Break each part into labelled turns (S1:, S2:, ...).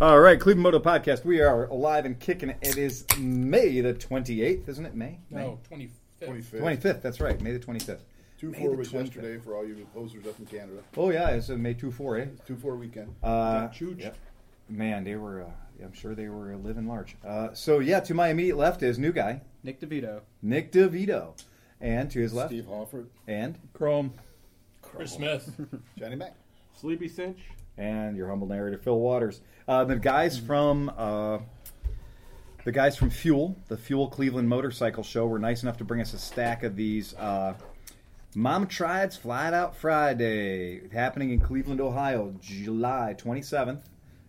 S1: All right, Cleveland Moto Podcast. We are alive and kicking. It is May the 28th, isn't it? May?
S2: No, twenty fifth.
S3: 25th.
S1: 25th, that's right. May the 25th.
S3: Two
S1: May
S3: four
S1: the
S3: was
S1: 25th.
S3: yesterday for all you opposers up in Canada.
S1: Oh, yeah, it's uh, May 2 4, eh?
S3: Two four weekend.
S1: Uh,
S3: Chooch.
S1: yep. Man, they were, uh, I'm sure they were living large. Uh, so, yeah, to my immediate left is new guy,
S4: Nick DeVito.
S1: Nick DeVito. And to his left,
S3: Steve Hofford,
S1: and
S5: Chrome.
S2: Chris Smith.
S3: Johnny Mack.
S5: Sleepy Cinch.
S1: and your humble narrator, Phil Waters. Uh, the guys from uh, the guys from Fuel, the Fuel Cleveland Motorcycle Show, were nice enough to bring us a stack of these. Uh, Mom Triads Flat Out Friday happening in Cleveland, Ohio, July 27th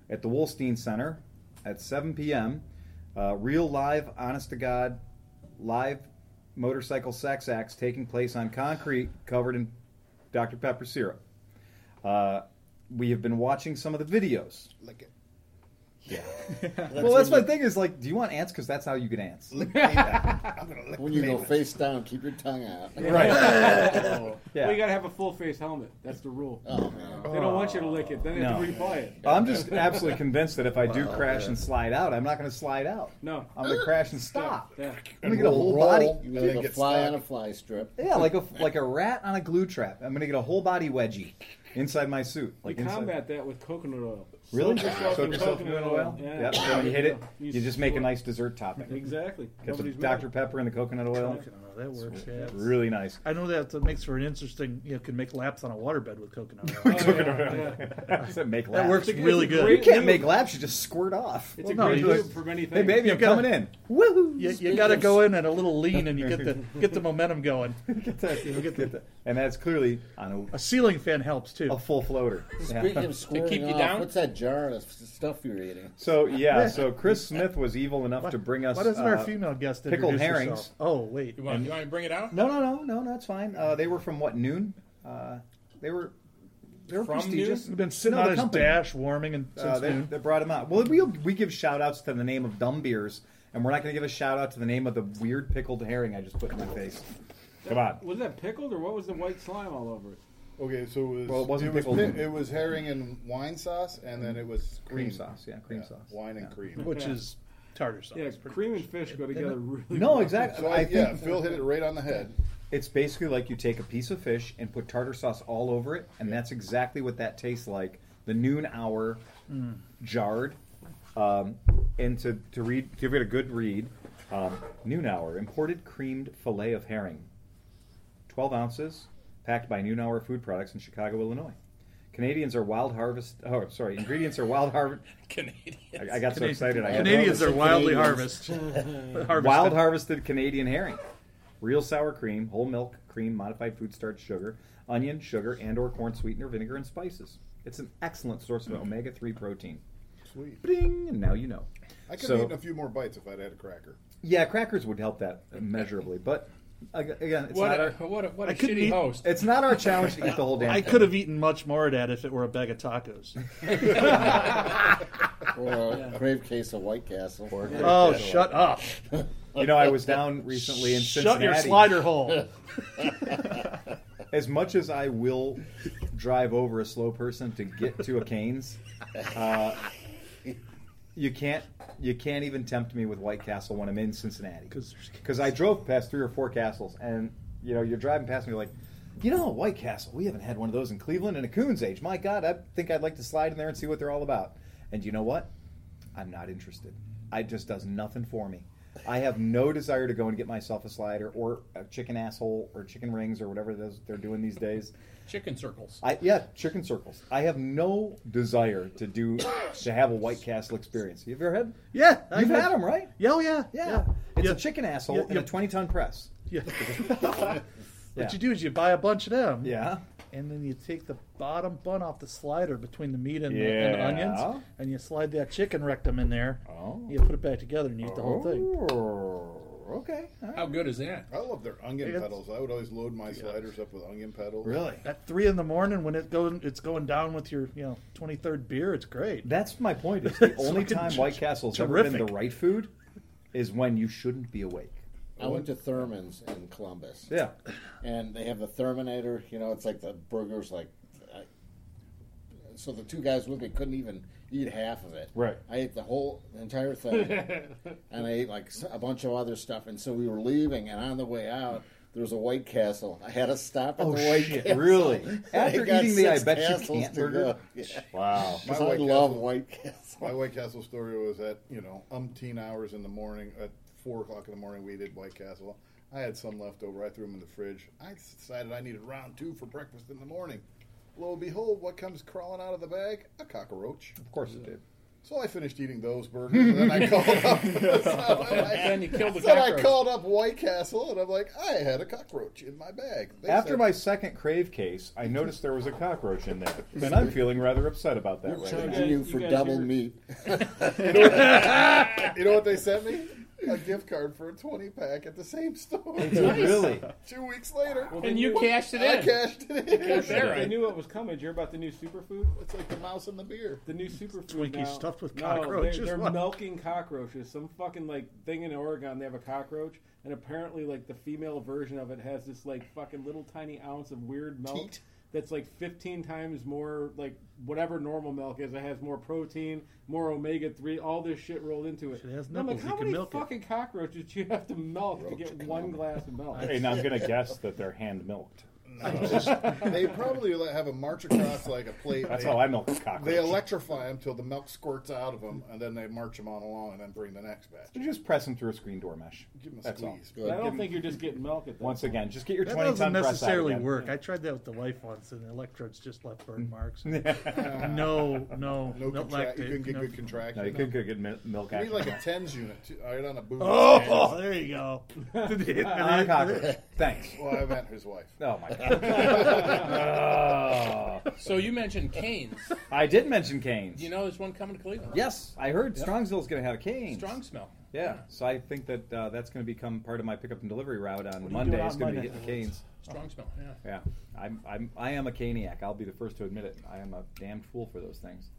S1: at the Wolstein Center at 7 p.m. Uh, real live, honest to God, live motorcycle sex acts taking place on concrete covered in Dr. Pepper syrup. Uh, we have been watching some of the videos.
S3: Lick it.
S1: well, that's my thing is like, do you want ants? Because that's how you get ants.
S3: Lick payback. I'm gonna lick
S6: When you go
S3: payback.
S6: face down, keep your tongue out.
S3: Oh,
S1: Yeah.
S5: Well, you got to have a full face helmet. That's the rule.
S6: Oh man.
S5: They don't want you to lick it. Then they have to
S1: No.
S5: replay it.
S1: I'm just absolutely convinced that if I do crash and slide out, I'm not going to slide out.
S5: No.
S1: I'm going to crash and stop.
S5: Yeah.
S1: I'm going to get a whole body.
S6: Roll, You're
S3: Gonna
S6: like a
S3: get
S6: fly
S3: stuck.
S6: on a fly strip.
S1: Yeah, like a like a rat on a glue trap. I'm going to get a whole body wedgie inside my suit. Like
S5: you
S1: inside.
S5: combat that with coconut oil.
S1: Really?
S5: Soak yourself
S1: Soak
S5: in
S1: yourself in
S5: coconut
S1: oil.
S5: oil. Yeah.
S1: Yep. So when you hit it,
S5: You
S1: you just make a
S5: squirt.
S1: nice dessert topping.
S5: Exactly.
S1: Get some
S5: Nobody's
S1: Dr.
S5: mad.
S1: Pepper and the coconut oil.
S7: Oh, that works. Yeah.
S1: Really nice.
S7: I know that uh, makes for an interesting. You know, can make laps on a waterbed with coconut oil.
S5: Oh, yeah, yeah.
S1: Doesn't make
S7: that
S1: laps.
S7: works
S5: It's a-
S7: really
S5: it's a
S7: good.
S1: You
S5: great-
S1: can't make laps. You just squirt off.
S5: It's
S7: Well,
S5: a
S7: no,
S5: great
S7: you
S5: lube
S7: just-
S5: for many
S1: Hey,
S5: things.
S1: baby, I'm
S7: gotta-
S1: coming in. Woo!
S7: You, you got to go in at a little lean, and you get the get the momentum going.
S1: And that's clearly on
S7: A ceiling fan helps too.
S1: a, a full floater. Yeah.
S6: Speaking of squirting
S2: keep you
S6: off,
S2: down?
S6: what's that jar of s- stuff you're eating?
S1: So yeah, so Chris Smith was evil enough to bring us.
S7: Why doesn't
S1: uh,
S7: our female guest
S1: pickled
S7: introduce
S1: herrings.
S7: herself? Oh wait,
S2: You want, you want me to bring it out?
S1: No, no, no, no, no. It's fine. Uh, they were from what noon? Uh, they were. They were
S2: From
S1: prestigious.
S7: we've been sitting
S1: No,
S7: on
S1: the
S7: his
S1: company.
S7: dash warming and since
S1: Uh, they,
S7: noon.
S1: they brought him out. Well, we we give shout outs to the name of dumb beers, and we're not going to give a shout out to the name of the weird pickled herring I just put in my face. Come on.
S5: Was that pickled or what was the white slime all over it?
S3: Okay, so it was.
S1: Well, it wasn't
S3: was,
S1: pickled.
S3: pin- it was herring and wine sauce, and then it was
S1: Cream
S3: cream,
S1: sauce, yeah, cream sauce.
S3: wine and
S1: Yeah.
S3: cream.
S7: which is tartar sauce.
S5: Yeah,
S7: pretty
S5: cream
S7: much.
S5: and fish go
S7: They-
S5: together really
S1: No,
S5: well.
S1: exactly.
S3: So I,
S1: I
S3: yeah,
S1: think
S3: Phil hit it right on the head.
S1: it's basically like you take a piece of fish and put tartar sauce all over it, and that's exactly what that tastes like. The noon hour jarred. Um, and to, to read, give it a good read, um, noon hour imported creamed fillet of herring, 12 ounces, packed by noon hour food products in Chicago, Illinois. Canadians are wild harvest. Oh, sorry. Ingredients are wild harvest.
S2: Canadian.
S1: I, I got so
S7: Canadians-
S1: excited. I had-
S7: Canadians are wildly
S6: Canadians.
S7: harvest.
S1: Wild
S7: Wild
S1: harvested Canadian herring, real sour cream, whole milk, cream, modified food starch, sugar, onion, sugar, and/or corn sweetener, vinegar, and spices. It's an excellent source of omega-3 protein.
S3: Sweet.
S1: Bing, and now you know.
S3: I could have
S1: So-
S3: eaten a few more bites if I'd had a cracker.
S1: Yeah, crackers would help that immeasurably, but ag- again, it's
S2: What
S1: not
S2: a,
S1: our
S2: what a, what a
S7: I couldn't
S2: shitty
S7: eat-
S2: host.
S1: it's not our challenge to eat the whole damn.
S7: I
S1: thing.
S7: could have eaten much more of that if it were a bag of tacos.
S6: Or a crave case of White Castle.
S7: Oh, shut up!
S1: You know, I was down recently in
S7: Shut
S1: Cincinnati.
S7: your slider hole.
S1: As much as I will drive over a slow person to get to a Canes, uh, you can't you can't even tempt me with White Castle when I'm in Cincinnati.
S7: 'Cause there's-
S1: Because I drove past three or four castles, and you know you're driving past me like, you know, White Castle. We haven't had one of those in Cleveland in a coon's age. My God, I think I'd like to slide in there and see what they're all about. And you know what? I'm not interested. It just does nothing for me. I have no desire to go and get myself a slider or a chicken asshole or chicken rings or whatever those they're doing these days.
S2: Chicken circles.
S1: I yeah, chicken circles. I have no desire to do to have a White Castle experience. You've ever had?
S7: Yeah, I've
S1: You've had them, right?
S7: Yeah, oh, yeah,
S1: Yeah. It's
S7: Yeah.
S1: a chicken asshole
S7: Yeah,
S1: in a
S7: yeah.
S1: 20 ton press.
S7: Yeah.
S1: Yeah.
S7: What you do is you buy a bunch of them,
S1: Yeah.
S7: and then you take the bottom bun off the slider between the meat and, the, and the
S1: Yeah.
S7: onions, and you slide that chicken rectum in there.
S1: Oh.
S7: You put it back together and you eat the whole thing.
S1: Oh, okay. All right.
S2: How good is that?
S3: I love their onion
S7: It's-
S3: petals. I would always load my sliders up with onion petals.
S1: Really?
S7: At three in the morning, when it going, it's going down with your you know twenty third beer. It's great.
S1: That's my point. Is the
S7: It's
S1: only
S7: fucking
S1: time White Castle's ever been
S7: terrific.
S1: the right food is when you shouldn't be awake.
S6: I went to Thurman's in Columbus,
S1: Mm-hmm. Yeah.
S6: and they have the Therminator. You know, it's like the burgers like. I, so the two guys with me couldn't even eat half of it.
S1: Right.
S6: I ate the whole the entire thing, and I ate like s- a bunch of other stuff. And so we were leaving, and on the way out. There was a White Castle. I had to stop at
S1: Oh,
S6: the White
S1: shit,
S6: Castle.
S1: really?
S6: And
S1: After
S6: I got
S1: eating the I
S6: six
S1: Bet You
S6: castles
S1: Can't
S6: to
S1: burger?
S6: go. Yeah.
S1: Wow.
S3: My
S6: 'Cause I
S3: White
S6: love
S3: Castle-
S6: White Castle.
S3: My White Castle story was at you know umpteen hours in the morning at four o'clock in the morning. We did White Castle. I had some left over. I threw them in the fridge. I decided I needed round two for breakfast in the morning. Lo and behold, what comes crawling out of the bag? A cockroach.
S1: Of course it did.
S3: So I finished eating those burgers, and then I called up. so
S2: Then you killed the
S3: then I
S2: cockroach.
S3: called up White Castle, and I'm like, I had a cockroach in my bag. They
S1: After
S3: said-
S1: my second crave case, I noticed there was a cockroach in there, and I'm feeling rather upset about that right now.
S5: charged-
S6: Charging you
S5: guys-
S6: for
S5: you guys
S6: double
S5: hear-
S6: meat.
S3: you know what they sent me? A gift card for a 20 pack at the same store.
S1: Really?
S3: Two weeks later,
S2: And you cashed it
S3: I
S2: in.
S3: cashed it in.
S2: You're there,
S5: I
S2: right?
S5: knew what was coming. Did you hear about the new superfood?
S3: It's like the mouse and the beer.
S5: The new superfood
S7: Twinkies
S5: now-
S7: stuffed with
S5: No, they're-
S7: cockroaches,
S5: they're
S7: what?
S5: milking cockroaches. Some fucking like thing in Oregon. They have a cockroach, and apparently like the female version of it has this like fucking little tiny ounce of weird milk
S3: Teat.
S5: that's like 15 times more like whatever normal milk is. It has more protein, more omega three, all this shit rolled into it.
S7: It has
S5: And I'm like,
S7: nipples, you
S5: how
S7: can
S5: many
S7: milk it."
S5: fucking cockroaches do you have to milk to
S3: Roach
S5: get
S3: cum.
S5: one glass of milk?
S1: And I'm going to guess that they're hand milked.
S3: They probably like, have a march across like a plate.
S1: That's
S3: they,
S1: how I milk a cockroach.
S3: They electrify them till the milk squirts out of them, and then they march them on along, and then bring the next batch.
S1: You just press them through a screen door mesh.
S3: Give them a
S1: That's all.
S3: squeeze.
S6: Good.
S5: But I
S6: Give
S5: don't think you're just getting milk at that.
S1: Once again, just get your
S7: That
S1: 20
S7: doesn't
S1: ton press out
S7: necessarily
S1: again.
S7: work. I tried that with the wife once, and the electrodes just left burn marks. no, no,
S3: No,
S7: no
S3: contract. You
S7: lactate,
S3: couldn't get
S7: no-
S3: good
S1: No,
S3: contraction.
S1: you could get mil- milk
S3: You
S1: out.
S3: need like a tens unit, too, right on a boob.
S7: Oh, there you go. Did it- did
S1: on a
S7: it-
S1: cockroach. Thanks.
S3: Well, I meant his wife.
S1: Oh my god. Oh.
S2: So you mentioned Canes.
S1: I did mention Canes.
S2: You know, there's one coming to Cleveland.
S1: yes, I heard Strongsville's going to have a Canes.
S2: Strong smell.
S1: Yeah, so I think that uh, that's going to become part of my pickup and delivery route on
S7: doing
S1: Monday.
S7: on
S1: It's going to be
S7: Monday?
S1: getting Canes.
S2: Strong smell. Yeah.
S1: Yeah, I'm, I'm, I am a Caniac. I'll be the first to admit it. I am a damned fool for those things.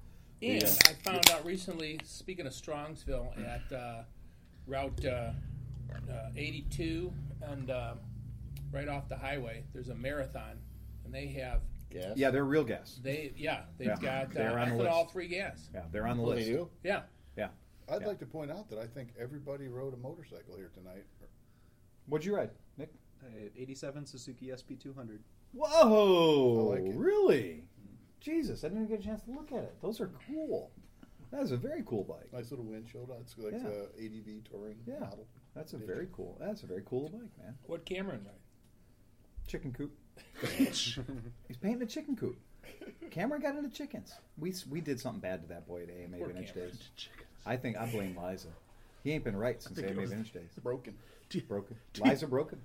S2: And
S1: Yeah.
S2: I found out recently, speaking of Strongsville, at uh, Route uh, uh, 82 and uh, right off the highway, there's a marathon, and they have
S6: Gas.
S1: Yeah, they're real gas.
S2: they yeah they've
S1: Yeah,
S2: got
S1: they're
S2: uh,
S1: on the
S2: ethanol
S1: list.
S2: free gas.
S1: Yeah, they're on the
S6: What do
S1: list.
S6: they do?
S2: Yeah,
S1: Yeah.
S3: I'd
S1: Yeah.
S3: like to point out that I think everybody rode a motorcycle here tonight.
S1: What'd you ride, Nick?
S4: I have 87 Suzuki SP200.
S1: Whoa!
S3: I like it.
S1: Really? Jesus, I didn't get a chance to look at it. Those are cool. That is a very cool bike.
S3: Nice little windshield. It's like
S1: Yeah.
S3: the ADV touring
S1: Yeah.
S3: model.
S1: That's a very cool. That's a very cool bike, man.
S2: what Cameron right?
S1: Chicken coop. He's painting a chicken coop. Cameron got into chickens. We s- we did something bad to that boy at AMA
S2: Poor
S1: Vintage
S2: Cameron.
S1: Days. I think I blame Liza. He ain't been right since
S7: think it
S1: AMA
S7: was-
S1: Vintage Days.
S3: Broken.
S1: Broken. Liza broken.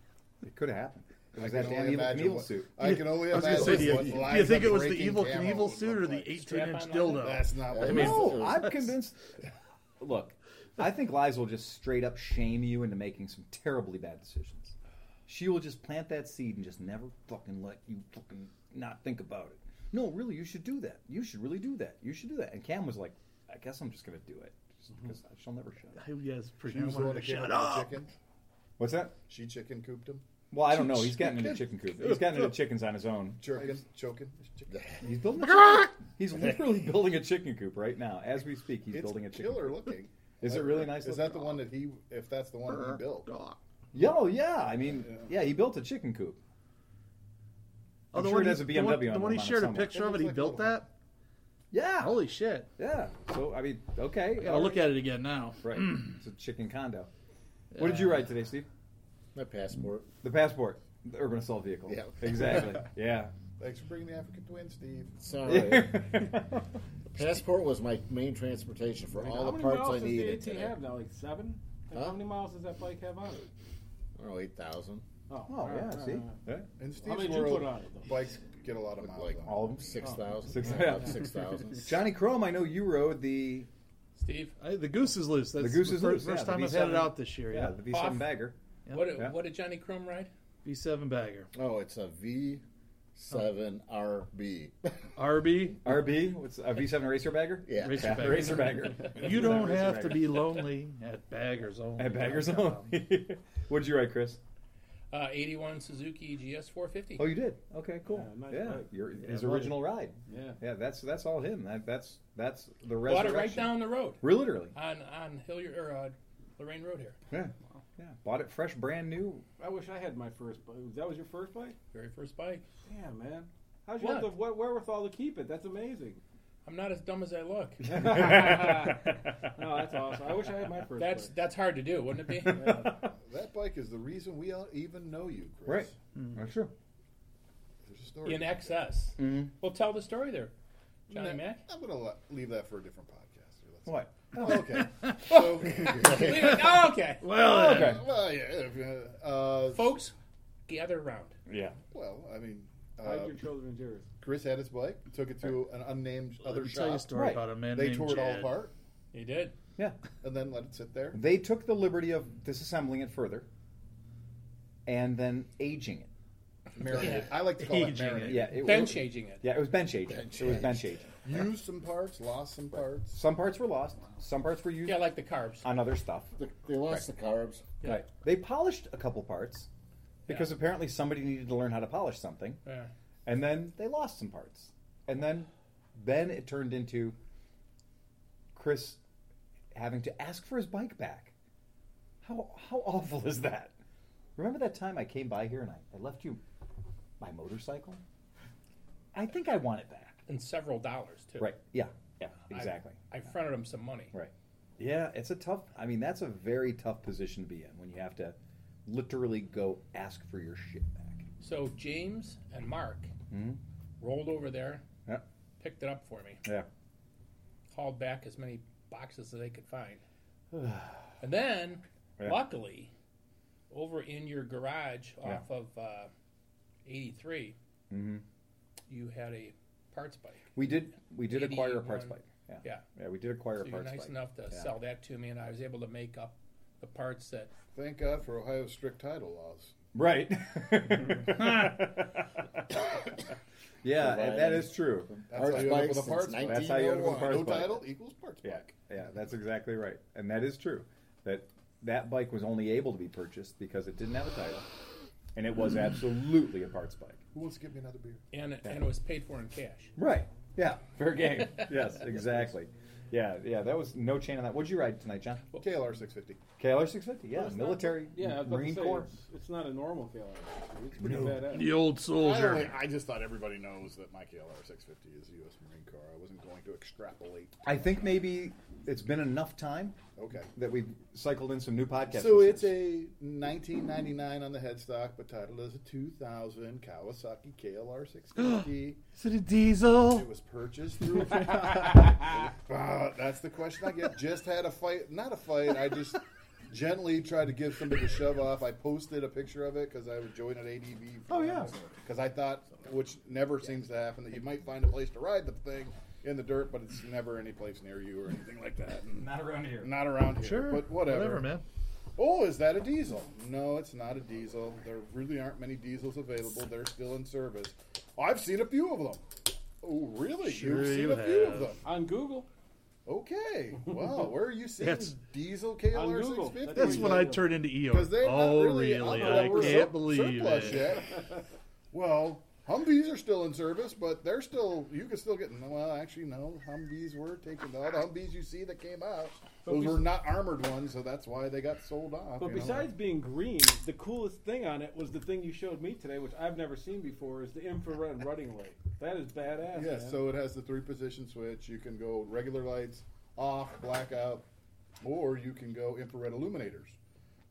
S1: It could have happened. It was that damn evil Knievel
S3: what,
S1: suit.
S3: I can only
S7: I was
S3: imagine.
S7: going to say, do you,
S3: what
S7: do you
S3: Liza
S7: think it was the
S3: breaking
S7: evil
S3: Camel
S7: Knievel
S3: would
S7: suit
S3: look
S7: or the
S3: like.
S7: 18 inch
S2: Strap-on
S7: dildo?
S2: leather?
S3: That's not what
S6: I
S3: I
S6: mean-
S1: No, I'm convinced. Look, I think Liza will just straight up shame you into making some terribly bad decisions. She will just plant that seed and just never fucking let you fucking not think about it. No, really, you should do that. You should really do that. You should do that. And Cam was like, I guess I'm just gonna do it just
S3: Mm-hmm.
S1: because she'll never shut up.
S7: I, yes, pretty
S3: She was
S7: much.
S3: the one that
S7: Shut
S3: shut
S7: up.
S3: Chicken.
S1: What's that?
S3: She chicken cooped him.
S1: Well, I don't know. He's gotten into chicken coop. He's gotten into chickens on his own.
S3: Jerking. Choking. Chicken.
S1: He's building. A chicken. He's literally building a chicken coop right now as we speak. He's
S3: It's
S1: building a chicken.
S3: killer
S1: coop.
S3: looking.
S1: Is it really nice?
S3: Is that the
S1: looking?
S3: one that he? If that's the one he built,
S1: Yo, yeah. I mean, yeah. He built a chicken coop.
S7: Oh,
S1: I'm
S7: the
S1: sure
S7: one
S1: it
S7: he-
S1: has a
S7: The
S1: BMW
S7: one,
S1: on
S7: the one he
S1: it
S7: shared a
S1: somewhere.
S7: picture
S3: It
S7: of it.
S3: looks
S7: He
S3: like
S7: built
S3: little-
S7: that.
S1: Yeah.
S7: Holy shit!
S1: Yeah. So I mean, okay.
S7: I gotta look at it again now.
S1: Right. It's a chicken condo. What did you write today, Steve?
S6: My passport.
S1: The passport, the urban assault vehicle.
S6: Yeah.
S1: Exactly. yeah.
S3: Thanks for bringing the African twin, Steve.
S6: Sorry. passport was my main transportation for all
S5: How
S6: the
S5: many
S6: parts
S5: miles
S6: I
S5: does
S6: needed.
S5: the AT
S6: today.
S5: have now? Like seven? Like,
S6: Huh?
S5: How many miles does that bike have on it?
S6: Oh, 8,000.
S5: Oh,
S1: oh yeah. See. Yeah.
S3: In
S5: How
S3: Steve's
S5: many did you put
S3: world,
S5: on it? Though?
S3: bikes get a lot of
S6: Like,
S3: miles. on.
S1: All of them.
S7: Oh.
S6: 6,000.
S1: Six-
S6: About 6,000.
S1: Johnny Chrome, I know you rode the
S2: Steve,
S7: I, the goose is loose. That's
S1: The goose
S7: the
S1: is
S7: fir-
S1: loose,
S7: first,
S1: yeah, the
S7: time I've had it
S1: V7.
S7: out this year.
S1: yeah
S7: Yeah,
S1: the V7 bagger.
S7: Yeah.
S2: what did,
S1: Yeah.
S2: what did Johnny Crum ride?
S7: V7 bagger.
S6: Oh, it's a V7RB.
S7: RB,
S1: RB, what's a V7 racer bagger?
S6: Yeah.
S7: Racer
S1: Yeah,
S7: bagger.
S1: racer bagger.
S7: you don't
S1: Racer
S7: have
S1: bagger.
S7: to be lonely at baggers only.
S1: at baggers only. what did you write, Chris?
S2: Uh, 81 Suzuki GS450.
S1: Oh, you did. Okay, cool.
S5: Yeah, nice
S1: Yeah,
S5: ride.
S1: Your,
S7: Yeah,
S1: his
S7: I love
S1: original ride.
S5: Yeah.
S1: Yeah, that's that's all him. That, that's that's the
S2: Bought
S1: resurrection.
S2: it right down the road
S1: Real Literally.
S2: on on Hilliard or uh, Lorraine Road here.
S1: Yeah. Yeah. Bought it fresh, brand new.
S5: I wish I had my first bike. That was your first bike?
S2: Very first bike.
S5: Damn, man. How'd you have the
S2: What?
S5: wh- wherewithal to keep it? That's amazing.
S2: I'm not as dumb as I look.
S5: No, that's awesome. I wish I had my first
S2: That's
S5: bike.
S2: that's hard to do, wouldn't it be?
S3: That bike is the reason we all even know you, Chris.
S1: Right. That's true.
S3: There's a story.
S2: In excess. Mm-hmm. Well, tell the story there, Johnny
S3: Nah,
S2: Mac.
S3: I'm going to leave that for a different podcast.
S1: What? Oh,
S3: Okay. so,
S2: Leave it- oh, okay,
S7: Well,
S1: Okay.
S3: well, yeah. if you- Uh,
S2: folks, gather around.
S1: Yeah.
S3: well, I mean,
S5: Hide
S3: uh,
S5: your children's ears.
S3: Chris had his bike, took it to an unnamed
S7: let
S3: other
S7: me tell you a
S3: shop.
S7: story
S1: Right.
S7: about a man
S3: They
S7: named
S3: tore it all
S7: Jed.
S3: apart
S2: You did.
S1: Yeah.
S3: and then let it sit there.
S1: They took the liberty of disassembling it further and then aging it.
S3: Marinate. I like to call it
S7: Aging it.
S3: marinate.
S1: Yeah. It
S2: Bench
S1: was,
S2: aging it.
S1: Yeah, it was bench aging. it was bench aging.
S3: Used some parts, lost some parts.
S1: Some parts were lost, some parts were used
S2: Yeah, like the carbs.
S1: on other stuff.
S6: The, they lost the carbs.
S2: Yeah.
S1: Right. They polished a couple parts because apparently somebody needed to learn how to polish something.
S2: Yeah.
S1: and then they lost some parts and then then it turned into chris having to ask for his bike back how how awful is that remember that time i came by here and i, I left you my motorcycle i think i want it back
S2: and several dollars too.
S1: right yeah yeah
S2: I-
S1: exactly
S2: I, fronted him some money.
S1: right yeah it's a tough i mean that's a very tough position to be in when you have to literally go ask for your shit back
S2: So James and Mark
S1: Mhm.
S2: rolled over there,
S1: yeah
S2: picked it up for me,
S1: yeah
S2: hauled back as many boxes as they could find, and then
S1: Yeah.
S2: luckily, over in your garage
S1: Yeah.
S2: off of uh, eighty
S1: mm-hmm.
S2: you had a parts bike.
S1: We did. We did acquire a parts
S2: 81.
S1: bike. Yeah. yeah.
S2: Yeah.
S1: we did acquire
S2: So
S1: a
S2: you're
S1: parts
S2: nice
S1: bike.
S2: enough to
S1: Yeah.
S2: sell that to me, and I was able to make up the parts that
S3: Thank God for Ohio's strict title laws.
S1: Right. yeah, and that
S6: Providing.
S1: is true.
S3: That's
S6: Parts
S3: how you end up
S6: bike
S3: with a
S6: since
S3: parts bike.
S1: That's how you end up with a
S3: 1901.
S1: parts
S3: No
S1: bike.
S3: title equals parts
S1: Yeah,
S3: bike.
S1: yeah, that's exactly right, and that is true. That that bike was only able to be purchased because it didn't have a title, and it was absolutely a parts bike.
S3: Who wants to give me another beer?
S2: and and it was paid for in cash.
S1: Right. Yeah. Fair game. yes. Exactly. Yeah. Yeah. That was no chain on that. What'd you ride tonight, John?
S3: KLR 650.
S1: KLR 650. Yeah.
S5: Well, it's not-
S1: military.
S5: yeah, I was about
S1: Marine
S5: to say,
S1: Corps.
S5: It's, it's not a normal KLR. actually. It's pretty badass.
S7: The old
S3: I,
S7: soldier.
S3: only- I just thought everybody knows that my KLR 650 is a U.S. Marine car. I wasn't going to extrapolate.
S1: I think maybe it's been enough time
S3: Okay.
S1: that we've cycled in some new podcasts.
S3: So it's a 1999 on the headstock, but titled as a 2000 Kawasaki KLR 650.
S7: Is it a diesel?
S3: it was purchased through. Ah, that's the question I get. Just had a fight, not a fight. I just gently tried to give somebody a shove off. I posted a picture of it because I was joined at ADV.
S1: Oh, yeah.
S3: Because I thought, which never seems to happen, that you might find a place to ride the thing in the dirt, but it's never any place near you or anything like that. And
S1: not around here.
S3: not around here.
S7: Sure.
S3: But whatever.
S7: man.
S3: Oh, is that a diesel? No, it's not a diesel. There really aren't many diesels available. They're still in service. I've seen a few of them. Oh, really?
S7: Sure
S3: You've seen
S7: you
S3: a few of
S7: have.
S3: them.
S5: On Google.
S3: Okay. Wow. Where are you seeing
S7: That's-
S3: diesel
S5: On
S3: KLR
S5: Google.
S3: 650?
S7: That's
S5: Yeah.
S7: when I turn into EO.
S3: Because they're
S7: Oh,
S3: not really, out
S7: really?
S3: there that
S7: I
S3: we're
S7: can't
S3: sur-
S7: believe
S3: surplus
S7: it.
S3: Yet. Well, Humvees are still in service, but they're still you can still get. Well, actually, no. Humvees were taken. All the Humvees you see that came out,
S5: But
S3: those
S5: bes-
S3: were not armored ones, so that's why they got sold off.
S5: But
S3: you know?
S5: besides being green, the coolest thing on it was the thing you showed me today, which I've never seen before, is the infrared running light. That is badass.
S3: Yeah,
S5: man.
S3: so it has the three position switch. You can go regular lights, off, blackout, or you can go infrared illuminators.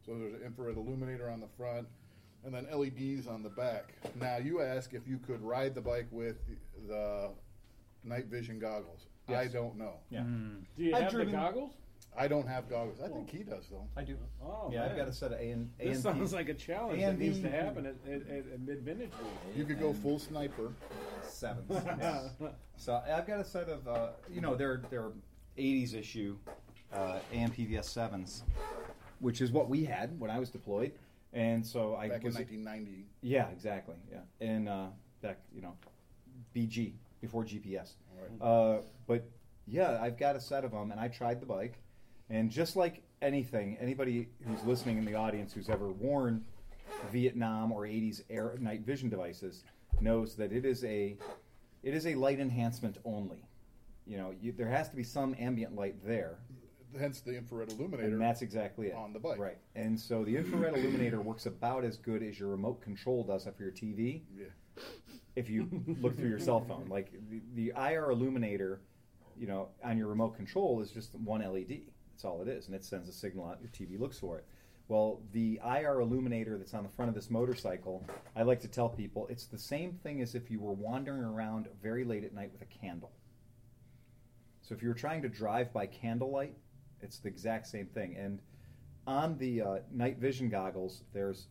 S3: So there's an infrared illuminator on the front and then LEDs on the back. Now, you ask if you could ride the bike with the night vision goggles. I don't know.
S1: Yeah,
S7: Mm.
S5: do you
S1: I've
S5: have
S1: driven-
S5: the goggles?
S3: I don't have goggles. I think he does, though.
S1: I do.
S5: Oh,
S1: yeah, I've
S5: man.
S1: got a set of A and A
S5: This
S1: and
S5: sounds
S1: P
S5: like a challenge that
S1: AMD.
S5: needs to happen at, at, at, at mid vintage.
S3: You could go full sniper.
S1: sevens. yes. So I've got a set of uh, you know they're they're '80s issue uh, A and PVS sevens, which is what we had when I was deployed, and so I
S3: Back in
S1: was
S3: 1990,
S1: yeah exactly yeah and uh, back you know BG before GPS.
S3: Right.
S1: Uh, but yeah, I've got a set of them, and I tried the bike, and just like anything, anybody who's listening in the audience who's ever worn Vietnam or 80s air night vision devices knows that it is a it is a light enhancement only. You know, you, there has to be some ambient light there,
S3: Hence the infrared illuminator.
S1: and that's exactly it.
S3: on the bike.
S1: right? And so the infrared illuminator works about as good as your remote control does for your TV
S3: yeah.
S1: if you look through your cell phone. Like the, the IR illuminator, you know, on your remote control is just one LED. That's all it is, and it sends a signal out. Your TV looks for it. Well, the IR illuminator that's on the front of this motorcycle, I like to tell people it's the same thing as if you were wandering around very late at night with a candle. So if you were trying to drive by candlelight, it's the exact same thing. And on the uh, night vision goggles, there's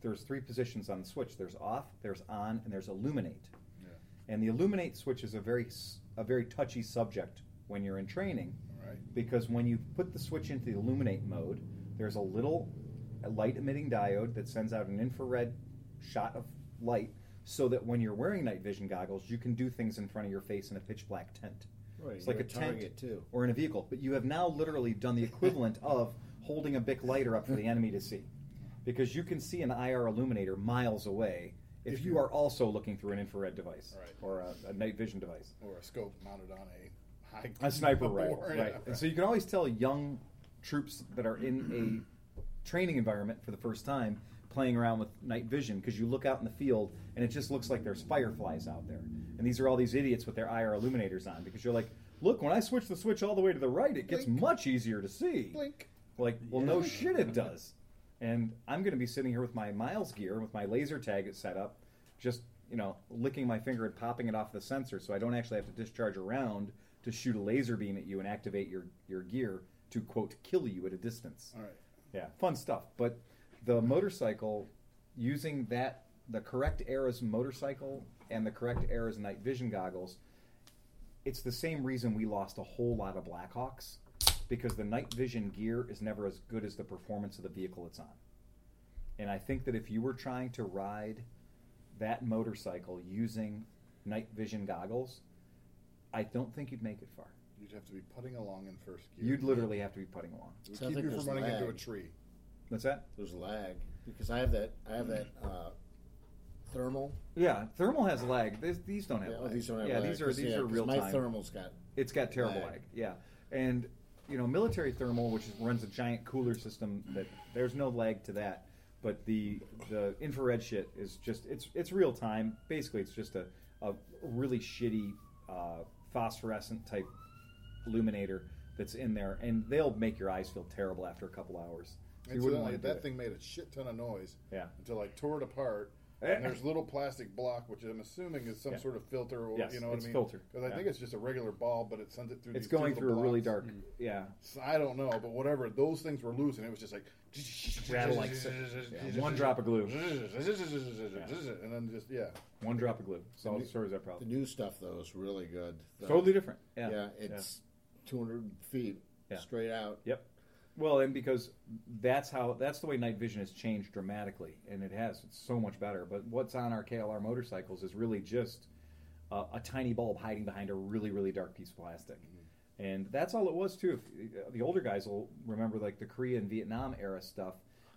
S1: there's three positions on the switch. There's off, there's on, and there's illuminate.
S3: Yeah.
S1: And the illuminate switch is a very s- a very touchy subject when you're in training
S3: All right.
S1: because when you put the switch into the illuminate mode, there's a little light emitting diode that sends out an infrared shot of light so that when you're wearing night vision goggles, you can do things in front of your face in a pitch black tent
S6: Right,
S1: It's like
S6: you're
S1: a tent.
S6: target, too.
S1: or in a vehicle. But you have now literally done the equivalent of holding a Bic lighter up for the enemy to see. Because you can see an IR illuminator miles away if
S3: If
S1: you
S3: you-
S1: are also looking through an infrared device
S3: Right.
S1: or a, a night vision device.
S3: Or a scope mounted on a high
S1: A sniper
S3: board.
S1: rifle, right? And so you can always tell young troops that are in a training environment for the first time playing around with night vision because you look out in the field and it just looks like there's fireflies out there. And these are all these idiots with their IR illuminators on because you're like, look, when I switch the switch all the way to the right, it gets
S3: Blink.
S1: much easier to see.
S3: Blink.
S1: Like, well, no shit, it does. And I'm going to be sitting here with my Miles gear, with my laser tag set up, just, you know, licking my finger and popping it off the sensor so I don't actually have to discharge a round to shoot a laser beam at you and activate your, your gear to, quote, kill you at a distance.
S3: All right.
S1: Yeah, fun stuff. But the motorcycle, using that, the correct era's motorcycle and the correct era's night vision goggles, it's the same reason we lost a whole lot of Blackhawks because the night vision gear is never as good as the performance of the vehicle it's on. And I think that if you were trying to ride that motorcycle using night vision goggles, I don't think you'd make it far.
S3: You'd have to be putting along in first gear.
S1: You'd literally have to be putting along.
S3: It would
S6: So I
S3: keep
S6: think
S3: you
S6: there's
S3: from running into a
S6: lag.
S3: tree.
S1: That's that?
S6: There's lag because I have that. I have that uh, thermal.
S1: Yeah, thermal has lag. These, these don't have
S6: Yeah,
S1: lag.
S6: oh, these don't have
S1: yeah,
S6: lag,
S1: these are
S6: 'cause,
S1: these
S6: yeah,
S1: are
S6: 'cause
S1: real
S6: My
S1: time.
S6: thermal's got.
S1: It's got terrible
S6: Lag.
S1: lag. Yeah, and you know, military thermal, which runs a giant cooler system, that there's no lag to that. But the the infrared shit is just it's it's real time. Basically, it's just a, a really shitty uh, phosphorescent type illuminator that's in there, and they'll make your eyes feel terrible after a couple hours. So you wouldn't
S3: Incidentally,
S1: want to do
S3: uh, that
S1: it.
S3: thing made a shit ton of noise
S1: Yeah.
S3: until I tore it apart.
S1: Eh.
S3: And there's little plastic block, which I'm assuming is some
S1: Yeah.
S3: sort of filter, or
S1: Yes,
S3: you know what
S1: it's
S3: I mean?
S1: filter.
S3: Because I
S1: Yeah.
S3: think it's just a regular ball, but it sends it through.
S1: It's
S3: these two
S1: going
S3: little
S1: through a really
S3: blocks. Mm.
S1: dark. Yeah.
S3: So I don't know, but whatever. Those things were loose, and it was just like
S1: Rattle like si- yeah, one drop of glue.
S3: and then just yeah.
S1: One drop of glue solves
S6: new-
S1: solves that
S6: The
S1: problem.
S6: new stuff though is really good. The-
S1: Totally different. Yeah.
S6: Yeah, it's 200 feet
S1: Yeah.
S6: straight out.
S1: Yep. Well, and because that's how that's the way night vision has changed dramatically, and it has. It's so much better. But what's on our KLR motorcycles is really just uh, a tiny bulb hiding behind a really really dark piece of plastic, and that's all it was too. If uh, the older guys will remember, like the Korea and Vietnam era stuff,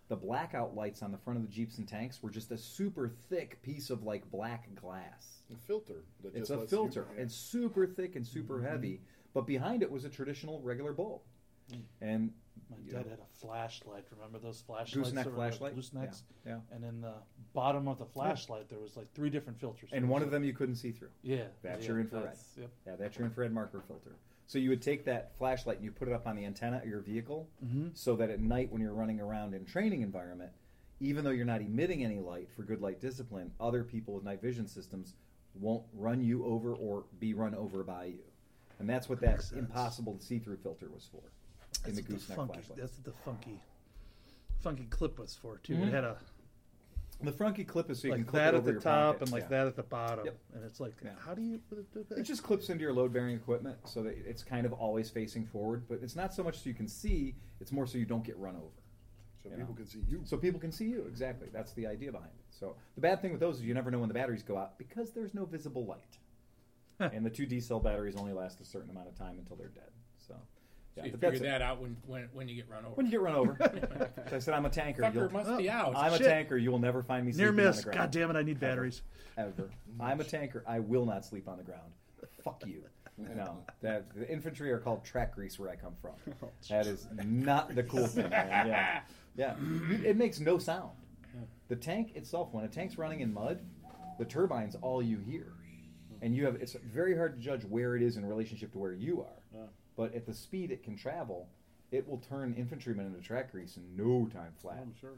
S1: the blackout lights on the front of the jeeps and tanks were just a super thick piece of like black glass.
S3: A filter. That
S1: It's
S3: just
S1: a
S3: lets you-
S1: filter.
S3: yeah.
S1: It's super thick and
S7: Mm-hmm.
S1: super heavy, but behind it was a traditional regular bulb. And
S7: Mm. My
S1: you
S7: dad
S1: know,
S7: had a flashlight. Remember those flashlights? that
S1: gooseneck
S7: were like
S1: flashlight.
S7: Goosenecks.
S1: Yeah.
S7: And in the bottom of the flashlight, there was like three different filters.
S1: yeah. And one of them you couldn't see through.
S7: Yeah.
S1: That's
S7: yeah,
S1: your infrared.
S7: that's- yep.
S1: Yeah, that's your infrared marker filter. So you would take that flashlight and you put it up on the antenna of your vehicle
S7: Mm-hmm.
S1: so that at night when you're running around in training environment, even though you're not emitting any light for good light discipline, other people with night vision systems won't run you over or be run over by you. And that's what that impossible to see through filter was for in
S7: That's
S1: the
S7: what
S1: gooseneck
S7: funky,
S1: flashlight.
S7: That's what the funky, funky clip was for too. It had a
S1: The Frankie clip is so you can
S7: like
S1: clip
S7: that
S1: it
S7: at
S1: over
S7: the
S1: your
S7: top
S1: pocket.
S7: and like
S1: Yeah.
S7: that at the bottom,
S1: Yep.
S7: and it's like,
S1: Yeah.
S7: how do you do that?
S1: It just clips into your load bearing equipment so that it's kind of always facing forward, but it's not so much so you can see, it's more so you don't get run over.
S3: so
S1: yeah.
S3: people can see you.
S1: So people can see you, exactly. That's the idea behind it. So the bad thing with those is you never know when the batteries go out because there's no visible light. and the 2D cell batteries only last a certain amount of time until they're dead. So
S2: So
S1: Yeah,
S2: you
S1: but
S2: figure
S1: that's it.
S2: that out when, when, when you get run over.
S1: When you get run over, Oh, So I said, "I'm a tanker.
S2: Fucker
S1: You'll-
S2: must be out.
S1: I'm
S7: Shit.
S1: a tanker. You will never find me
S7: Near
S1: sleeping
S7: miss.
S1: on the
S7: God
S1: ground
S7: damn it! I need batteries.
S1: ever. I'm a tanker. I will not sleep on the ground. Fuck you. No, that the infantry are called track grease where I come from. That is not the cool thing. Man. Yeah, yeah. It makes no sound. The tank itself, when a tank's running in mud, the turbine's all you hear, and you have. It's very hard to judge where it is in relationship to where you are. But at the speed it can travel, it will turn infantrymen into track grease in no time flat.
S5: I'm sure.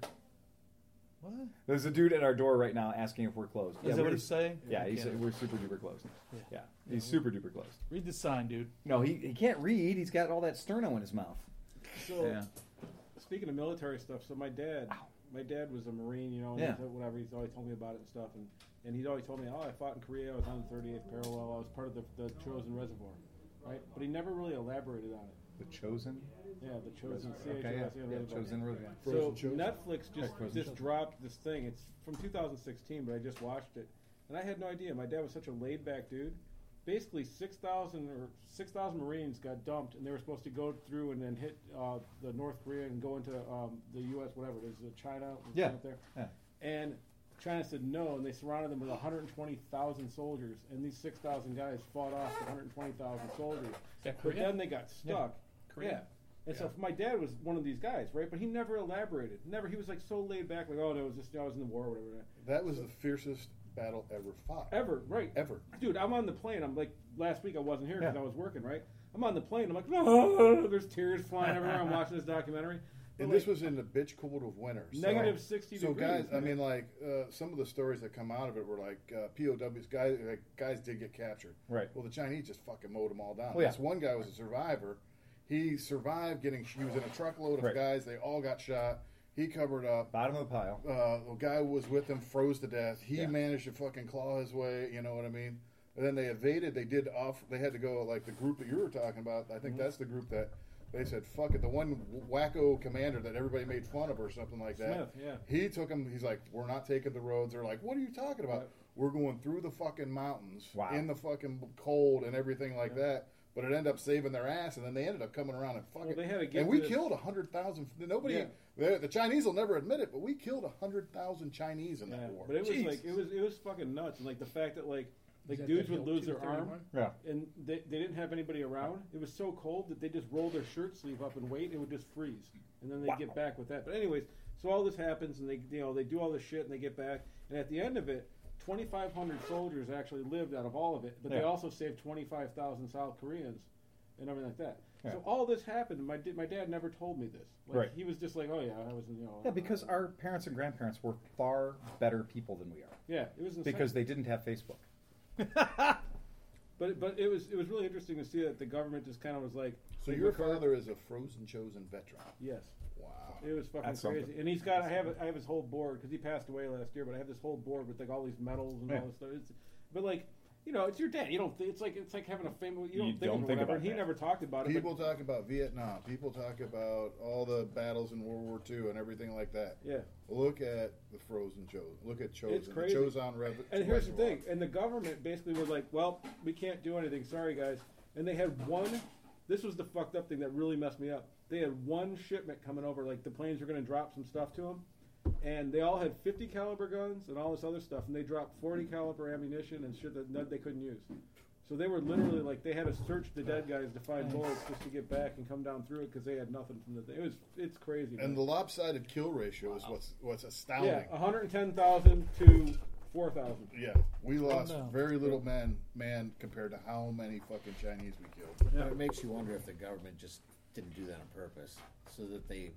S1: There's a dude at our door right now asking if we're closed.
S7: Is that
S1: we're-
S7: what he's saying?
S1: yeah, he's,
S7: Okay.
S1: we're super duper close. Yeah, he's super duper close.
S7: Read the sign, dude.
S1: No, he, he can't read. He's got all that sterno in his mouth.
S5: So speaking of military stuff, so my dad, my dad was a Marine, you know, and
S1: Yeah.
S5: he's- whatever. He's always told me about it and stuff, and and he's always told me, oh, I fought in Korea. I was on the 38th parallel. I was part of the, the Chosen Reservoir, right? But he never really elaborated on it.
S1: The chosen.
S5: Yeah, the Chosen. C H O S E N
S1: Okay, yeah, yeah,
S5: Reservoir.
S1: chosen. Road, yeah.
S5: So
S3: Frozen Chosen.
S5: Netflix just
S1: Frozen
S5: just
S1: Chosen.
S5: dropped this thing. It's from 2016, but I just watched it, and I had no idea. My dad was such a laid back dude. Basically, six thousand or six thousand Marines got dumped, and they were supposed to go through and then hit uh, the North Korea and go into um, the U.S. Whatever there's uh, China and
S1: Yeah,
S5: up there.
S1: yeah.
S5: And China said no, and they surrounded them with 120,000 soldiers, and these 6,000 guys fought off the 120,000 soldiers.
S2: that
S5: But
S2: Korea?
S5: then they got stuck.
S2: Korea.
S5: Yeah. And
S2: Yeah.
S5: so my dad was one of these guys, right? But he never elaborated. Never. He was like so laid back, like, oh no, it was just I was in the war, or whatever.
S3: That was the fiercest battle ever fought.
S5: Ever, right?
S3: Ever.
S5: Dude, I'm on the plane. I'm like, last week I wasn't here because
S1: Yeah.
S5: I was working, right? I'm on the plane. I'm like, oh, there's tears flying everywhere. I'm watching this documentary. But,
S3: And
S5: like,
S3: this was in the bitch cold of winter. so-
S5: negative 60
S3: So
S5: degrees.
S3: guys, I
S5: man.
S3: mean, like uh, some of the stories that come out of it were like uh, POWs. Guys, like, guys did get captured.
S1: Right.
S3: Well, the Chinese just fucking mowed them all down.
S5: Oh,
S1: Well, yeah.
S3: This one guy was a survivor. He survived getting. He was in a truckload of
S1: Right.
S3: guys. They all got shot. He covered up.
S1: Bottom of the pile.
S3: Uh, the guy who was with him froze to death. He
S1: Yeah.
S3: managed to fucking claw his way. You know what I mean? And then they evaded. They did off. They had to go like the group that you were talking about. I
S1: Mm-hmm.
S3: think that's the group that they said fuck it. The one wacko commander that everybody made fun of or something like that.
S5: Smith, yeah.
S3: He took him. He's like, we're not taking the roads. They're like, what are you talking about?
S5: Right.
S3: We're going through the fucking mountains
S1: Wow.
S3: in the fucking cold and everything like that. But it ended up saving their ass, and then they ended up coming around and fucking.
S5: Well, they had to get
S3: and we
S5: this-
S3: killed hundred thousand. Nobody.
S5: Yeah.
S3: The, the Chinese will never admit it, but we killed hundred thousand Chinese in that
S5: Yeah,
S3: war.
S5: But it was
S1: Jesus.
S5: like it was it was fucking nuts. And like the fact that like
S2: Is
S5: like
S2: that
S5: dudes
S2: the
S5: would
S2: Hill
S5: lose their arm
S2: 231?
S1: Yeah.
S5: and they, they didn't have anybody around. It was so cold that they just rolled their shirt sleeve up and wait. It would just freeze, and then they would get back with that. But anyways, so all this happens, and they you know they do all this shit, and they get back, and at the end of it. 2,500 soldiers actually lived out of all of it, but they
S1: Yeah.
S5: also saved 25,000 South Koreans and everything like that.
S1: Yeah.
S5: So all this happened. and My di- my dad never told me this. Like,
S1: Right.
S5: He was just like, oh yeah, I was in you know. uh,
S1: Yeah, because our parents and grandparents were far better people than we are
S5: yeah, it was insane.
S1: because they didn't have Facebook.
S5: But but it was it was really interesting to see that the government just kind of was like,
S3: so your father is a frozen chosen veteran.
S5: yes,
S3: Wow.
S5: it was fucking
S1: That's
S5: crazy.
S1: something.
S5: And he's got I have I have his whole board because he passed away last year, but I have this whole board with like all these medals and
S1: Yeah.
S5: all this stuff. It's, but like you know, it's your dad. You don't. Think, it's like it's like having a family. You don't
S1: You
S5: think,
S1: don't
S5: of it or
S1: think
S5: whatever.
S1: about
S5: and he
S1: that.
S5: never talked about it.
S3: People
S5: But,
S3: talk about Vietnam. People talk about all the battles in World War II and everything like that.
S5: yeah.
S3: Look at the frozen chosen. Look at chosen.
S5: It's crazy.
S3: The chosen Rev-
S5: And here's the
S3: Reservoir.
S5: thing. And the government basically was like, well, we can't do anything. Sorry, guys. And they had one. This was the fucked up thing that really messed me up. They had one shipment coming over. Like the planes were going to drop some stuff to them, and they all had 50 caliber guns and all this other stuff, and they dropped 40 caliber ammunition and shit that none- they couldn't use. So they were literally like they had to search the dead guys to find bullets just to get back and come down through it because they had nothing from the. It was it's crazy. man.
S3: And the lopsided kill ratio is what's what's astounding.
S5: yeah, uh, 110,000 to 4,000.
S3: Yeah, we lost
S7: no.
S3: very little man man compared to how many fucking Chinese we killed.
S6: It makes you wonder if the government just didn't do that on purpose so that they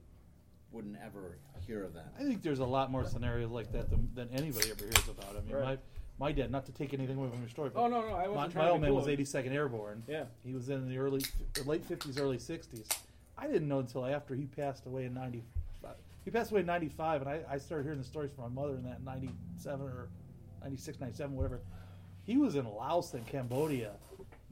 S6: wouldn't ever hear of that.
S7: I think there's a lot more scenarios like that than, than anybody ever hears about. I mean,
S5: Right.
S7: my my dad, not to take anything away from your story, but
S5: Oh no, no, I wasn't
S7: my,
S5: trying
S7: my
S5: to
S7: old
S5: be
S7: man
S5: cool.
S7: was 82nd Airborne.
S5: Yeah.
S7: he was in the early late 50s, early 60s. I didn't know until after he passed away in 95. He passed away in 95, and I, I started hearing the stories from my mother in that 97 or 96, 97, whatever. He was in Laos and Cambodia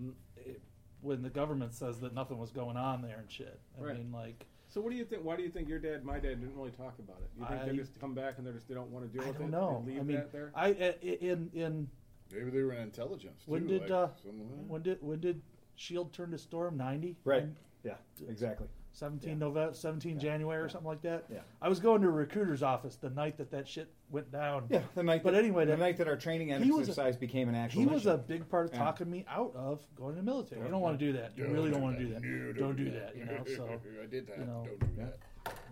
S7: mm, it- when the government says that nothing was going on there and shit. I
S5: Right.
S7: mean, like.
S5: So what do you think? Why do you think your dad, my dad, didn't really talk about it? You think
S7: I-
S5: they just come back and they just they don't want to deal
S7: I
S5: with
S7: don't
S5: it?
S7: know.
S5: They leave
S7: I mean,
S5: that there.
S7: I I- in in
S3: Maybe they were in intelligence.
S7: When
S3: too,
S7: did,
S3: like
S7: uh,
S3: some of them.
S7: E When did when did Shield turn to Storm? Ninety.
S1: Right. Yeah, exactly.
S7: 17
S1: Yeah.
S7: November, 17 January or something like that.
S1: Yeah.
S7: I was going to a recruiter's office the night that that shit went down.
S1: Yeah, the night.
S7: But
S1: that,
S7: anyway,
S1: the
S7: that-
S1: night that our training and
S7: he was a-
S1: exercise became an actual.
S7: He was a
S1: mission.
S7: big part of
S1: Yeah.
S7: talking me out of going to the military. You don't want to do that. You
S3: Don't
S7: really
S3: do
S7: don't want to do
S3: that.
S7: that.
S3: No,
S7: Don't do that, you know. So
S3: I did that.
S7: you know.
S3: Don't do that.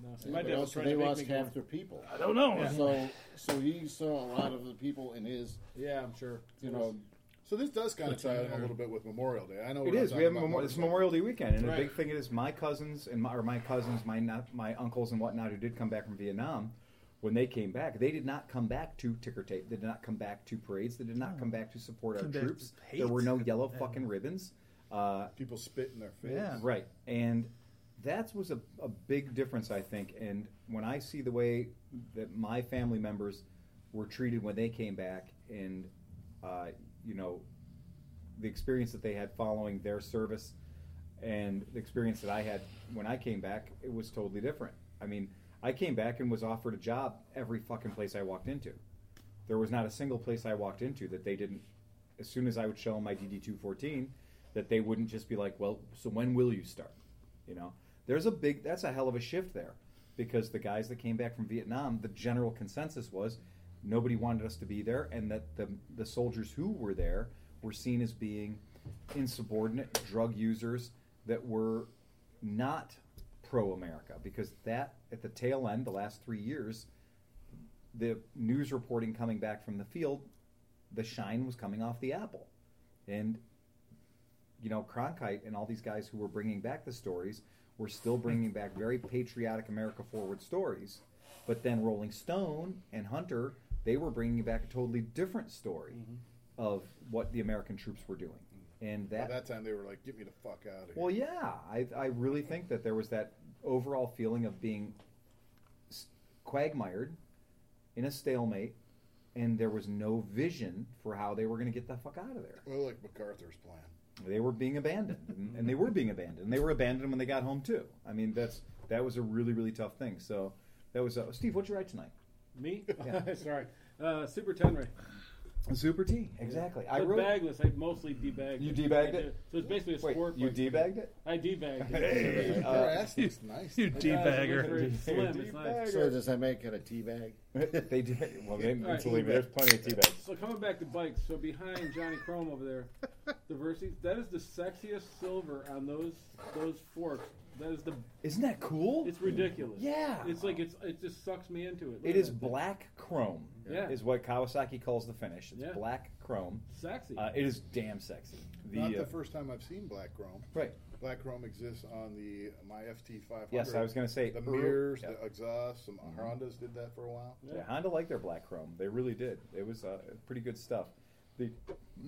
S5: No, see, my
S6: But
S5: dad was
S6: also,
S5: trying
S6: they
S5: to make
S6: lost
S5: me
S6: half
S5: go.
S6: their people.
S7: I don't know.
S6: So, so he saw a lot of the people in his,
S5: Yeah, I'm sure.
S6: you know,
S3: So this does kind of tie in a little bit with Memorial Day. I know
S1: It
S3: we're not
S1: is. We
S3: talking
S1: have
S3: about
S1: Memor- it's
S3: motorcycles.
S1: Memorial Day weekend, and the
S5: Right.
S1: big thing is my cousins and my, or my cousins, my not, my uncles and whatnot who did come back from Vietnam. When they came back, they did not come back to ticker tape. They did not come back to parades. They did not come back to support our
S7: Came back
S1: troops.
S7: to
S1: There were no
S7: hate.
S1: yellow fucking ribbons. Uh,
S3: People spit in their face.
S7: Yeah.
S1: Right. And that was a, a big difference, I think. And when I see the way that my family members were treated when they came back and, uh, you know, the experience that they had following their service and the experience that I had when I came back, it was totally different. I mean, I came back and was offered a job every fucking place I walked into. There was not a single place I walked into that they didn't, as soon as I would show them my DD 214, that they wouldn't just be like, well, so when will you start? You know, there's a big, that's a hell of a shift there because the guys that came back from Vietnam, the general consensus was nobody wanted us to be there and that the, the soldiers who were there were seen as being insubordinate drug users that were not pro America because that, at the tail end, the last three years, the news reporting coming back from the field, the shine was coming off the apple. And, you know, Cronkite and all these guys who were bringing back the stories were still bringing back very patriotic America forward stories. But then Rolling Stone and Hunter, they were bringing back a totally different story of what the American troops were doing. And
S3: By
S1: that
S3: that time, they were like, "Get me the fuck out of here."
S1: well, yeah, I, I really think that there was that overall feeling of being s- quagmired in a stalemate, and there was no vision for how they were going to get the fuck out of there.
S3: Well, like MacArthur's plan.
S1: They were being abandoned, and, and they were being abandoned. They were abandoned when they got home too. I mean, that's that was a really really tough thing. So that was uh, Steve. What'd you write tonight?
S5: Me?
S1: Yeah.
S5: Sorry. Uh, Super Tenry.
S1: Super T. Exactly. I
S5: But
S1: wrote.
S5: bagless. I mostly debagged.
S1: You
S5: it.
S1: debagged
S5: I did.
S1: it?
S5: So it's basically a
S1: Wait,
S5: sport.
S1: you
S5: bike.
S1: debagged it?
S5: I debagged it.
S1: Hey.
S3: Your
S1: Uh,
S3: ass looks nice.
S7: you
S3: It does.
S5: It does. It
S7: Debagger.
S5: looks very slim. It's nice.
S6: so does that make it a tea bag?
S1: they did. Well, they,
S5: Alright.
S1: believe me, there's plenty of tea bags.
S5: So coming back to bikes, so behind Johnny Chrome over there, the Versys, that is the sexiest silver on those those forks. That is the
S1: Isn't that cool?
S5: it's ridiculous.
S1: Yeah.
S5: It's like it's it just sucks me into it. Look
S1: It
S5: at
S1: is
S5: that.
S1: black chrome.
S5: Yeah.
S1: Is what Kawasaki calls the finish. It's
S5: Yeah.
S1: black chrome.
S5: sexy.
S1: Uh, it is damn sexy. The,
S3: Not
S1: uh,
S3: the first time I've seen black chrome.
S1: Right.
S3: Black chrome exists on the my FT500.
S1: Yes, I was going to say
S3: the
S1: er-
S3: mirrors,
S1: Yeah. Mm-hmm.
S3: the exhaust. Some Hondas did that for a while.
S5: Yeah.
S1: Yeah, Honda liked their black chrome. They really did. It was uh, pretty good stuff. The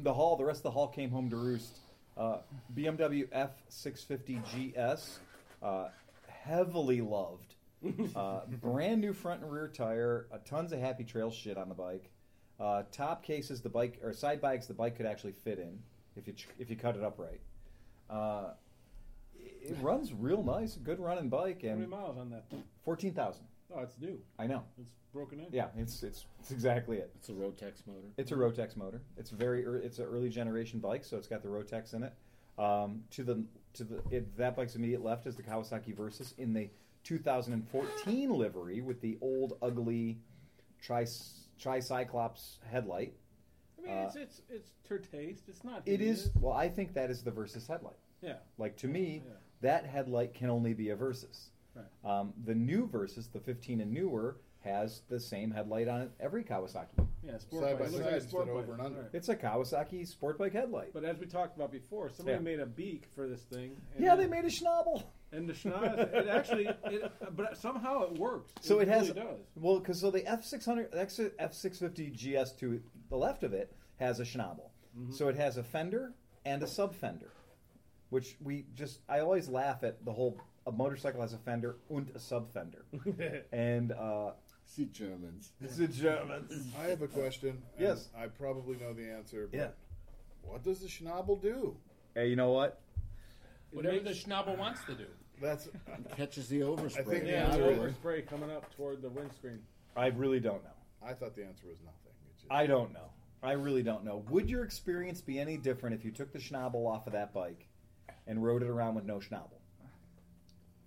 S1: the hall, the rest of the hall came home to roost. Uh, BMW F650 GS, uh, heavily loved. Uh, brand new front and rear tire, uh, tons of happy trail shit on the bike. Uh, top cases, the bike or side bags, the bike could actually fit in if you ch- if you cut it up right. Uh, it it runs real nice, good running bike,
S5: How many
S1: and
S5: miles on that?
S1: fourteen thousand.
S5: Oh, it's new.
S1: I know.
S5: It's broken in.
S1: Yeah, it's it's, it's exactly it.
S6: It's a Rotex motor.
S1: It's a Rotex motor. It's very ear- it's an early generation bike, so it's got the Rotex in it. Um, to the to the it, that bike's immediate left is the Kawasaki Versus in the 2014 livery with the old ugly tri tricyclops headlight.
S5: I mean, it's it's it's her taste. It's not.
S1: It is
S5: hideous.
S1: well, I think that is the Versus headlight.
S5: Mm-hmm. Yeah.
S1: Like to me,
S5: Yeah.
S1: that headlight can only be a Versus.
S5: Right.
S1: Um, the new Versus, the 15 and newer, has the same headlight on every Kawasaki.
S5: Yeah. Sport
S3: Side
S5: bike.
S3: by
S5: It looks
S3: side
S5: like a
S3: instead
S5: sport
S3: of
S5: bike.
S3: over and under.
S5: Right.
S1: It's a Kawasaki sport bike headlight.
S5: But as we talked about before, somebody
S1: Yeah.
S5: made a beak for this thing. and
S1: yeah,
S5: it-
S1: they made a schnabel.
S5: And the schnoz, it actually, it, but somehow it works.
S1: So it has-
S5: really does.
S1: Well, because so the F six hundred F six fifty GS to the left of it has a schnabel, so it has a fender and a subfender, which we just I always laugh at the whole a motorcycle has a fender and a subfender, and uh,
S6: See Germans.
S1: it's a German.
S3: I have a question. and
S1: Yes.
S3: I probably know the answer. But
S1: Yeah.
S3: What does the Schnabel do?
S1: Hey, you know what?
S2: Whatever
S5: makes-
S2: the Schnabel wants to do.
S3: That's
S6: Catches the overspray.
S3: I think-
S5: Yeah,
S3: Yeah,
S5: the
S3: really.
S5: over spray coming up toward the windscreen.
S1: I really don't know.
S3: I thought the answer was nothing. It's just-
S1: I don't know. I really don't know. Would your experience be any different if you took the schnabel off of that bike and rode it around with no schnabel?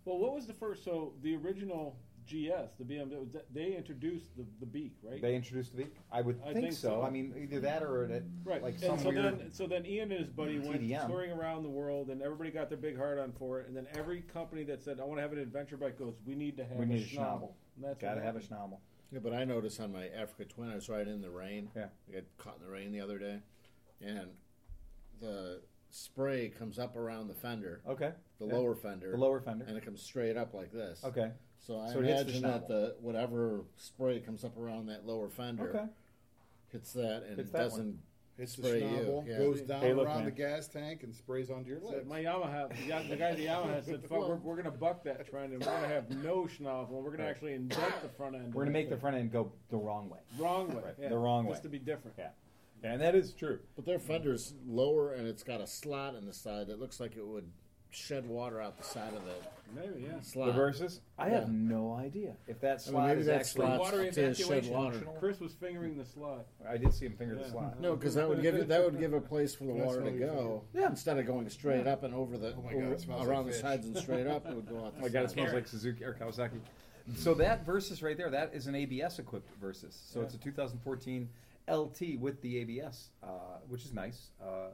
S5: Well, what was the first? So the original GS, the BMW, th- they introduced the, the beak, right?
S1: They introduced the. I would
S5: I
S1: think,
S5: think
S1: so.
S5: so.
S1: I mean, either that or it,
S5: right.
S1: like some
S5: and so
S1: weird.
S5: then, so then Ian and his buddy went
S1: TDM.
S5: touring around the world, and everybody got their big heart on for it. And then every company that said, "I want to have an adventure bike," goes, "We need to have
S1: We
S5: a
S1: need a
S5: schnobel."
S1: schnobel.
S5: And that's
S1: Gotta
S5: what
S1: have a
S5: happened.
S1: schnommel.
S6: Yeah, but I noticed on my Africa Twin, I was riding in the rain.
S1: Yeah.
S6: I got caught in the rain the other day, and the spray comes up around the fender,
S1: Okay.
S6: the
S1: yeah.
S6: lower fender,
S1: The lower fender.
S6: and it comes straight up like this.
S1: Okay.
S6: So I
S1: So it hits the
S6: imagine that
S1: schnozzle.
S6: the whatever spray comes up around that lower fender
S1: Okay.
S6: hits that and
S1: Hits
S6: it
S1: that
S6: doesn't.
S3: Hits the
S6: Spray you,
S3: schnobble,
S6: yeah.
S3: goes down
S1: Hey, look,
S3: around
S1: man.
S3: the gas tank, and sprays onto your
S5: So
S3: legs.
S5: my Yamaha, the, guy- the guy at the Yamaha said, "Fuck, we're, we're going to buck that trend, and we're going to have no schnobel. We're going to actually invent the front end.
S1: We're gonna
S5: of that
S1: make the
S5: thing."
S1: front end go the wrong way.
S5: wrong way,
S1: Right,
S5: yeah,
S1: the wrong way.
S5: just to be different."
S1: Yeah. And that is true.
S6: But their fender's lower and it's got a slot in the side that looks like it would shed water out the side of the
S5: Maybe, yeah.
S6: slot.
S1: The verses. I have
S6: Yeah.
S1: no idea if that
S6: I mean,
S1: slot
S6: maybe
S1: is
S6: that
S1: actually.
S6: slot's
S2: Water
S6: to shed
S2: evacuation
S6: water.
S2: optional.
S5: Chris was fingering the slot.
S1: I did see him finger the
S5: Yeah.
S1: slot.
S6: No, because that would give it, that would give a place for the
S3: That's
S6: water to
S3: what we
S6: go
S1: Yeah.
S6: instead of going straight up and over the
S3: Oh my God,
S6: over-
S3: it smells like
S6: around the
S3: fish.
S6: sides and straight up. It would go out. The
S1: Oh my god, it
S6: side.
S1: smells
S2: Eric.
S1: like Suzuki or Kawasaki. So that Versus right there, that is an ABS equipped Versus. So it's a 2014 LT with the ABS, uh, which is nice. Uh,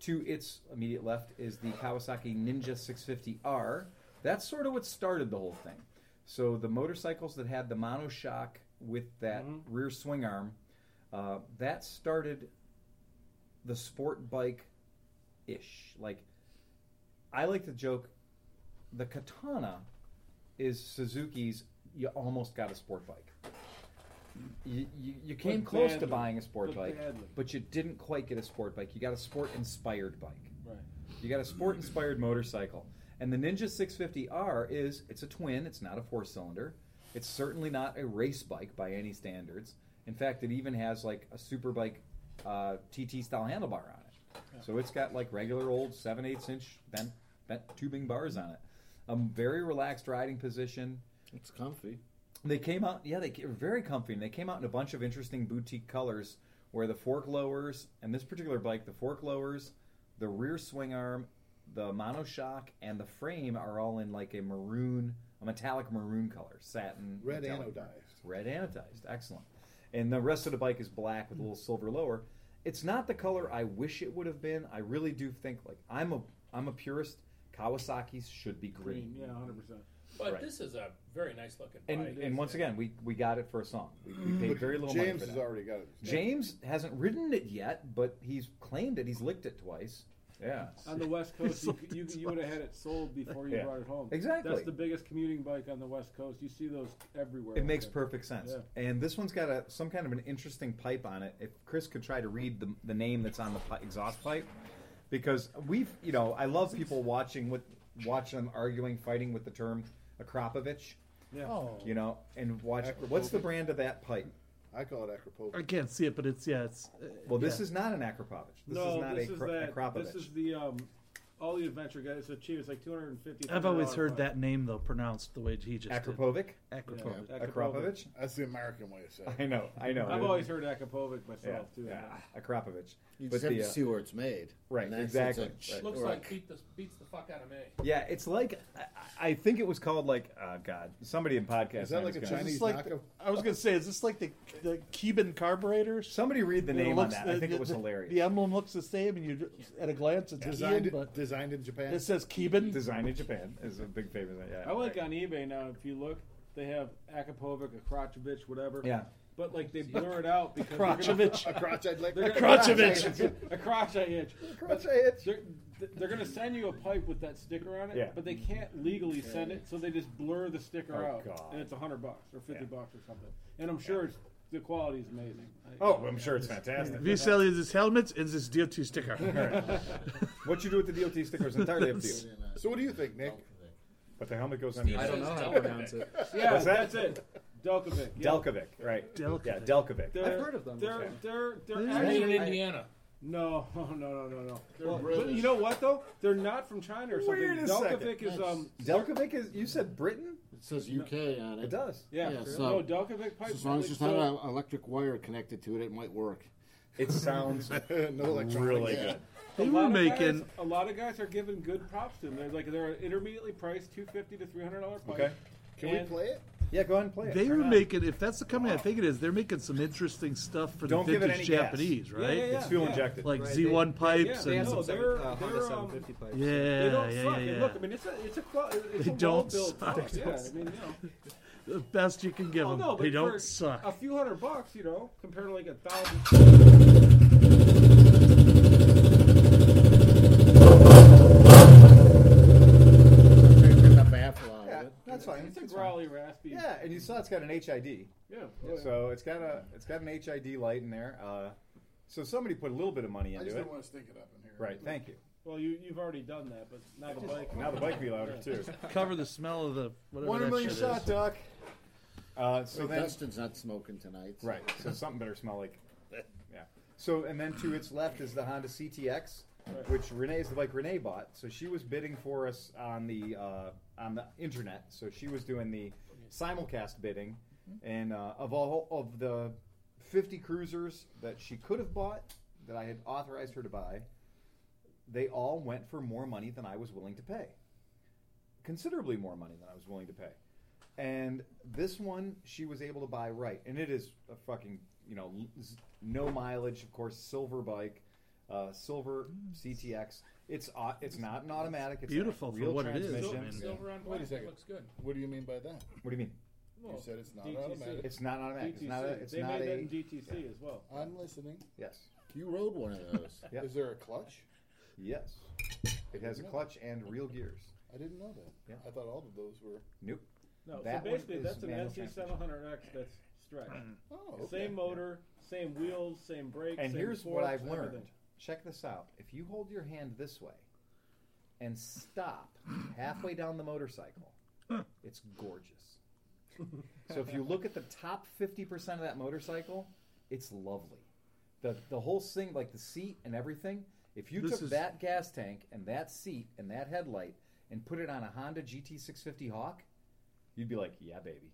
S1: to its immediate left is the Kawasaki Ninja 650R. That's sort of what started the whole thing. So the motorcycles that had the monoshock with that rear swing arm, uh, that started the sport bike ish. Like, I like to joke the katana is Suzuki's. You almost got a sport bike. You, you, you came
S5: But
S1: close to
S5: badly.
S1: buying a sport
S5: But
S1: bike,
S5: badly.
S1: but you didn't quite get a sport bike. You got a sport inspired bike.
S5: Right.
S1: You got a sport inspired motorcycle. And the Ninja 650R is it's a twin, it's not a four cylinder. It's certainly not a race bike by any standards. In fact, it even has like a super bike uh, TT style handlebar on it. So it's got like regular old 7 8 inch bent, bent tubing bars on it. A very relaxed riding position.
S6: It's comfy.
S1: They came out, yeah, they were very comfy, and they came out in a bunch of interesting boutique colors. Where the fork lowers, and this particular bike, the fork lowers, the rear swing arm, the monoshock, and the frame are all in like a maroon, a metallic maroon color, satin,
S3: Red
S1: metallic.
S3: anodized.
S1: red anodized, excellent. And the rest of the bike is black with a little silver lower. It's not the color I wish it would have been. I really do think like I'm a I'm a purist. Kawasaki's should be green.
S5: Green, yeah, hundred percent.
S2: But
S1: Right.
S2: this is a very nice looking bike.
S1: And, and once again, we, we got it for a song. We, we paid
S3: But
S1: very little money
S3: James
S1: for that.
S3: has already got it.
S1: James hasn't ridden it yet, but he's claimed it. He's licked it twice. Yeah.
S5: On the West Coast, you, you, you would have had it sold before you
S1: Yeah.
S5: brought it home.
S1: Exactly.
S5: That's the biggest commuting bike on the West Coast. You see those everywhere.
S1: It
S5: out
S1: makes
S5: there.
S1: perfect sense.
S5: Yeah.
S1: And this one's got a some kind of an interesting pipe on it. If Chris could try to read the, the name that's on the pi- exhaust pipe, because we've you know I love people watching with watch them arguing, fighting with the term Akropovich,
S5: Yeah.
S7: Oh,
S1: you know, and watch what's the brand of that pipe?
S3: I call it acropova.
S7: I can't see it, but it's yeah, it's. uh,
S1: Well, this
S7: yeah.
S1: is not an Akropovich. This
S5: no,
S1: is not
S5: this
S1: a
S5: is
S1: Kro-
S5: that.
S1: Akropovich.
S5: This is the um, all the adventure guys. It's so cheap. It's like two hundred and fifty.
S7: I've always heard that name though pronounced the way he just
S1: Akropovic?
S7: did. Acropovic.
S1: Akropovich?
S3: That's the American way of saying
S1: I
S3: it.
S1: know, I know.
S5: I've always heard Akapovic myself
S1: yeah,
S5: too.
S1: yeah, Akropovich.
S6: You
S1: But
S6: just have
S1: the,
S6: to
S1: uh,
S6: see where it's made.
S1: right,
S6: And that's-
S1: exactly,
S6: it's a-
S1: right.
S2: looks
S6: or a-
S2: like beat the, beats the fuck out of me.
S1: Yeah, it's like I, I think it was called like uh, God. Somebody in podcast
S3: Is that
S1: land
S3: like a
S1: gonna-
S3: Chinese
S7: It's like
S3: knockoff?
S7: I was gonna say, is this like the the Cuban carburetors?
S1: Somebody read the
S7: It
S1: name
S7: looks-
S1: on that. I
S7: the-
S1: think it was
S7: the-
S1: hilarious.
S7: The emblem looks the same, and you ju- at a glance it's
S3: Designed,
S7: Ian, but
S3: designed in Japan.
S7: it says Cuban.
S1: Designed in Japan is a big favorite. Yeah,
S5: I like on eBay now. If you look, they have Akapovic, Akrochevich, whatever.
S1: Yeah.
S5: But like they blur it out because they're gonna-
S3: a
S7: Krochovich.
S3: crotch I'd like.
S5: They're gonna-
S7: Krochovich.
S5: a crotch I itch.
S1: Crotch I itch.
S5: They're, they're going to send you a pipe with that sticker on it,
S1: Yeah.
S5: but they can't legally send it, so they just blur the sticker
S1: Oh,
S5: out,
S1: God.
S5: and it's a hundred bucks or fifty
S1: Yeah.
S5: bucks or something. And I'm sure it's, the quality is amazing. I-
S1: Oh, I'm sure it's fantastic.
S7: We sell you this helmet and this DOT sticker.
S1: what you do with the DOT sticker is entirely up to you.
S3: So what do you think, Nick?
S1: But the helmet goes on your
S2: Steve
S4: I don't know how to
S2: Delcovic.
S4: pronounce it.
S5: yeah,
S1: What's that?
S5: that's it. Delcovic. Yeah.
S1: Delcovic, right?
S7: Delcovic.
S1: Yeah, Delcovic.
S5: They're,
S4: I've heard of them.
S5: They're
S4: Yeah.
S5: they're they're
S7: Yeah.
S2: Made in
S5: actually,
S2: Indiana.
S5: no no no no no. They're,
S6: Well,
S5: but you know what though? They're not from China or something.
S1: Wait a
S5: Delcovic is
S6: Nice.
S5: um
S1: Delcovic is. You said Britain?
S6: It says UK on it.
S1: It does.
S5: yeah,
S6: Yeah,
S5: no
S6: so-
S5: Delcovic pipe.
S6: As long as there's
S5: so-
S6: not an electric wire connected to it, it might work.
S1: It sounds
S3: no electronic.
S1: really
S3: yeah.
S1: good.
S5: a
S7: They
S5: lot
S7: were
S5: of
S7: making.
S5: guys, a lot of guys are giving good props to them. They're like they're intermediately priced, two fifty to three hundred dollar pipe.
S1: Okay.
S3: Can
S5: And-
S3: we play it?
S1: Yeah, go ahead and play it.
S7: They
S1: Why
S7: were
S1: not?
S7: making. If that's the company I think it is, they're making some interesting stuff for
S1: Don't
S7: the
S1: give it any
S7: vintage
S1: gas.
S7: Japanese,
S5: Yeah,
S7: right?
S5: yeah, yeah,
S1: It's fuel
S5: yeah.
S1: injected.
S7: Like
S4: Right,
S7: Z1 pipes
S5: they
S4: They
S7: and
S4: had
S5: No,
S4: some
S5: they're-
S4: seven, uh,
S5: they're,
S4: Honda
S5: um,
S4: 750 pipes.
S7: yeah,
S5: They don't
S7: yeah,
S5: suck.
S7: yeah,
S5: And
S7: yeah.
S5: look, I mean, it's a it's a clo- it's
S7: They
S5: a
S7: don't
S5: well-built
S7: suck.
S5: truck. Yeah, I mean, you know.
S7: the best you can give
S5: Well,
S7: them.
S5: Oh, no, but
S7: they don't
S5: for
S7: suck.
S5: A few hundred bucks, you know, compared to like a thousand.
S6: Not bad for a lot
S1: Yeah,
S6: of it.
S1: that's fine.
S5: It's a
S1: It's fine.
S5: growly, raspy.
S1: Yeah, and you saw it's got an HID.
S5: Yeah. Oh, yeah.
S1: So it's got a it's got an HID light in there. Uh, so somebody put a little bit of money
S3: I
S1: into
S3: just
S1: it.
S3: don't want to stink it up in here.
S1: Right. Thank you.
S5: Well, you you've already done that, but now the bike.
S1: Now the bike be louder too.
S7: Cover the smell of the whatever
S1: One
S7: that
S1: million
S7: shit
S1: shot
S7: is.
S1: duck. Uh, so
S6: So
S1: then
S6: Dustin's not smoking tonight. so-
S1: right. So something better smell like. Yeah. So and then to its left is the Honda CTX,
S5: Right.
S1: which Renee is the bike Renee bought. So she was bidding for us on the uh, on the internet. So she was doing the simulcast bidding, and uh, of all of the fifty cruisers that she could have bought that I had authorized her to buy, they all went for more money than I was willing to pay. Considerably more money than I was willing to pay. And this one she was able to buy right. And it is a fucking, you know, l- z- no mileage, of course, silver bike, uh, silver CTX. It's au- it's not an automatic. It's
S7: Mm. beautiful
S1: a
S7: for
S1: real
S7: what it is.
S1: transmission.
S7: I
S2: Silver,
S7: mean-
S2: silver on
S3: Wait a
S2: black
S3: second.
S2: looks good.
S3: What do you mean by that?
S1: What do you mean?
S5: Well,
S3: You said it's not
S5: DTC.
S3: automatic.
S1: It's not automatic. It's not a.
S5: DTC.
S1: It's
S5: they
S1: not
S5: made that
S1: a.
S5: in DTC as well.
S3: I'm listening.
S1: yes.
S6: You rode one of those.
S1: Yeah.
S3: Is there a clutch?
S1: Yes. It has a clutch and real gears.
S3: I didn't know that.
S1: Yeah.
S3: I thought all of those were.
S1: Nope.
S5: No,
S1: That
S5: so
S1: one
S5: basically
S1: is
S5: that's an
S1: manual
S5: NC700X that's stretched.
S3: Oh, okay.
S5: Same motor, same wheels, same brakes.
S1: And
S5: same
S1: here's what
S5: forks,
S1: I've learned.
S5: everything.
S1: Check this out. If you hold your hand this way and stop halfway down the motorcycle, it's gorgeous. so if you look at the top 50% of that motorcycle, it's lovely. The, the whole thing, like the seat and everything, if you
S7: This
S1: took
S7: is-
S1: that gas tank and that seat and that headlight and put it on a Honda GT650 Hawk, you'd be like, yeah, baby.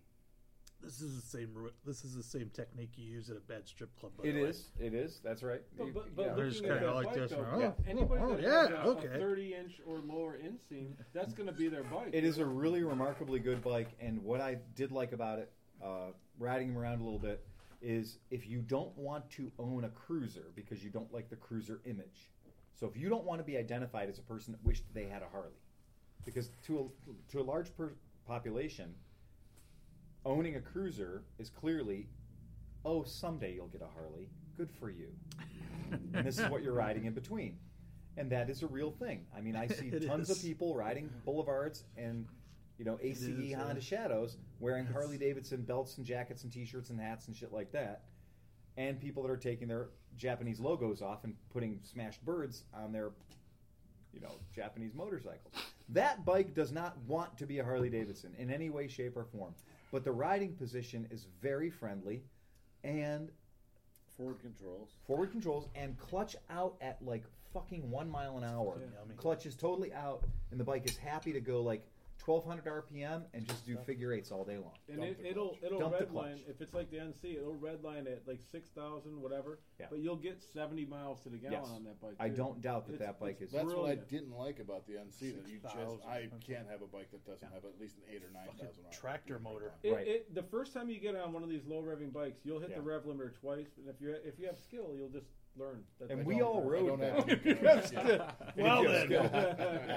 S7: This is the same. ru- This is the same technique you use at a bad strip club. By
S1: It
S7: the way.
S1: is. It is. That's right.
S5: But,
S1: You-
S5: but,
S1: yeah.
S5: but
S7: There's
S5: looking at
S7: kinda
S5: that
S7: like
S5: bike,
S7: this,
S5: though,
S7: right?
S5: yeah,
S7: Oh,
S5: anybody
S7: oh,
S5: that
S7: yeah,
S5: has a,
S7: okay.
S5: a 30 inch or lower inseam, that's going to be their bike.
S1: It is a really remarkably good bike, and what I did like about it, uh, riding him around a little bit, is if you don't want to own a cruiser because you don't like the cruiser image, so if you don't want to be identified as a person that wished they had a Harley, because to a, to a large per- population, owning a cruiser is clearly, oh, someday you'll get a Harley. Good for you and this is what you're riding in between. And that is a real thing. I mean, I see
S7: It
S1: tons
S7: is.
S1: of people riding boulevards and you know ACE
S7: is, yeah.
S1: Honda Shadows wearing Harley Davidson belts and jackets and T-shirts and hats and shit like that, and people that are taking their Japanese logos off and putting smashed birds on their you know Japanese motorcycles. That bike does not want to be a Harley Davidson in any way, shape, or form. But the riding position is very friendly, and
S6: Ford controls.
S1: forward controls and clutch out at like fucking one mile an hour.
S7: Yeah. Yummy.
S1: Clutch is totally out, and the bike is happy to go like 1200 RPM and just do figure eights all day long.
S5: And
S3: Dump
S5: it,
S3: the
S5: it'll
S3: clutch.
S5: it'll
S1: Dump the
S5: redline
S1: clutch.
S5: if it's like the NC, it'll redline at like six thousand whatever.
S1: Yeah.
S5: But you'll get seventy miles to the gallon
S1: Yes.
S5: on that bike.
S1: I
S5: too.
S1: don't doubt that
S5: It's-
S1: that bike is.
S3: That's what I
S5: Brilliant.
S3: didn't like about the NC. That you just,
S7: 6,000.
S3: I can't have a bike that doesn't have at least an eight or nine
S7: Fucking
S3: thousand.
S7: tractor motor.
S5: It,
S1: Right.
S5: it, the first time you get on one of these low revving bikes, you'll hit the
S1: Yeah.
S5: rev limiter twice, and if you if you have skill, you'll just learn. That
S1: And
S5: that's
S1: we all
S5: there.
S1: rode
S3: don't have
S1: that.
S3: any
S1: If you
S3: parents,
S1: have
S3: yeah.
S1: skill-
S7: Well
S1: if you have
S7: then.
S1: skill.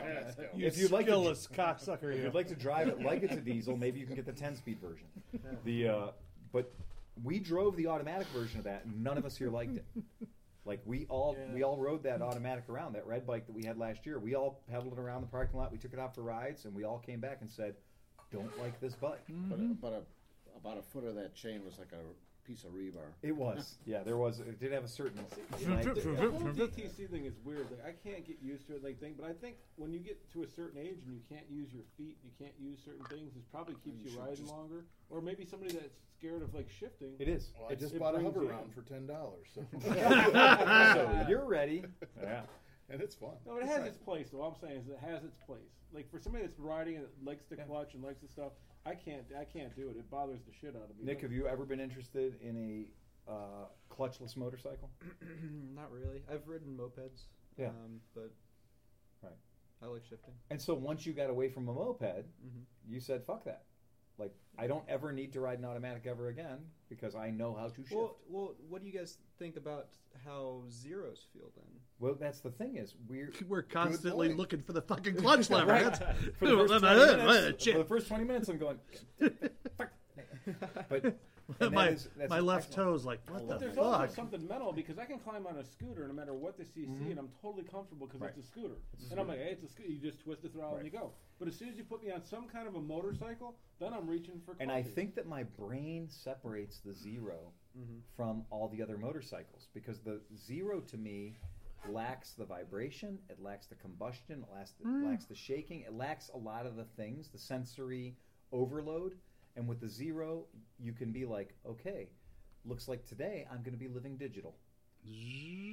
S7: You
S1: If you'd like to-
S7: skillless cocksucker,
S1: If
S7: you.
S1: you'd like to drive it like it's a diesel, maybe you can get the 10 speed version. The uh, but we drove the automatic version of that, and none of us here liked it. Like we all we all rode that automatic around that red bike that we had last year. We all pedaled it around the parking lot. We took it out for rides, and we all came back and said, "Don't like this bike."
S6: But, but a, about a foot of that chain was like a piece of rebar.
S1: It was yeah, there was it did have a certain.
S5: The, the whole DTC thing is weird. Like I can't get used to it, like thing. But I think when you get to a certain age and you can't use your feet, you can't use certain things, it probably keeps you,
S6: should
S5: riding
S6: just-
S5: longer. Or maybe somebody that's scared of like shifting.
S1: It is.
S3: Well, I
S1: It just
S3: just
S5: it
S3: bought a
S5: brings
S3: hover
S5: you
S3: round
S5: in.
S3: for ten dollars, so.
S1: so you're ready. Yeah.
S3: and it's fun.
S5: No, it has its place. Though all I'm saying is it has its place. Like for somebody that's riding and likes to clutch and likes the stuff, I can't. I can't do it. It bothers the shit out of me.
S1: Nick, have you ever been interested in a uh, clutchless motorcycle?
S4: Not really. I've ridden mopeds.
S1: Yeah.
S4: Um, but
S1: Right.
S4: I like shifting.
S1: And so once you got away from a moped,
S8: Mm-hmm.
S1: you said, "Fuck that." Like I don't ever need to ride an automatic ever again because I know how to shift.
S4: Well,
S1: Well,
S4: well, what do you guys think about how zeros feel then?
S1: that's the thing is we're
S8: We're constantly
S3: point.
S8: looking for the fucking clutch lever.
S1: Right.
S8: That's-
S1: for the first 20 minutes,
S8: Shit.
S1: for the first 20 minutes I'm going "Fuck." but and that
S8: my
S1: is- that's
S8: my left
S1: excellent.
S8: toe's like, what
S5: But
S8: the
S5: there's also
S8: fuck?
S5: something mental because I can climb on a scooter no matter what the CC, and I'm totally comfortable because
S1: Right.
S5: it's a scooter. and I'm like, hey, it's a scooter. You just twist the throttle
S1: Right.
S5: and you go. But as soon as you put me on some kind of a motorcycle, then I'm reaching for.
S1: And I
S5: coffee.
S1: think that my brain separates the 0
S5: Mm-hmm.
S1: from all the other motorcycles because the zero to me lacks the vibration, it lacks the combustion, it lacks, it lacks the shaking, it lacks a lot of the things, the sensory overload. And with the zero, you can be like, okay, looks like today I'm going to be living digital.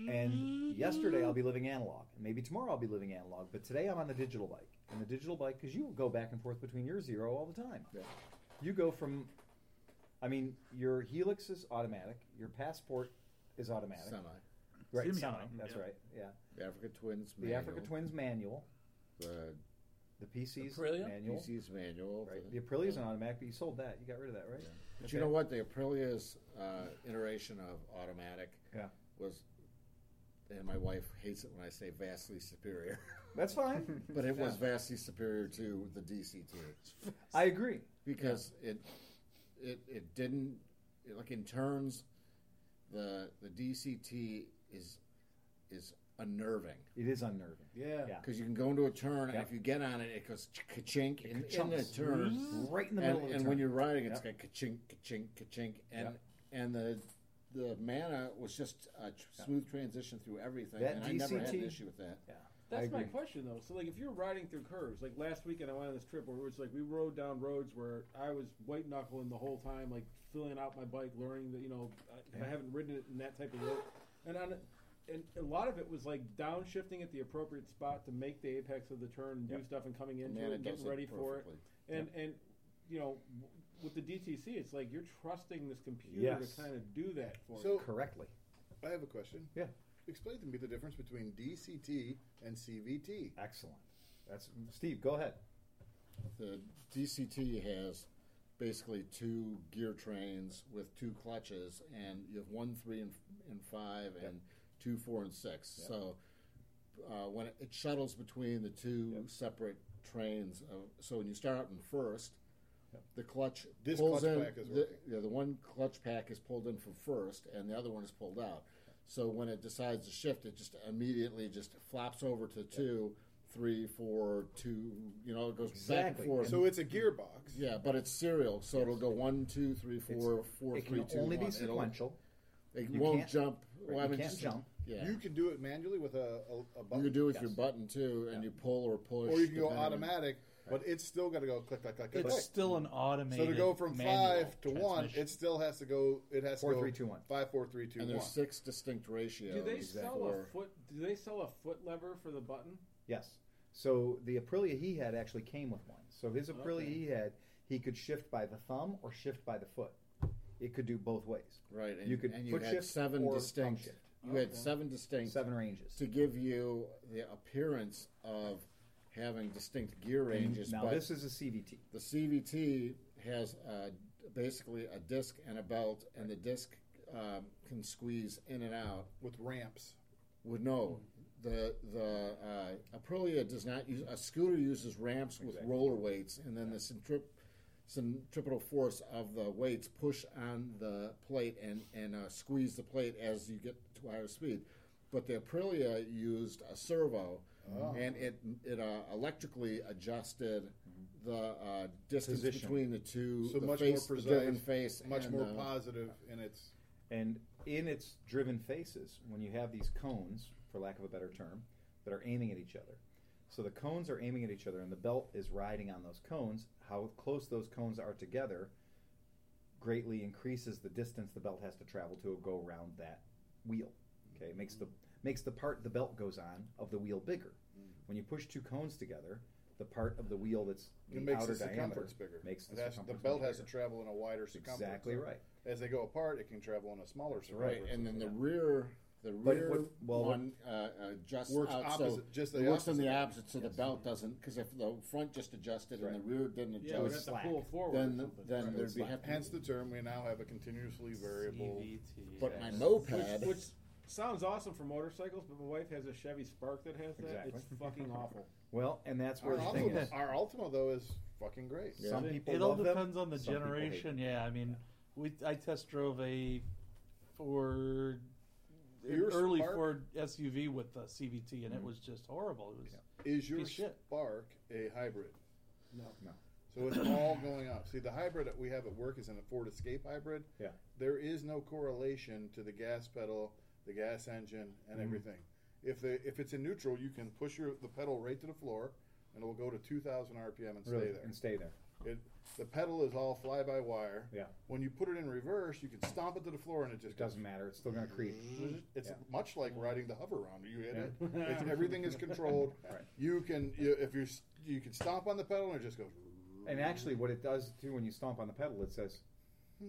S1: And yesterday I'll be living analog. And maybe tomorrow I'll be living analog. But today I'm on the digital bike. And the digital bike, because you go back and forth between your zero all the time. You go from, I mean, your Helix is automatic. Your Passport is automatic.
S6: Semi.
S1: Right,
S8: Semi.
S1: semi. That's right. Yeah.
S6: The Africa Twins
S1: The
S6: manual.
S1: Africa Twins manual.
S6: The
S1: The PC's
S2: Aprilia?
S1: manual.
S6: PC's manual.
S1: Right. The Aprilia's an automatic, but you sold that. You got rid of that, right?
S6: But you know what? The Aprilia's uh, iteration of automatic
S1: Yeah.
S6: was, and my wife hates it when I say vastly superior,
S1: That's fine.
S6: but it was vastly superior to the DCT
S1: I agree.
S6: because it it it didn't it, like in turns the the DCT is is unnerving
S1: It is unnerving.
S3: Yeah.
S1: Yeah.
S6: because you can go into a turn and
S1: Yeah.
S6: if you get on it it goes ka-chink in, in the
S1: Chunks.
S6: turn
S1: Right in the
S6: and,
S1: middle of the
S6: and
S1: turn.
S6: when you're riding, it's
S1: Yeah.
S6: like ka-chink, ka-chink, ka-chink, and and the the mana was just a tr- smooth transition through everything,
S1: That
S6: and I never had an
S1: DCT
S6: issue with that.
S1: Yeah. I
S5: That's my
S1: agree.
S5: question though. So like, if you're riding through curves, like last weekend I went on this trip where it was like we rode down roads where I was white knuckling the whole time, like filling out my bike, learning that you know I, 'cause I haven't ridden it in that type of road, and on. And a lot of it was like downshifting at the appropriate spot to make the apex of the turn and do stuff and coming into
S6: Mana
S5: it and
S6: does
S5: getting
S6: it
S5: ready for it.
S6: perfectly.
S5: And and you know, w- with the DTC, it's like you're trusting this computer
S1: Yes.
S5: to kind of do that for you.
S3: So
S1: Correctly.
S3: I have a question.
S1: Yeah.
S3: Explain to me the difference between DCT and CVT.
S1: Excellent. That's Steve. Go ahead.
S6: The DCT has basically two gear trains with two clutches, and you have one, three, and, and five, and two, four, and six. So uh, when it, it shuttles between the two separate trains, of, so when you start out in first, the clutch
S3: This
S6: pulls
S3: clutch
S6: in.
S3: pack is
S6: the,
S3: working.
S6: yeah, the one clutch pack is pulled in from first, and the other one is pulled out. So when it decides to shift, it just immediately just flops over to two, three, four, two. You know, it goes back
S1: Exactly.
S6: and forth.
S3: So it's a gearbox.
S6: Yeah, but it's serial, so it'll go one, two, three, four, four,
S1: It
S6: three,
S1: can
S6: two,
S1: only be
S6: one. It'll-
S1: sequential.
S6: It
S1: You
S6: won't
S1: can't-
S6: jump.
S1: you
S6: I mean,
S1: can't jump.
S6: Yeah,
S3: You
S6: you,
S3: can do it manually with a, a, a button.
S6: can do it with your
S1: Yes.
S6: button too, and you pull or push,
S3: or you can go
S6: depending on-
S3: automatic, but it's still got to go click, click, click, click.
S7: It's
S3: click.
S7: still an
S3: So
S7: automated.
S3: to go from
S7: manual
S3: five to one,
S7: transmission.
S3: it still has to go. It has
S1: Four,
S3: to go
S1: three, two, one.
S3: Five, four, three, two,
S6: And
S3: one.
S6: there's six distinct ratios.
S5: do they sell a
S6: for-
S5: foot? Do they sell a foot lever for the button?
S1: Yes. So the Aprilia he had actually came with one. So his Aprilia he had, he could shift by the thumb or shift by the foot. It could do both ways.
S6: right? And
S1: you could
S6: and you
S1: foot
S6: had
S1: shift
S6: seven
S1: or thumb
S6: distinct.
S1: shift.
S6: You had seven distinct
S1: Seven ranges.
S6: to give you the appearance of having distinct gear ranges.
S1: Now
S6: but
S1: this is a CVT.
S6: The CVT has uh, basically a disc and a belt, and the disc um, can squeeze in and out.
S3: with ramps.
S6: Would no,
S3: Hmm.
S6: the the uh, Aprilia does not use a scooter uses ramps with roller weights, and then the centrip- centripetal force of the weights push on the plate and and uh, squeeze the plate as you get to higher speed. But the Aprilia used a servo,
S3: Oh.
S6: and it it uh, electrically adjusted the uh, distance
S1: Position.
S6: between the two,
S3: Hmm. So
S6: the
S3: much
S6: face,
S3: more
S6: the
S3: precise,
S6: driven face,
S3: much
S6: and uh,
S3: more
S6: the-
S3: positive in its.
S1: And in its driven faces, when you have these cones, for lack of a better term, that are aiming at each other. So the cones are aiming at each other, and the belt is riding on those cones. How close those cones are together greatly increases the distance the belt has to travel to go around that wheel. Okay, it makes the makes the part the belt goes on of the wheel bigger.
S3: Mm.
S1: When you push two cones together, the part of the wheel that's the
S3: It makes
S1: outer
S3: the
S1: diameter
S3: circumference bigger.
S1: makes the
S3: It has- the
S1: circumference
S3: belt
S1: much
S3: has to
S1: bigger.
S3: travel in a wider circumference.
S1: exactly right.
S3: As they go apart, it can travel in a smaller
S6: Right,
S3: circumference.
S6: and then the rear The
S1: But
S6: rear
S1: what- well, what-
S6: one uh, uh, adjusts
S3: Works
S6: out, so
S3: opposite- just the
S6: it works on the
S3: opposite.
S6: opposite, so the belt doesn't. Because if the front just adjusted and
S1: Right.
S6: the rear didn't
S5: Yeah, we
S1: was
S5: have
S6: adjust,
S5: to
S1: slack.
S5: pull forward. or
S6: then
S5: something.
S6: then
S5: Right.
S6: there'd be happy.
S3: Hence the term we now have a continuously variable.
S6: But my moped,
S5: Which, which sounds awesome for motorcycles, but my wife has a Chevy Spark that has that. It's
S1: Exactly.
S5: fucking awful.
S1: Well, and that's where
S3: Our
S1: the thing
S3: Ultima,
S1: is.
S3: our Ultima though is fucking great.
S6: Yeah.
S1: Some people
S7: It all
S1: love them.
S7: depends on the
S1: some people hate
S7: generation. Yeah, I mean, we I test drove a Ford an
S3: Your
S7: early
S3: Spark?
S7: Ford SUV with a CVT,
S1: Mm-hmm.
S7: and it was just horrible. It was
S3: Is your
S7: Piece of shit.
S3: Spark a hybrid?
S5: No.
S1: No.
S3: So it's all going up. See, the hybrid that we have at work is an Ford Escape hybrid.
S1: Yeah.
S3: There is no correlation to the gas pedal, the gas engine,
S1: Mm-hmm.
S3: and everything. If the if it's in neutral, you can push your the pedal right to the floor, and it will go to 2,000 RPM and
S1: Really,
S3: stay there.
S1: and stay there.
S3: It, the pedal is all fly by wire.
S1: Yeah.
S3: When you put it in reverse, you can stomp it to the floor, and it just
S1: It doesn't matter. It's still going to
S3: Mm-hmm.
S1: creep.
S3: It's
S1: Yeah. Mm-hmm.
S3: much like riding the hover round. You hit
S1: Yeah.
S3: it. It's, everything is controlled.
S1: Right.
S3: You can you, if you you can stomp on the pedal and it just goes.
S1: And actually, what it does too when you stomp on the pedal, it says,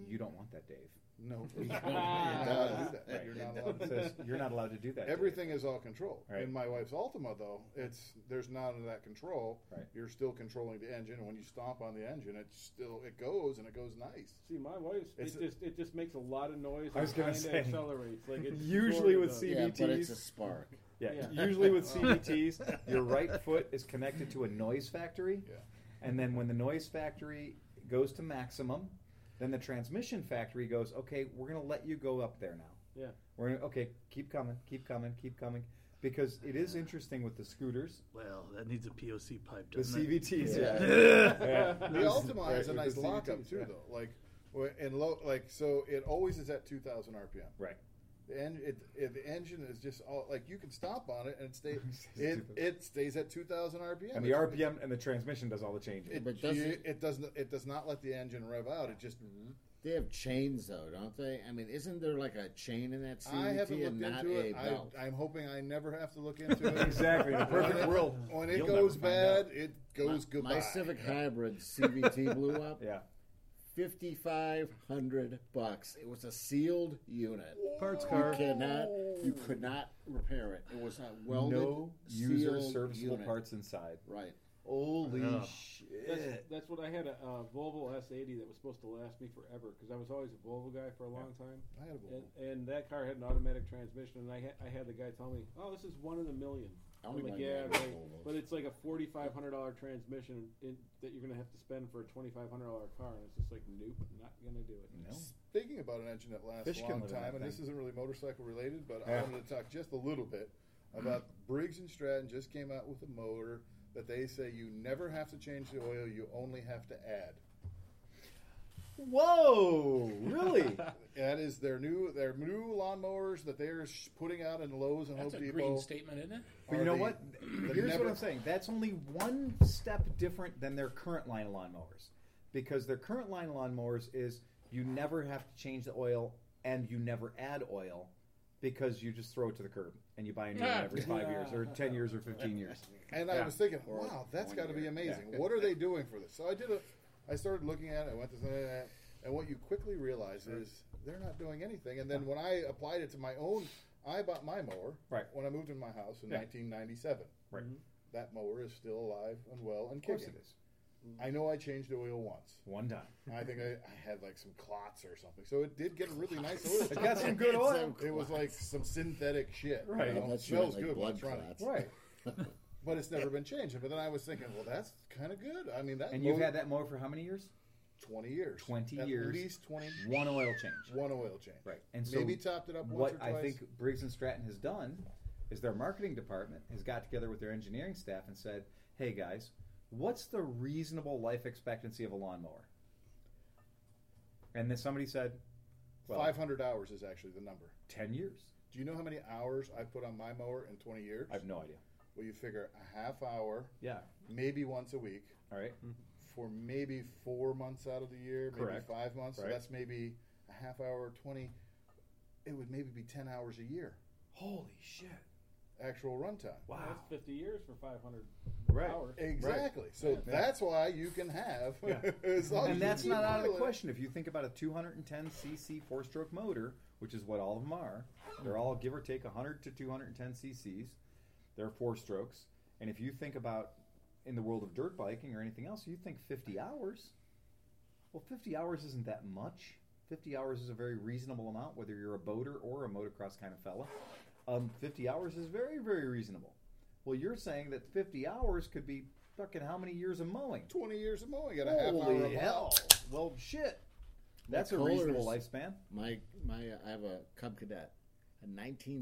S1: "You don't want that, Dave."
S3: No, you're not allowed to do that.
S6: Right.
S3: You're not allowed
S1: It
S3: to do
S1: says,
S3: that.
S1: "You're not allowed to do that." Dave."
S3: Everything is all control.
S1: Right.
S3: In my wife's Altima, though, it's there's none of that control.
S1: Right.
S3: You're still controlling the engine, and when you stomp on the engine, it's still it goes and it goes nice.
S5: See, my wife's
S3: It's
S5: it
S3: a-
S5: just it just makes a lot of noise.
S1: I was
S5: and
S1: gonna
S5: kinda
S1: say.
S5: accelerates like it's
S1: Usually
S5: Florida
S1: with
S5: does.
S1: C-
S6: yeah, but it's
S1: CVTs.
S6: a spark.
S1: Yeah.
S5: Yeah.
S1: Usually with CVTs, your right foot is connected to a noise factory.
S3: Yeah.
S1: And then when the noise factory goes to maximum, then the transmission factory goes, okay, we're going to let you go up there now.
S5: Yeah.
S1: We're gonna, okay, keep coming, keep coming, keep coming. Because it is interesting with the scooters,
S8: Well, that needs a POC pipe,
S1: the
S8: doesn't it?
S1: CVTs.
S6: Yeah.
S1: Yeah.
S3: The Altima
S1: Right,
S3: has a
S1: with
S3: nice
S1: the
S3: lockup
S1: CVTs,
S3: too,
S1: yeah.
S3: though. Like, wh- and low, like so, it always is at 2,000 RPM.
S1: Right.
S3: The en- it, it, the engine is just all like you can stop on it and it stays.
S1: It's
S3: it it stays at 2,000 RPM.
S1: And the
S3: It's-
S1: RPM and the transmission does all the changes.
S3: It,
S6: But
S3: does
S6: doesn't-
S3: it, doesn't. It does not let the engine rev out. It just.
S6: They have chains though, don't they? I mean, isn't there like a chain in that CVT
S3: I haven't
S6: and
S3: looked
S6: not
S3: into
S6: a
S3: it. I,
S6: belt?
S3: I'm hoping I never have to look into it.
S1: Exactly, in a perfect
S3: When it-
S1: world,
S3: When it
S1: you'll
S3: goes
S1: never
S3: bad,
S1: find
S3: it
S6: my,
S3: goes goodbye.
S6: my Civic Hybrid CVT blew up.
S1: Yeah.
S6: Fifty five hundred bucks. It was a sealed unit.
S7: parts
S6: You
S7: car.
S6: cannot. You could not repair it. It was a welded,
S1: no user
S6: sealed
S1: serviceable
S6: unit.
S1: parts inside.
S6: Right.
S1: Holy
S8: Ugh.
S5: That's,
S1: shit.
S5: that's what I had a uh, Volvo S80 that was supposed to last me forever because I was always a Volvo guy for a long time,
S3: I had a
S5: and,
S3: Volvo.
S5: and that car had an automatic transmission, and I had I had the guy tell me, "Oh, this is one in a million.
S6: I
S5: I'm
S6: only
S5: like,
S6: buy
S5: yeah,
S6: manual
S5: right.
S6: Volvos.
S5: But it's like a forty-five hundred dollar transmission in, that you're gonna have to spend for a twenty-five hundred dollar car, and it's just like, nope, not gonna do it.
S1: No.
S3: Speaking about an engine that lasts
S1: Fish
S3: a
S1: can
S3: long
S1: live in
S3: time,
S1: that
S3: and this
S1: thing.
S3: isn't really motorcycle related, but I
S1: Yeah.
S3: wanted to talk just a little bit about Briggs and Stratton just came out with a motor that they say you never have to change the oil, you only have to add.
S1: Whoa! Really?
S3: That is their new their new lawnmowers that they're sh- putting out in Lowe's and
S2: That's a
S3: Home Depot.
S2: green statement, isn't it?
S1: But
S3: are
S1: you know
S3: the-
S1: what?
S3: the
S1: Here's
S3: never-
S1: what I'm saying. That's only one step different than their current line of lawnmowers. Because their current line of lawnmowers is you never have to change the oil and you never add oil because you just throw it to the curb and you buy a new one every five years or 10 years or 15 years.
S3: And I
S1: Yeah.
S3: was thinking,
S6: Or
S3: wow, that's
S6: one
S3: got to be
S6: year.
S3: amazing.
S1: Yeah.
S3: What are they doing for this? So I did a, I started looking at it. I went to that, and what you quickly realize is they're not doing anything. And then when I applied it to my own, I bought my mower
S1: Right.
S3: when I moved in my house in
S1: Yeah.
S3: 1997.
S1: Right.
S3: That mower is still alive and well and
S1: Of course
S3: kicking.
S1: it is.
S3: I know I changed the oil once.
S1: One time.
S3: I think I, I had like some clots or something. So it did get a really nice oil.
S1: It got some good
S6: It's
S1: oil.
S6: so
S3: It was like some synthetic shit.
S1: Right.
S3: You know?
S6: Unless you had,
S3: Smells
S6: like,
S3: good. when
S6: blood
S3: it's running.
S6: clots.
S1: Right.
S3: But it's never been changed. But then I was thinking, well, that's kind of good. I mean, that
S1: And you've
S3: motor-
S1: had that mower for how many years?
S3: 20 years.
S1: 20
S3: At
S1: years.
S3: least 20.
S1: One oil change.
S3: One oil change.
S1: Right. And so
S3: Maybe topped it up once
S1: what
S3: or twice.
S1: I think Briggs and Stratton has done is their marketing department has got together with their engineering staff and said, "Hey guys, what's the reasonable life expectancy of a lawnmower?" And then somebody said, well,
S3: 500 hours is actually the number.
S1: 10 years."
S3: Do you know how many hours I put on my mower in 20 years?
S1: I have no idea.
S3: well, you figure a half hour,
S1: Yeah.
S3: maybe once a week,
S1: All right.
S3: Hmm. for maybe four months out of the year,
S1: Correct.
S3: maybe five months.
S1: Right.
S3: So that's maybe a half hour, 20. It would maybe be 10 hours a year,
S1: Holy shit.
S3: actual runtime.
S5: Wow, that's fifty years for five hundred
S1: Right.
S5: hours.
S3: Exactly. So that's why you can have. as long as you
S1: And that's
S3: keep
S1: not out of the
S3: oiling it.
S1: question if you think about a 210cc four-stroke motor which is what all of them are. They're all give or take 100 to 210 cc's. They're four strokes. And if you think about in the world of dirt biking or anything else, you think 50 hours. Well, 50 hours isn't that much. 50 hours is a very reasonable amount, whether you're a boater or a motocross kind of fella. Um, 50 hours is very, very reasonable. Well, you're saying that 50 hours could be fucking how many years of mowing?
S3: 20 years of mowing at a half hour a
S1: Holy
S3: mile.
S1: hell. Well, shit. That's a
S6: colors?
S1: reasonable lifespan.
S6: My my, uh, I have a Cub Cadet, a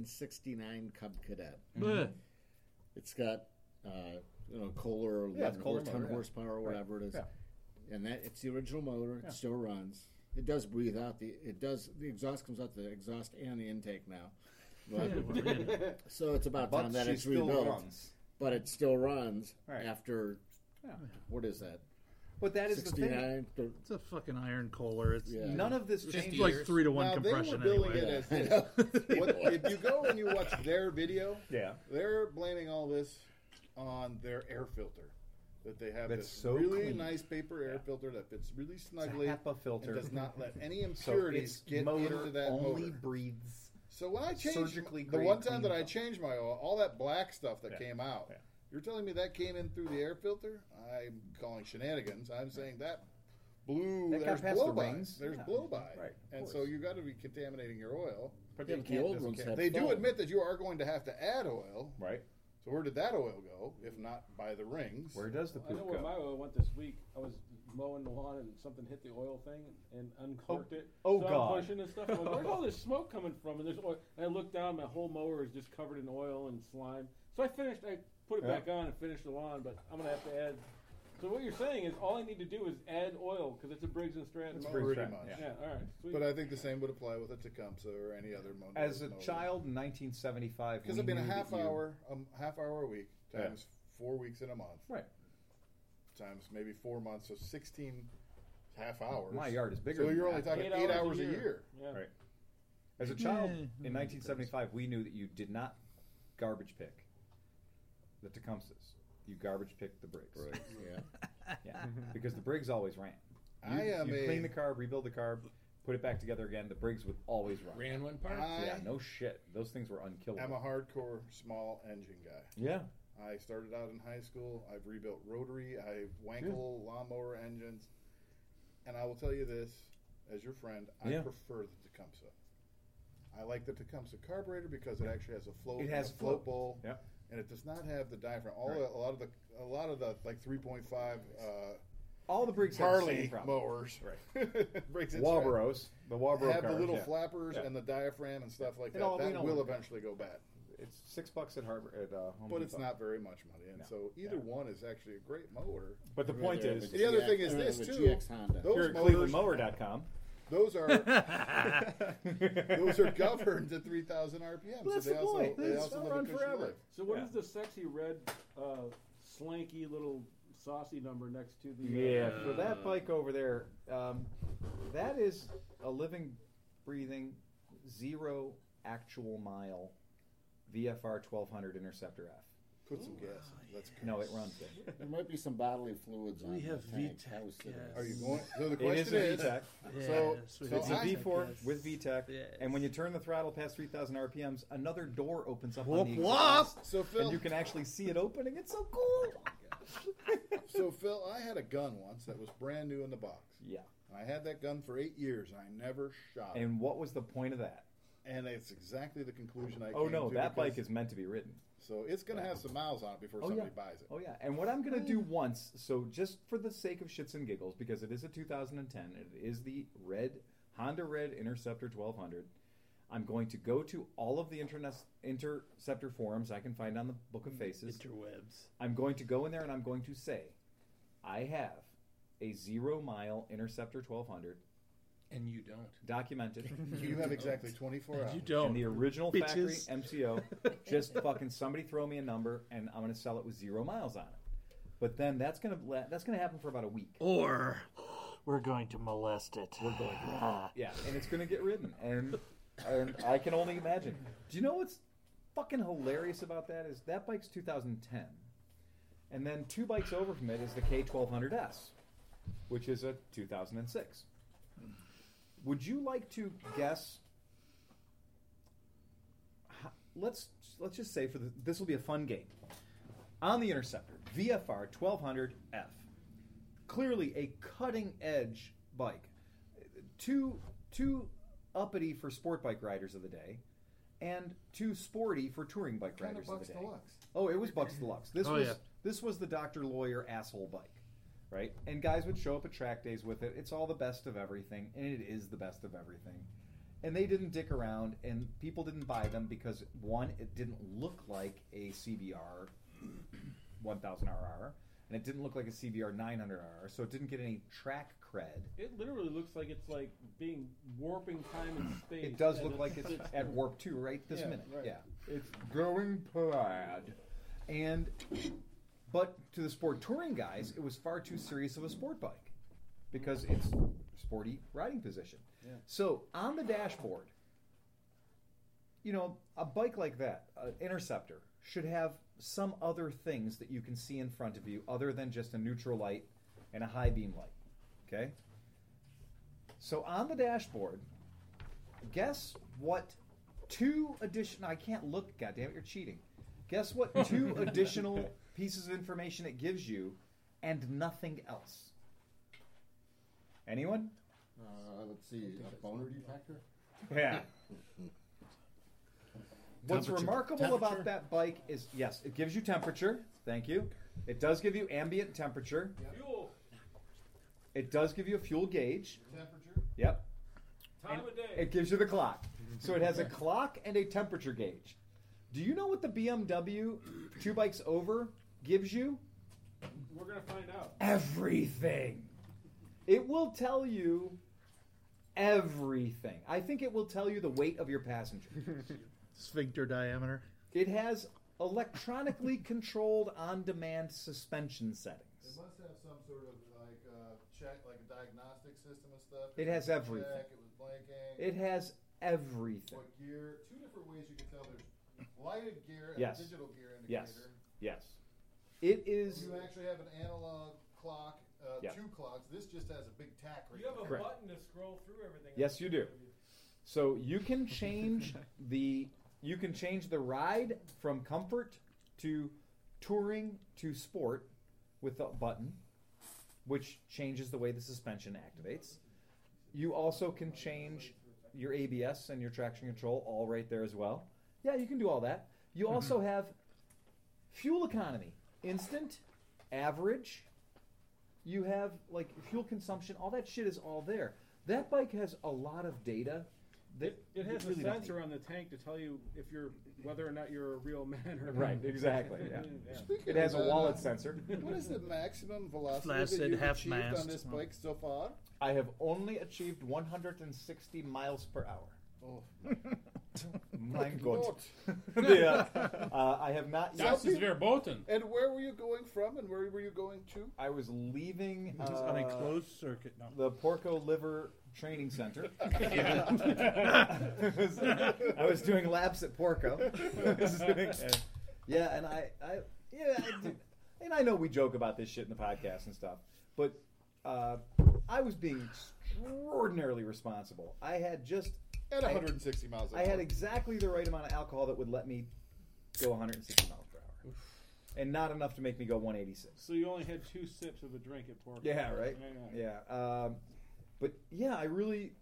S6: 1969 Cub Cadet.
S8: Bleh.
S6: It's got uh, you know Kohler or
S1: Yeah, it's
S6: 11
S1: Kohler
S6: horse, 10
S1: motor, yeah.
S6: horsepower or whatever it is,
S1: yeah.
S6: and that it's the original motor. It still runs. It does breathe out the. It does the exhaust comes out the exhaust and the intake now. But, so it's about time
S1: But
S6: that
S1: she
S6: it's
S1: still
S6: rebuilt.
S1: runs.
S6: But it still runs
S1: Right.
S6: after
S1: Yeah.
S6: what is that?
S1: But that is the thing.
S6: 69. The
S8: It's a fucking iron Kohler. It's
S6: Yeah.
S1: None of this
S8: just
S2: Fifty
S1: changes.
S8: like
S2: years.
S8: three to one
S3: Now, they were
S8: compression
S3: billing
S8: anyway.
S3: it as this. What- if you go and you watch their video,
S1: Yeah.
S3: they're blaming all this on their air filter. That they have
S1: That's
S3: this
S1: so
S3: really
S1: clean.
S3: nice paper air filter that fits really snugly.
S1: HEPA filter.
S3: and does not let any
S1: So
S3: impurities
S1: its
S3: get
S1: motor
S3: into that
S1: only
S3: motor.
S1: breathes.
S3: So when I changed
S1: surgically
S3: the
S1: grade
S3: one time
S1: clean
S3: that I
S1: film.
S3: changed my oil, all that black stuff that
S1: Yeah.
S3: came out,
S1: Yeah.
S3: you're telling me that came in through the air filter? I'm calling shenanigans. I'm saying that blew.
S1: That got
S3: there's
S1: past
S3: blow
S1: the
S3: by.
S1: rings.
S3: There's
S1: Yeah.
S3: blow by.
S1: Right, of
S3: And so
S1: course.
S3: you got to be contaminating your oil.
S1: But
S6: yeah,
S1: you
S6: but the
S1: can't
S6: old
S1: just-
S6: ones have
S3: They do
S6: foam.
S3: admit that you are going to have to add oil.
S1: Right.
S3: So where did that oil go? If not by the rings?
S1: Where does the
S5: I know
S1: poop
S5: where my
S1: go?
S5: oil went this week. I was mowing the lawn and something hit the oil thing and uncorked it.
S1: oh,
S5: so
S1: God.
S5: I'm pushing and stuff. I'm like, where's all this smoke coming from? And there's oil. And I look down, my whole mower is just covered in oil and slime. So I finished. I put it
S1: Yeah.
S5: back on and finished the lawn, but I'm gonna have to add. So what you're saying is all I need to do is add oil because it's a Briggs and Stratton.
S3: It's
S5: mower.
S1: Briggs
S3: pretty
S1: Stratton,
S3: much.
S1: yeah.
S5: Yeah. All right. Sweet.
S3: But I think the same would apply with a Tecumseh or any other motor.
S1: As a
S3: motor.
S1: child in 1975,
S3: Because
S1: we
S3: it'd been a
S1: knew that
S3: half
S1: you-
S3: hour, um, half hour a week
S1: Yeah.
S3: times four weeks in a month
S1: Right.
S3: times maybe four months, so sixteen half hours.
S1: My yard is bigger.
S3: So
S1: than
S3: you're
S1: that.
S3: only talking eight, hours a year.
S5: Yeah.
S1: Right. As a child
S8: Yeah.
S1: in 1975, we knew that you did not garbage pick the Tecumsehs. You garbage picked the Briggs.
S6: yeah.
S1: Yeah, because the Briggs always ran. You,
S3: I am
S1: you
S3: a-
S1: clean the carb, rebuild the carb, put it back together again. The Briggs would always run.
S2: Ran one part.
S3: I
S1: Yeah, no shit. Those things were unkillable.
S3: am a hardcore small engine guy.
S1: yeah,
S3: I started out in high school. I've rebuilt rotary. I've wankle lawnmower engines, and I will tell you this, as your friend, I
S1: Yeah.
S3: prefer the Tecumseh. I like the Tecumseh carburetor because it actually has a float.
S1: It
S3: and
S1: has
S3: a
S1: a float.
S3: float bowl.
S1: yeah.
S3: and it does not have the diaphragm. All
S1: Right.
S3: the, a lot of the a lot of the like 3.5 uh,
S1: All the Briggs had the same
S3: Harley
S1: problem.
S3: mowers, breaks its
S1: Wabros, the Wabro
S3: have
S1: cars,
S3: the little
S1: yeah.
S3: flappers
S1: Yeah.
S3: and the diaphragm and stuff like
S1: It
S3: that.
S1: all- we
S3: that
S1: know
S3: will
S1: what-
S3: eventually go bad,
S1: It's six bucks at Harbor at uh, Home
S3: but it's
S1: Depot.
S3: not very much money, and
S1: No.
S3: so either one is actually a great mower.
S1: But the point
S6: Rather
S1: is,
S6: have a
S3: The other
S6: GX
S3: thing is
S6: rather
S3: this,
S6: have a
S3: too.
S6: GX Honda.
S3: Those
S1: here at
S3: motors,
S1: ClevelandMower.com.
S3: those are those
S1: those
S3: are governed at 3,000 RPM.
S1: That's
S3: so they
S1: the
S3: also,
S1: point.
S3: They
S1: They'll
S3: also live a
S1: run
S3: cushy
S1: forever.
S3: life.
S5: So what
S1: Yeah.
S5: is the sexy red, uh, slanky little saucy number next to the? Uh,
S1: Yeah, for that bike over there, um, that is a living, breathing, zero actual mile VFR 1200 Interceptor F.
S3: Put some gas.
S1: Oh,
S3: In. Let's go.
S1: No, it runs it.
S6: There might be some bodily fluids.
S8: We
S6: on
S8: have
S6: the tank.
S8: VTEC
S6: I was sitting
S8: gas.
S6: there.
S3: Are you going? So the
S1: It is
S3: question
S1: a
S3: is,
S1: VTEC.
S3: So-
S8: Yes,
S3: so
S8: we
S1: It's a
S8: have
S3: I-
S1: V4 with VTEC,
S8: Yes.
S1: and when you turn the throttle past 3,000 RPMs, another door opens up
S8: Whoop,
S1: on the
S8: whoop.
S1: exhaust,
S3: so
S1: and
S3: Phil,
S1: you can actually see it opening. It's so
S3: Oh
S1: cool.
S3: so Phil, I had a gun once that was brand new in the box.
S1: yeah.
S3: And I had that gun for eight years, and I never shot it.
S1: And what was the point of that?
S3: And it's exactly the conclusion I
S1: Oh
S3: came
S1: no,
S3: to
S1: that bike
S3: because-
S1: is meant to be ridden.
S3: So it's going to have some miles on it before
S1: Oh,
S3: somebody
S1: yeah.
S3: buys it.
S1: Oh yeah, and what I'm gonna do once, so just for the sake of shits and giggles, because it is a 2010, it is the red Honda Red Interceptor 1200. I'm going to go to all of the internet interceptor forums I can find on the Book of Faces.
S8: interwebs.
S1: I'm going to go in there and I'm going to say, I have a zero mile Interceptor 1200
S2: And you don't.
S1: documented
S3: You have exactly 24 hours.
S8: You
S1: in
S8: don't.
S1: the original factory
S8: bitches.
S1: MCO. Just fucking somebody throw me a number and I'm gonna sell it with zero miles on it. But then that's gonna la- that's gonna happen for about a week.
S8: or we're going to molest it. We're going to.
S1: Yeah, and it's gonna get ridden, and and I can only imagine. Do you know what's fucking hilarious about that is that bike's 2010, and then two bikes over from it is the K1200S, which is a 2006. Would you like to guess let's let's just say for the, this will be a fun game. On the interceptor, VFR 1200F, clearly a cutting edge bike. Too too uppity for sport bike riders of the day, and too sporty for touring bike
S3: Kind
S1: riders
S3: of
S1: of,
S3: Bucks
S1: the day.
S3: Deluxe.
S1: Oh, it was Bucks Deluxe. This
S8: Oh,
S1: was
S8: yeah.
S1: this was the doctor lawyer asshole bike, right? And guys would show up at track days with it. It's all the best of everything, and it is the best of everything. And they didn't dick around, and people didn't buy them because one, it didn't look like a CBR 1000RR, and it didn't look like a CBR 900RR, so it didn't get any track cred.
S5: It literally looks like it's like being warping time and space.
S1: It does
S5: and
S1: look like it's at warp two right this
S5: Yeah,
S1: minute.
S5: right.
S1: Yeah, it's going plaid. And but to the sport touring guys, it was far too serious of a sport bike because it's sporty riding position.
S5: Yeah.
S1: So on the dashboard, you know, a bike like that, an interceptor, should have some other things that you can see in front of you other than just a neutral light and a high beam light. Okay. So on the dashboard, guess what? Two additional. I can't look. God damn it! You're cheating. Guess what? Two additional pieces of information it gives you, and nothing else. Anyone?
S6: Uh, let's see, a boner detector.
S1: Yeah. What's
S8: Temperature.
S1: remarkable about
S6: Temperature?
S1: that bike is yes, it gives you temperature. Thank you. It does give you ambient temperature.
S5: fuel,
S1: It does give you a fuel gauge.
S3: Temperature.
S1: Yep.
S5: time
S1: And
S5: of day.
S1: It gives you the clock. So it has a clock and a temperature gauge. Do you know what the BMW two bikes over gives you?
S5: We're gonna find out.
S1: Everything. It will tell you everything. I think it will tell you the weight of your passenger.
S8: Sphincter diameter.
S1: It has electronically controlled on demand suspension
S3: It
S1: settings.
S3: must have some sort of like uh, check, like a diagnostic system and stuff.
S1: It has
S3: was
S1: everything.
S3: Check, it was blanking.
S1: It has everything.
S3: what gear? Two different ways you can tell. There's lighted gear and
S1: Yes.
S3: digital gear indicator.
S1: Yes. Yes. It is.
S3: You actually have an analog clock, uh,
S1: Yeah.
S3: two clocks. This just has a big tack right
S5: You have a
S1: Correct.
S5: button to scroll through everything.
S1: Yes, you do. So you can change the you can change the ride from comfort to touring to sport with a button, which changes the way the suspension activates. You also can change your ABS and your traction control all right there as well. Yeah, you can do all that. You
S5: Mm-hmm.
S1: also have fuel economy, instant, average. You have like fuel consumption, all that shit is all there. That bike has a lot of data. That
S5: It, it
S1: that
S5: has
S1: really
S5: a
S1: don't
S5: sensor on the tank to tell you if you're whether or not you're a real man or
S1: need- Right, exactly. Yeah.
S3: Speaking
S1: It has
S3: of
S1: a
S3: that,
S1: wallet
S3: uh,
S1: sensor.
S3: What is the maximum velocity
S8: Flaccid
S3: that you've achieved
S8: half-mast.
S3: on this bike so far?
S1: I have only achieved 160 miles per hour.
S3: Oh.
S1: My God.
S3: Lord.
S1: The, uh, uh, I have not yet.
S2: Das ist verboten.
S3: And where were you going from and where were you going to?
S1: I was leaving uh,
S8: on a closed circuit. No.
S1: the Porco Liver Training Center. I, was, I was doing laps at Porco. I was doing- yeah, and I, I yeah, I did- and I know we joke about this shit in the podcast and stuff, but uh, I was being extraordinarily responsible. I had just
S3: At
S1: I-
S3: 160 miles an
S1: I had
S3: hour.
S1: exactly the right amount of alcohol that would let me go 160 miles per hour, and not enough to make me go 186.
S5: So you only had two sips of a drink at Pork.
S1: Yeah, right.
S5: I know.
S1: Yeah, um, but yeah, I really,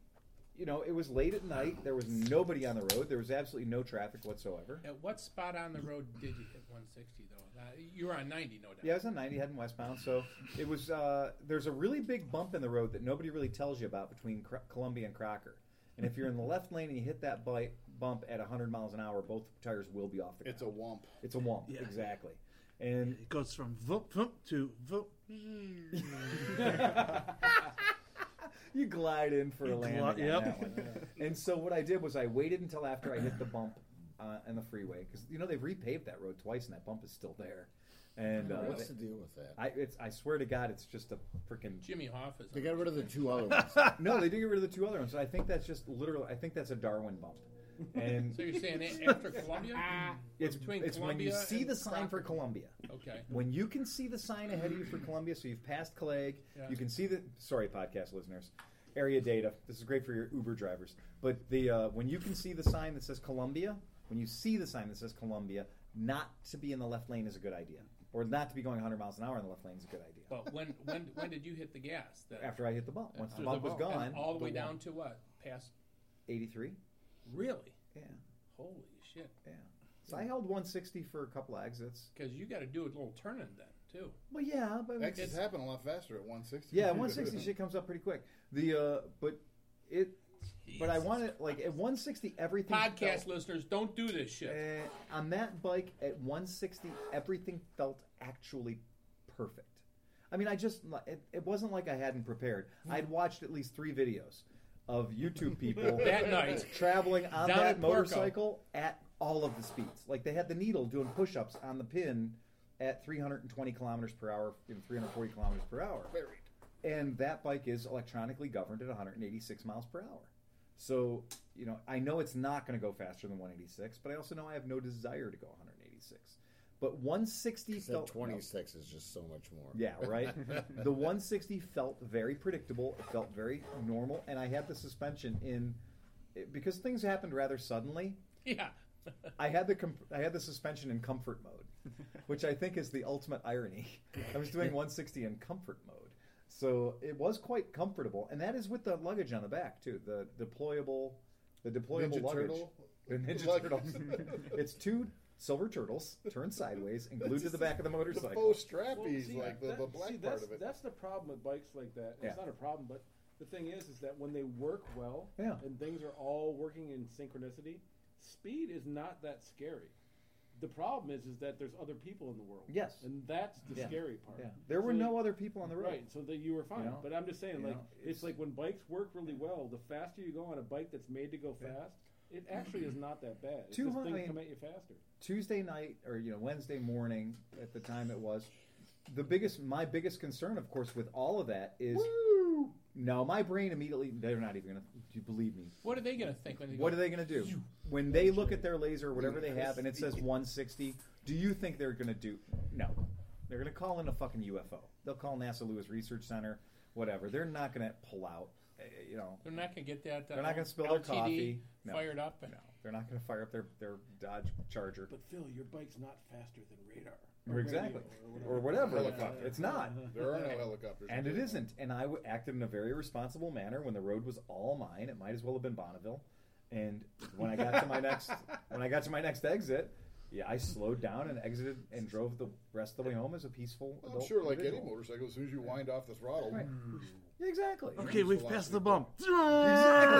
S1: you know, it was late at night. There was nobody on the road. There was absolutely no traffic whatsoever.
S2: At what spot on the road did you hit 160 though? Uh, you were on 90, no doubt.
S1: Yeah, I was on 90 heading westbound, so it was. Uh, there's a really big bump in the road that nobody really tells you about between Cro- Columbia and Crocker. And if you're in the left lane and you hit that bite, bump at 100 miles an hour, both tires will be off the ground.
S3: It's a womp.
S1: It's a womp,
S8: Yeah.
S1: exactly. And
S8: It goes from vump vump to vump.
S1: you glide in for a
S8: You
S1: landing
S8: gli- yep.
S1: on that one. and so what I did was I waited until after I hit the bump uh, in the freeway because you know they've repaved that road twice and that bump is still there.
S2: Oh,
S1: And uh,
S6: What's the deal with that?
S1: I, it's, I swear to God, it's just a freaking
S2: Jimmy Hoffa's.
S6: They
S2: on
S6: got rid of the two other ones.
S1: no. They did get rid of the two other ones. I think that's just literally. I think that's a Darwin bump. And
S2: So you're saying a- after Columbia?
S1: it's
S2: between
S1: Ah. it's when you
S2: Columbia
S1: see
S2: and
S1: the sign for
S2: Crocker.
S1: Columbia.
S2: Okay.
S1: When you can see the sign ahead of you for Columbia, so you've passed Clegg,
S2: Yeah.
S1: you can see the. Sorry, podcast listeners, area data. This is great for your Uber drivers. But the uh, when you can see the sign that says Columbia, when you see the sign that says Columbia, not to be in the left lane is a good idea, or not to be going 100 miles an hour in the left lane is a good idea.
S2: But when when when did you hit the gas? The,
S1: After I hit the bump, once the
S7: After
S1: bump
S7: the
S1: was
S7: bump.
S1: gone,
S2: and all the way down to what? Past
S1: 83.
S2: really?
S1: Yeah,
S2: Holy shit!
S1: yeah. So I held 160 for a couple of exits.
S2: Because you got to do a little turning then too.
S1: Well, yeah, but I mean,
S3: Exits happen a lot faster at 160.
S1: yeah, 160 shit comes up pretty quick. The uh, but it, but I
S2: Jesus
S1: wanted like at 160 everything
S2: Podcast
S1: felt-
S2: listeners, don't do this shit.
S1: Uh, on that bike at 160, everything felt actually perfect. I mean, I just, it, it wasn't like I hadn't prepared. I'd watched at least three videos of YouTube people
S2: That night.
S1: traveling on
S2: Down
S1: that
S2: at Porco.
S1: motorcycle at all of the speeds. Like they had the needle doing push ups on the pin at 320 kilometers per hour and 340 kilometers per hour
S3: Buried.
S1: and that bike is electronically governed at 186 miles per hour. So, you know, I know it's not going to go faster than 186, but I also know I have no desire to go 186. But 160
S6: The
S1: felt no.
S6: 26 is just so much more.
S1: Yeah, right. the 160 felt very predictable. It felt very normal, and I had the suspension in it- because things happened rather suddenly.
S2: Yeah.
S1: I had the com- I had the suspension in comfort mode, which I think is the ultimate irony. I was doing 160 in comfort mode, so it was quite comfortable, and that is with the luggage on the back too. The deployable, the deployable
S3: Ninja
S1: luggage.
S3: Turtle?
S1: The Ninja
S3: Luggage.
S1: Turtles. it's two silver turtles turned sideways and glued to the back of the
S3: The
S1: motorcycle.
S3: faux strappies,
S5: see,
S3: like the,
S5: that-
S3: the black
S5: see,
S3: part
S5: that's,
S3: of it.
S5: That's the problem with bikes like that.
S1: Yeah.
S5: It's not a problem, but the thing is, is that when they work well
S1: Yeah.
S5: and things are all working in synchronicity, speed is not that scary. The problem is, is that there's other people in the world.
S1: Yes.
S5: and that's the
S1: Yeah.
S5: scary part.
S1: Yeah. There were
S5: So
S1: no
S5: you-
S1: other people on the road.
S5: Right, so that you were fine.
S1: You know?
S5: but I'm just saying,
S1: You
S5: like,
S1: know,
S5: it's,
S1: it's-
S5: like when bikes work really well, the faster you go on a bike that's made to go fast, it actually is not that bad. It's just
S1: 200
S5: things
S1: I mean-
S5: come at you faster.
S1: Tuesday night or you know Wednesday morning at the time it was. The biggest, my biggest concern, of course, with all of that is no. My brain immediately they're not even gonna do you believe me.
S2: What are they gonna think when they
S1: What
S2: go,
S1: are they gonna do when they look at their laser or whatever they have and it says 160? Do you think they're gonna do no? They're gonna call in a fucking UFO. They'll call NASA Lewis Research Center, whatever. They're not gonna pull out. eh, You know,
S2: They're not gonna get that. Uh,
S1: They're not gonna spill their
S2: LTD
S1: coffee. No.
S2: Fired up. And,
S1: no, they're not gonna fire up their their Dodge Charger.
S5: But Phil, your bike's not faster than radar.
S1: Or exactly,
S5: radio
S1: or whatever.
S3: Helicopter.
S1: It's not.
S3: there are no helicopters.
S1: And it
S3: in
S1: isn't. And I w- acted in a very responsible manner when the road was all mine. It might as well have been Bonneville. And when I got to my next when I got to my next exit, yeah, I slowed down and exited and drove the rest of the way home as a peaceful.
S3: Well, I'm
S1: adult
S3: sure, like any
S1: individual.
S3: motorcycle, as soon as you wind off the throttle,
S1: Right. Yeah, exactly.
S8: Okay, we've passed the bump.
S1: Exactly.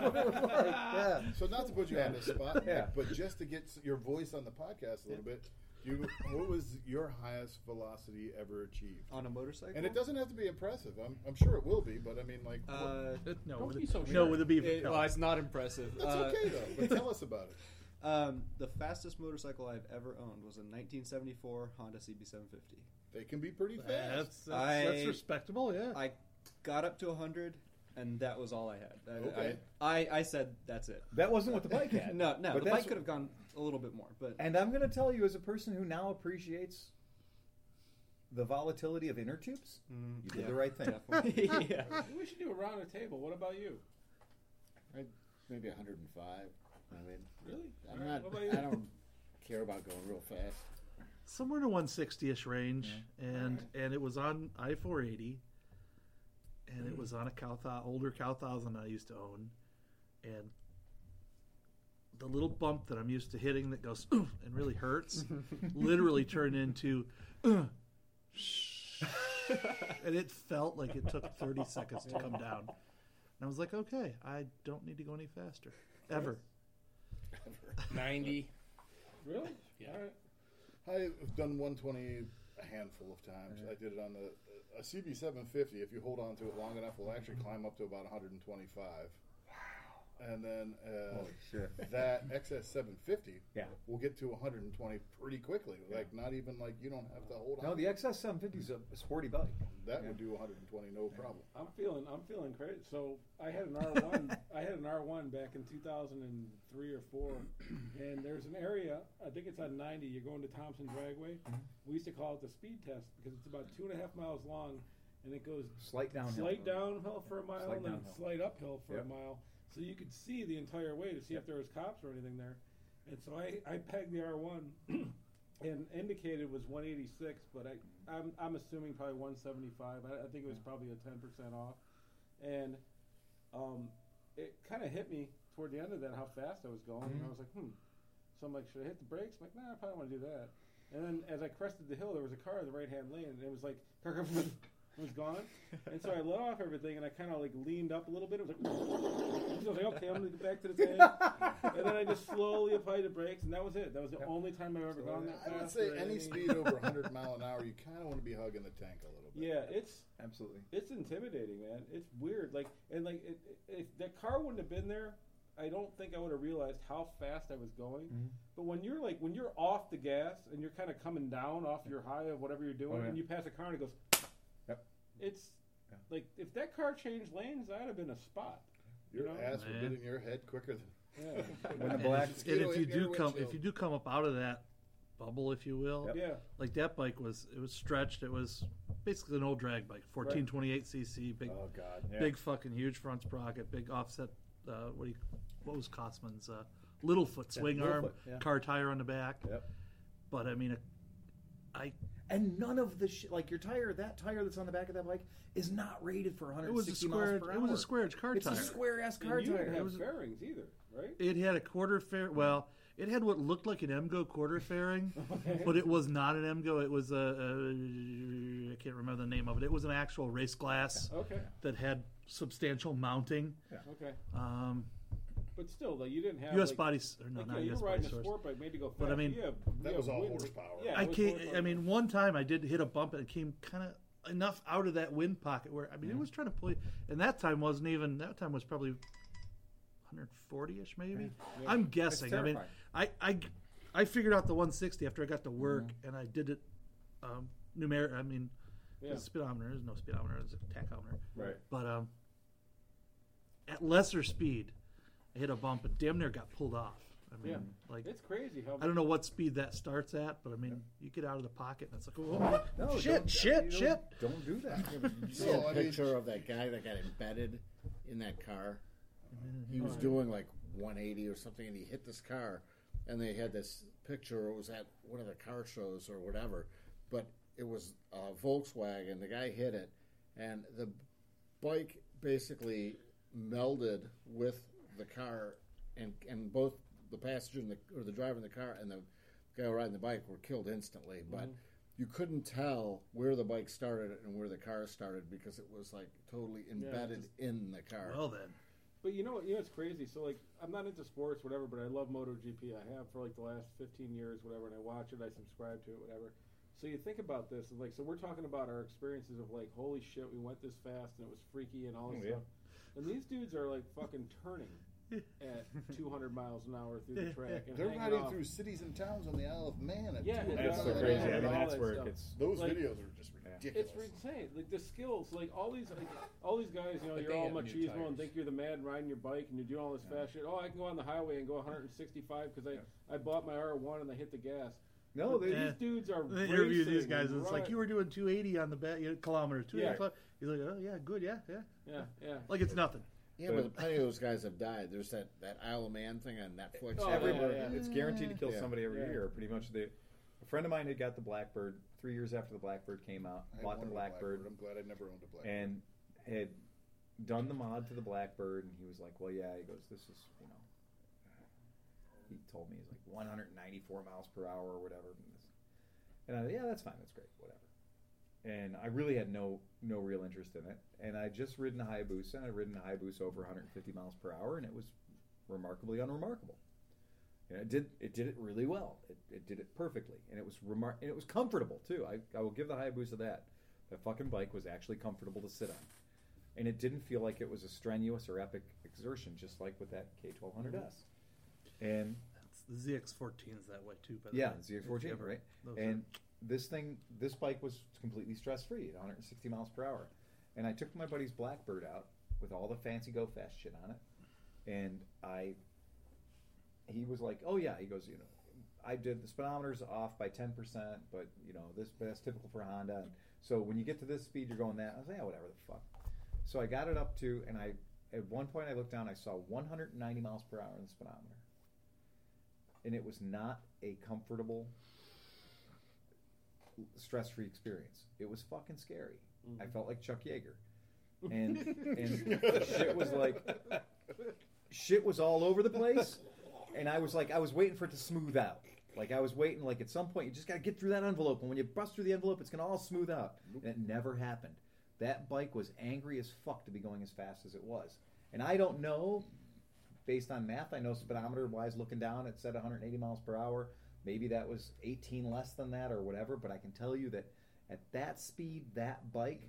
S1: what it was like. Yeah.
S3: So not to put you on the spot, Nick,
S1: Yeah.
S3: but just to get s- your voice on the podcast a little bit, you what was your highest velocity ever achieved?
S4: on a motorcycle.
S3: And it doesn't have to be impressive. I'm, I'm sure it will be, but I mean, like, what-
S4: Uh,
S7: No,
S2: Don't
S7: with
S2: be
S7: a,
S2: so
S7: no,
S2: sure.
S7: with a beaver.
S4: it,
S7: tail.
S4: well, it's not impressive.
S3: that's
S4: Uh,
S3: okay though. But tell us about it.
S4: Um, the fastest motorcycle I've ever owned was a 1974 Honda CB750.
S3: They can be
S4: Uh,
S3: pretty fast.
S7: that's, that's, that's
S4: I-
S7: respectable. Yeah.
S4: I got up to 100, and that was all I had. I,
S3: Okay.
S4: I, I, I said that's it.
S1: That wasn't what the bike had.
S4: no, no,
S1: But
S4: the
S1: that's-
S4: bike could have gone a little bit more, but
S1: And I'm going to tell you, as a person who now appreciates the volatility of inner tubes,
S7: Mm,
S1: you did the
S4: yeah.
S1: right thing.
S4: definitely. yeah.
S5: We should do a round of table. What about you?
S6: I, maybe 105. I mean,
S5: Really?
S6: I'm not,
S5: What about you?
S6: I don't care about going real fast.
S7: somewhere in the 160ish range, and and it was on I 480, and it was on a cow thou- older cow thousand I used to own, and the little bump that I'm used to hitting that goes "Oof," and really hurts, literally turned into. "Ugh, shh." and it felt like it took 30 seconds to come down. And I was like, okay, I don't need to go any faster. Ever.
S2: Ninety.
S5: Really?
S2: Yeah.
S5: All right.
S3: I've done 120 a handful of times. I did it on the a CB750. If you hold on to it long enough, will actually climb up to about 125. And then uh, that XS750
S1: Yeah.
S3: will get to 120 pretty quickly. Like not even like you don't have to hold on.
S1: No, the XS750 is a a sporty bike.
S3: that would do 120 no problem.
S5: I'm feeling I'm feeling crazy. So I had an R one I had an R one back in two thousand and three or four and there's an area, I think it's on ninety, you're going to Thompson Dragway.
S1: Mm-hmm.
S5: We used to call it the speed test because it's about two and a half miles long and it goes
S1: Slight downhill.
S5: slight downhill for a mile
S1: Slight
S5: and then
S1: downhill.
S5: slight uphill for
S1: Yep.
S5: a mile. So you could see the entire way to see if there was cops or anything there. And so I, I pegged the R1 and indicated was 186, but I, I'm, I'm assuming probably 175. I, I think it was probably a 10% off. And um, it kind of hit me toward the end of that how fast I was going.
S3: Mm-hmm.
S5: And I was like, hmm. So I'm like, should I hit the brakes? I'm like, nah, I probably want to do that. And then as I crested the hill, there was a car in the right hand lane, and it was like, it was gone. And so I let off everything, and I kind of like leaned up a little bit. It was like, so I was like, okay, I'm going to get back to the thing. and then I just slowly applied the brakes, and that was it. That was the only time I've ever gone that
S3: I
S5: fast.
S3: would say
S5: or
S3: any
S5: anything.
S3: speed over 100 mile an hour, you kind of want to be hugging the tank a little bit.
S5: Yeah, it's
S1: Absolutely.
S5: it's intimidating, man. It's weird. Like and like it, it, if that car wouldn't have been there, I don't think I would have realized how fast I was going.
S3: Mm-hmm.
S5: But when you're like when you're off the gas and you're kind of coming down off your high of whatever you're doing,
S1: Oh, yeah.
S5: and you pass a car and it goes,
S1: Yep.
S5: It's
S1: Yeah.
S5: like if that car changed lanes, that'd have been a spot.
S3: Your
S5: You know?
S3: ass would get
S7: Man.
S3: in your head quicker than.
S5: Yeah,
S1: When the
S7: And
S1: black.
S7: if, and if you
S3: Mosquito in
S7: do
S3: your
S7: come, if
S3: windshield.
S7: you do come up out of that bubble, if you will,
S5: yeah.
S7: like that bike was, it was stretched. It was basically an old drag bike, fourteen twenty eight cc, big,
S1: Oh God. Yeah.
S7: big fucking huge front sprocket, big offset. Uh, what do you, what was Costman's uh, little foot swing arm,
S1: Littlefoot, yeah.
S7: car tire on the back.
S1: Yep.
S7: But I mean, I
S1: And none of the shit, like your tire, that tire that's on the back of that bike, is not rated for
S7: it was
S1: 160
S7: a square,
S1: miles per hour.
S7: it was a square edge car
S1: It's
S7: tire.
S1: a square ass car
S5: And you didn't
S1: tire.
S5: have
S7: It was-
S5: bearings either, right?
S7: It had a quarter fair. Well, it had what looked like an MGO quarter fairing, but it was not an MGO. It was a, a I can't remember the name of it. It was an actual race glass
S1: Oh.
S5: Okay,
S7: that had substantial mounting.
S5: okay.
S7: Um,
S5: But still, though, you didn't have
S7: U.S.
S5: like,
S7: bodies, or no,
S5: Like,
S7: not
S5: yeah, you
S7: U.S.
S5: were riding
S7: body
S5: a
S7: source.
S5: sport bike, made to go fast.
S7: But I mean-
S5: you have,
S3: That
S5: you
S3: was
S5: have
S3: all
S5: wind-
S3: horsepower.
S5: Yeah,
S7: I
S5: it was
S7: can't.
S5: horsepower.
S7: I mean, one time I did hit a bump and it came kind of enough out of that wind pocket where I
S5: Mm-hmm.
S7: mean it was trying to pull. you- And that time wasn't even. That time was probably 140 ish, maybe. I'm guessing. I mean,
S1: terrifying.
S7: I, I I figured out the 160 after I got to work
S5: Mm-hmm.
S7: and I did it um, numeric. I mean,
S5: Yeah.
S7: the speedometer. There's no speedometer. There's a tachometer.
S1: Right.
S7: But um, at lesser speed, I hit a bump and damn near got pulled off. I mean,
S5: Yeah.
S7: like
S5: it's crazy how
S7: I don't know what speed that starts at, but I mean, you get out of the pocket and it's like, oh,
S1: No,
S7: shit,
S1: don't-
S7: shit, shit.
S1: Don't do that.
S6: You see
S3: No,
S6: a
S3: I mean-
S6: picture of that guy that got embedded in that car. He was doing like 180 or something, and he hit this car. And they had this picture. It was at one of the car shows or whatever, but it was a Volkswagen. The guy hit it, and the bike basically melded with the car, and and both the passenger and the or the driver in the car and the guy riding the bike were killed instantly. But you couldn't tell where the bike started and where the car started because it was like totally embedded in the car.
S7: Well then,
S5: But you know what? You know it's crazy. So like, I'm not into sports, whatever. But I love MotoGP. I have for like the last 15 years, whatever. And I watch it. I subscribe to it, whatever. So you think about this, and like, so we're talking about our experiences of like, holy shit, we went this fast, and it was freaky and all this stuff. And these dudes are like fucking turning at 200 miles an hour through the track. And
S3: They're
S5: hanging
S3: riding
S5: off.
S3: through cities and towns on the Isle of Man. At
S5: Yeah,
S3: two
S5: and
S1: That's
S3: miles
S1: so
S3: an hour.
S1: crazy. I mean,
S5: all
S1: that's
S5: that
S1: where it
S5: stuff.
S1: gets.
S3: Those
S5: Like-
S3: videos are just ridiculous.
S5: It's insane. Like the skills, like all these, like, all these guys. You know,
S2: But
S5: you're
S2: they
S5: all
S2: have new
S5: machismo and
S2: tires.
S5: think you're the man riding your bike and you're doing all this fast shit. Oh, I can go on the highway and go 165 because I I bought my R1 and I hit the gas.
S1: No,
S5: But
S1: they,
S7: Yeah.
S5: these dudes are.
S7: they interview these
S5: racing
S7: guys and it's
S5: run-
S7: like you were doing 280 on the bat you know, kilometer, 280
S5: Yeah.
S7: kilo- He's like, oh yeah, good, yeah, yeah.
S5: Yeah, yeah.
S7: Like it's nothing.
S6: Yeah, but plenty of those guys have died. There's that, that Isle of Man thing on Netflix.
S5: Oh,
S1: every
S5: yeah,
S1: bird-
S5: yeah.
S1: it's guaranteed to kill
S6: Yeah.
S1: somebody every
S5: Yeah.
S1: year. Pretty much, the a friend of mine had got the Blackbird three years after the Blackbird came out,
S3: I
S1: bought the
S3: wanted a
S1: Blackbird,
S3: I'm glad I never owned a Blackbird.
S1: and had done the mod to the Blackbird, and he was like, "Well, yeah." He goes, "This is you know." He told me he's like 194 miles per hour or whatever, and, this- and I yeah, that's fine, that's great, whatever. And I really had no no real interest in it, and I just ridden a Hayabusa, and I'd ridden a Hayabusa over 150 miles per hour, and it was remarkably unremarkable. And it did it did it really well. It, it did it perfectly, and it was remar- and it was comfortable too. I, I will give the Hayabusa that. That fucking bike was actually comfortable to sit on, and it didn't feel like it was a strenuous or epic exertion, just like with that K1200S. And
S7: That's the ZX14s that way too. By the
S1: yeah,
S7: way.
S1: ZX 14,
S7: If you ever-
S1: right?
S7: those are-
S1: And this thing, this bike was completely stress free at 160 miles per hour. And I took my buddy's Blackbird out with all the fancy go fast shit on it. And I, he was like, oh yeah, he goes, you know, I did the speedometer's off by 10%, but you know, this, but that's typical for Honda. And so when you get to this speed, you're going that. I was like, yeah, whatever the fuck. So I got it up to, and I, at one point I looked down, I saw 190 miles per hour in the speedometer. and it was not a comfortable, stress-free experience. It was fucking scary. I felt like Chuck Yeager, and and shit was like shit was all over the place, and I was like I was waiting for it to smooth out. Like I was waiting. Like at some point, you just got to get through that envelope, and when you bust through the envelope, it's gonna all smooth out. And it never happened. That bike was angry as fuck to be going as fast as it was, and I don't know based on math, I know speedometer wise, looking down, it said 180 miles per hour. Maybe that was 18 less than that or whatever, but I can tell you that at that speed, that bike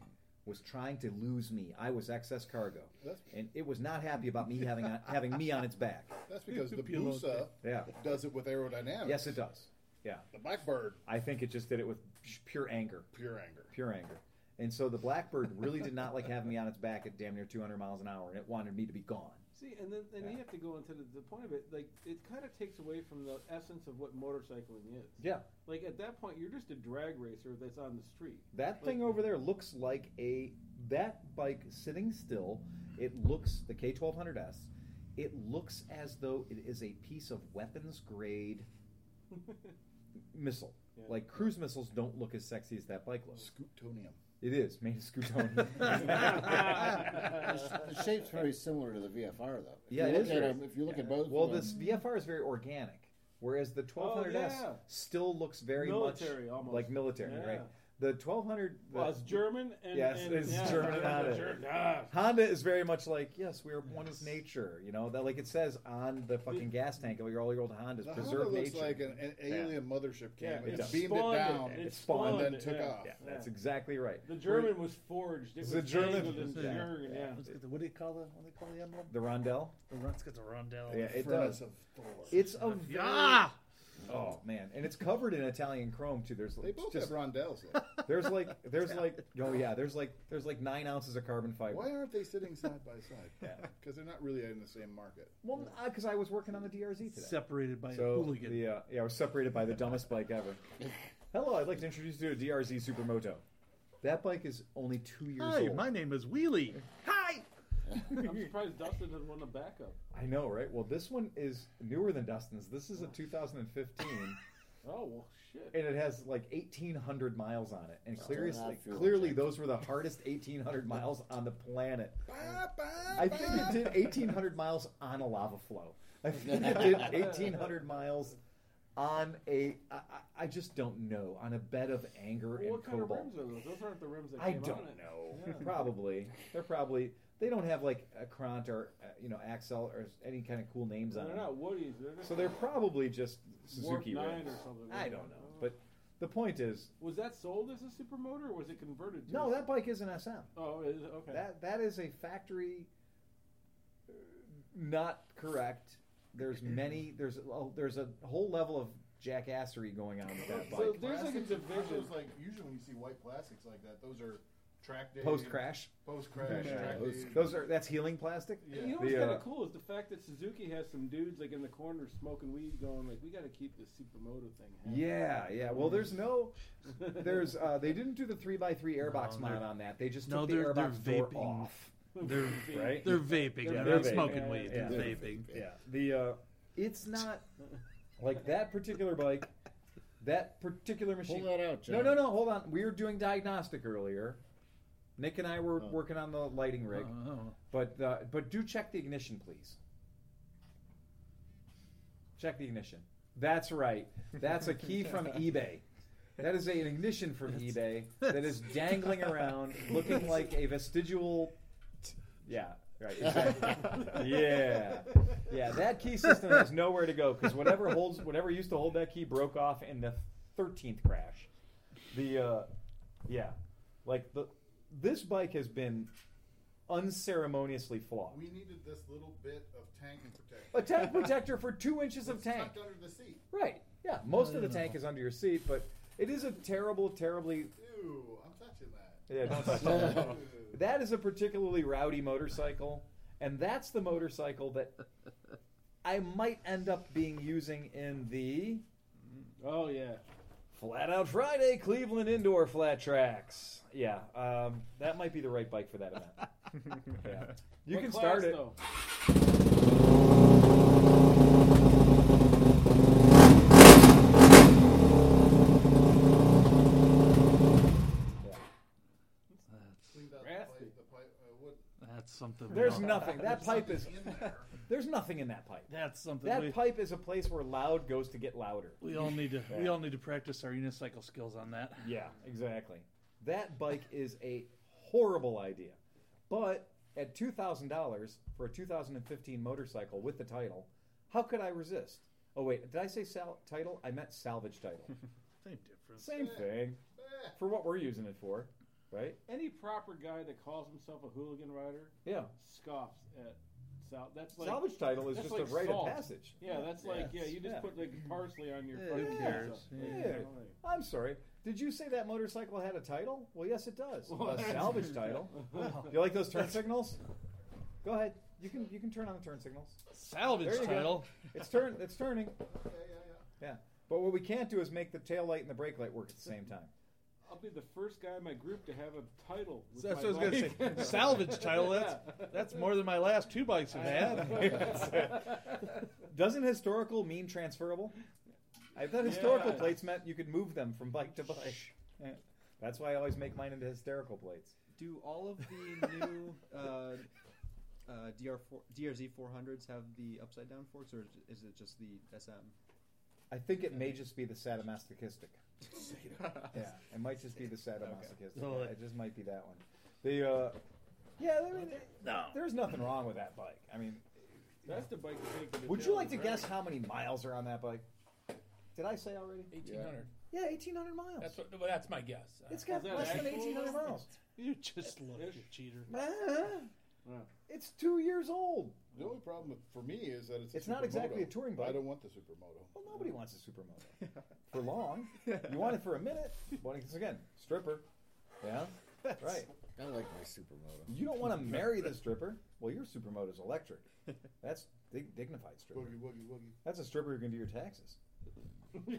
S1: was trying to lose me. I was excess cargo,
S3: That's-
S1: and it was not happy about me having on, having me on its back.
S3: That's because the
S7: Pillow
S3: Busa
S1: Yeah,
S3: does it with aerodynamics.
S1: yes, it does. Yeah,
S3: The Blackbird,
S1: I think it just did it with pure anger.
S3: pure anger.
S1: pure anger. And so the Blackbird really did not like having me on its back at damn near 200 miles an hour, and it wanted me to be gone.
S5: See, and then and
S1: Yeah.
S5: you have to go into the, the point of it. Like it kind of takes away from the essence of what motorcycling is.
S1: Yeah,
S5: Like at that point, you're just a drag racer that's on the street.
S1: that thing over there looks like a that bike sitting still. It looks the K1200S. It looks as though it is a piece of weapons grade missile.
S5: Yeah.
S1: Like cruise missiles don't look as sexy as that bike looks.
S3: Scootonium.
S1: It is made of Scutonium.
S6: The sh- the shape's very similar to the VFR, though. If
S1: Yeah,
S6: you
S1: it
S6: look
S1: is
S6: at
S1: very-
S6: 'em- if you look at both,
S1: well,
S6: of 'em,
S1: this VFR is very organic, whereas the 1200S
S5: Oh, yeah.
S1: still looks very
S5: Military,
S1: much
S5: almost.
S1: like military,
S5: Yeah.
S1: right? The 1200 the-
S5: Well, it's German and
S1: Yes,
S5: and,
S1: it's
S5: yeah,
S1: German
S5: yeah,
S1: on it.
S5: German, ah.
S1: Honda is very much like yes, we are one with nature. You know that, like it says on the fucking gas tank of your all-year-old Honda's
S3: The Honda
S1: preserve
S3: looks
S1: nature.
S3: like an, an alien mothership
S5: Yeah,
S3: came
S5: it
S3: and
S1: does.
S3: beamed it
S5: spawned it.
S3: down.
S5: It
S1: It's
S5: spawned
S1: spawned
S3: and then
S5: it,
S3: took
S5: yeah.
S3: off.
S1: yeah,
S5: Yeah.
S1: that's exactly right.
S5: The German was forged. It
S1: The
S5: was
S1: German-
S5: tangled in
S1: Yeah.
S5: German, yeah.
S7: Let's get the- What do you call the what do they call the emblem?
S1: The rondelle.
S7: The run- Let's get the rondelle.
S1: Yeah, it
S3: Oh, Furnace
S1: does.
S3: of Thor.
S1: It's a very-
S7: Yeah.
S1: oh man, and it's covered in Italian chrome too. There's
S3: they both
S1: just
S3: have rondelles. though.
S1: there's like there's like oh yeah there's like there's like nine ounces of carbon fiber.
S3: Why aren't they sitting side by side? Because they're not really in the same market.
S1: Well, because I was working on the DRZ today.
S7: Separated by a
S1: So
S7: hooligan.
S1: the, uh, yeah, I was separated by the dumbest bike ever. Hello, I'd like to introduce you to a DRZ Supermoto. That bike is only two years
S7: Hi,
S1: old.
S7: my name is Wheelie. Hi.
S5: I'm surprised Dustin didn't want to back up.
S1: I know, right? Well, this one is newer than Dustin's. This is a 2015,
S5: Oh well, shit.
S1: and it has like 1,800 miles on it. And clearly,
S6: not fuel
S1: clearly,
S6: injected.
S1: those were the hardest 1,800 miles on the planet. I think it did 1,800 miles on a lava flow. I think it did 1,800 miles on a. I, I- I just don't know. On a bed of anger
S5: Well,
S1: and
S5: what kind
S1: cobalt.
S5: of rims are those? Those aren't the rims that
S1: I
S5: came on
S1: don't
S5: it.
S1: know.
S5: Yeah.
S1: probably they're probably they don't have like a Kront or uh, you know Axel or any kind of cool names on
S5: They're
S1: them.
S5: not Woodies. They're just
S1: So they're probably just
S5: Warp
S1: Suzuki
S5: Nine
S1: rims.
S5: or something. Oh.
S1: I don't know, but the point is,
S5: was that sold as a supermotor or was it converted? to
S1: no,
S5: a-
S1: that bike is an SM.
S5: Oh, is it? okay.
S1: That that is a factory. uh, Not correct. There's many. There's a, oh, there's a whole level of jackassery going on with that
S5: So
S1: bike.
S5: there's like a
S3: Plastics,
S5: division.
S3: those, like usually when you see white plastics like that, those are track day
S1: Post crash,
S3: Post crash.
S1: Yeah.
S3: track
S6: Those-
S3: day.
S1: those are that's healing plastic.
S5: And you know what's
S1: The,
S5: kind
S1: uh,
S5: of cool is the fact that Suzuki has some dudes like in the corner smoking weed, going like, "We got to keep this supermoto thing." happening."
S1: Yeah, yeah. Well, there's no, there's uh, they didn't do the three x three airbox
S7: No,
S1: mod
S7: they're-
S1: on that. They just
S7: No,
S1: took the
S7: they're- they're
S1: airbox door
S7: vaping.
S1: off,
S7: They're
S1: right?
S7: they're vaping.
S5: Yeah,
S7: They're,
S1: they're
S7: not
S1: vaping.
S7: smoking
S5: Yeah,
S7: weed.
S5: yeah,
S7: They're
S6: yeah.
S7: vaping.
S1: yeah. The uh, it's not like that particular bike, that particular
S6: pull
S1: machine.
S6: that out, John.
S1: No, no, no. Hold on. We were doing diagnostic earlier. Nick and I were
S6: Oh. Uh-huh.
S1: working on the lighting rig,
S7: Oh.
S1: but uh, but do check the ignition, please. Check the ignition. That's right. That's a key from eBay. That is a- an ignition from eBay that is dangling around, looking like a vestigial. Yeah. Right. Exactly. yeah. Yeah. That key system has nowhere to go because whatever holds, whatever used to hold that key broke off in the thirteenth crash. The uh, yeah, like the this bike has been unceremoniously flawed.
S3: We needed this little bit of tank protection.
S1: A tank protector for two inches of
S3: It's
S1: tank.
S3: tucked under the seat.
S1: Right. Yeah. Most of the tank is under your seat, but it is a terrible, terribly.
S3: Ew, I'm touching that.
S1: Yeah, don't touch that. that is a particularly rowdy motorcycle, and that's the motorcycle that I might end up being using in the
S5: Oh yeah.
S1: Flat Out Friday Cleveland Indoor Flat Tracks. Yeah, um, that might be the right bike for that event. yeah. You
S5: What
S1: can
S5: class,
S1: start it.
S5: though?
S7: That's something. we
S1: There's
S7: don't-
S1: nothing. That pipe is. There's nothing in that pipe.
S7: That's something.
S1: That
S7: we,
S1: pipe is a place where loud goes to get louder.
S7: we all need to. We all need to practice our unicycle skills on that.
S1: Yeah, exactly. That bike is a horrible idea. But at $2,000 for a 2015 motorcycle with the title, how could I resist? Oh, wait, did I say sal- title? I meant salvage title.
S7: Same difference.
S1: Same thing. For what we're using it for, right?
S5: Any proper guy that calls himself a hooligan rider
S1: Yeah.
S5: scoffs at sal- that's like
S1: salvage title is
S5: that's
S1: just
S5: like
S1: a rite
S5: salt.
S1: of passage.
S5: Yeah, that's like yeah. You just
S1: Yeah.
S5: put like parsley on your.
S7: Yeah,
S5: fucking
S7: who
S5: pizza.
S7: cares?
S5: Like, you
S1: Yeah.
S5: know, like-
S1: I'm sorry. Did you say that motorcycle had a title? Well, yes, it does.
S5: Well,
S1: a salvage title. Do you like those turn signals? Go ahead. You can you can turn on the turn signals.
S7: Salvage
S1: There you go.
S7: title.
S1: It's turn. It's turning.
S3: Yeah, yeah, yeah.
S1: Yeah. But what we can't do is make the tail light and the brake light work at the same time.
S5: I'll be the first guy in my group to have a title. With
S7: That's
S5: my
S7: what I was gonna
S5: bike.
S7: say. Salvage title. That's that's more than my last two bikes have had.
S1: Doesn't historical mean transferable? I thought historical
S5: Yeah.
S1: plates meant you could move them from bike to bike. Yeah. That's why I always make mine into hysterical plates.
S4: Do all of the new uh, uh, DR four, DRZ 400s have the upside down forks, or is it just the SM?
S1: I think it may just be the sadomasochistic. yeah, it might just be the sadomasochistic.
S7: Okay.
S1: It just might be that one. The uh, yeah, I mean, no. there's nothing wrong with that bike. I mean,
S5: That's the bike you take. To the
S1: would you
S5: gym,
S1: like to
S5: right?
S1: guess how many miles are on that bike? Did I say already?
S2: 1800.
S1: Yeah, 1,800 miles.
S2: That's what, well, that's my guess. Uh,
S1: It's got
S5: Is that
S1: less than
S5: actual?
S1: 1,800 miles.
S7: You just look, you cheater.
S5: Yeah.
S1: It's two years old.
S3: The only problem with, for me is that it's a
S1: It's not
S3: supermoto.
S1: exactly a touring bike.
S3: I don't want the supermoto.
S1: Well, nobody wants a supermoto for long. You want it for a minute. But it's again, stripper. Yeah, right.
S6: I like my supermoto.
S1: You don't want to marry the stripper. Well, your supermoto's electric. That's dig- dignified stripper.
S3: Boogie woogie woogie.
S1: That's a stripper who can do your taxes.
S6: I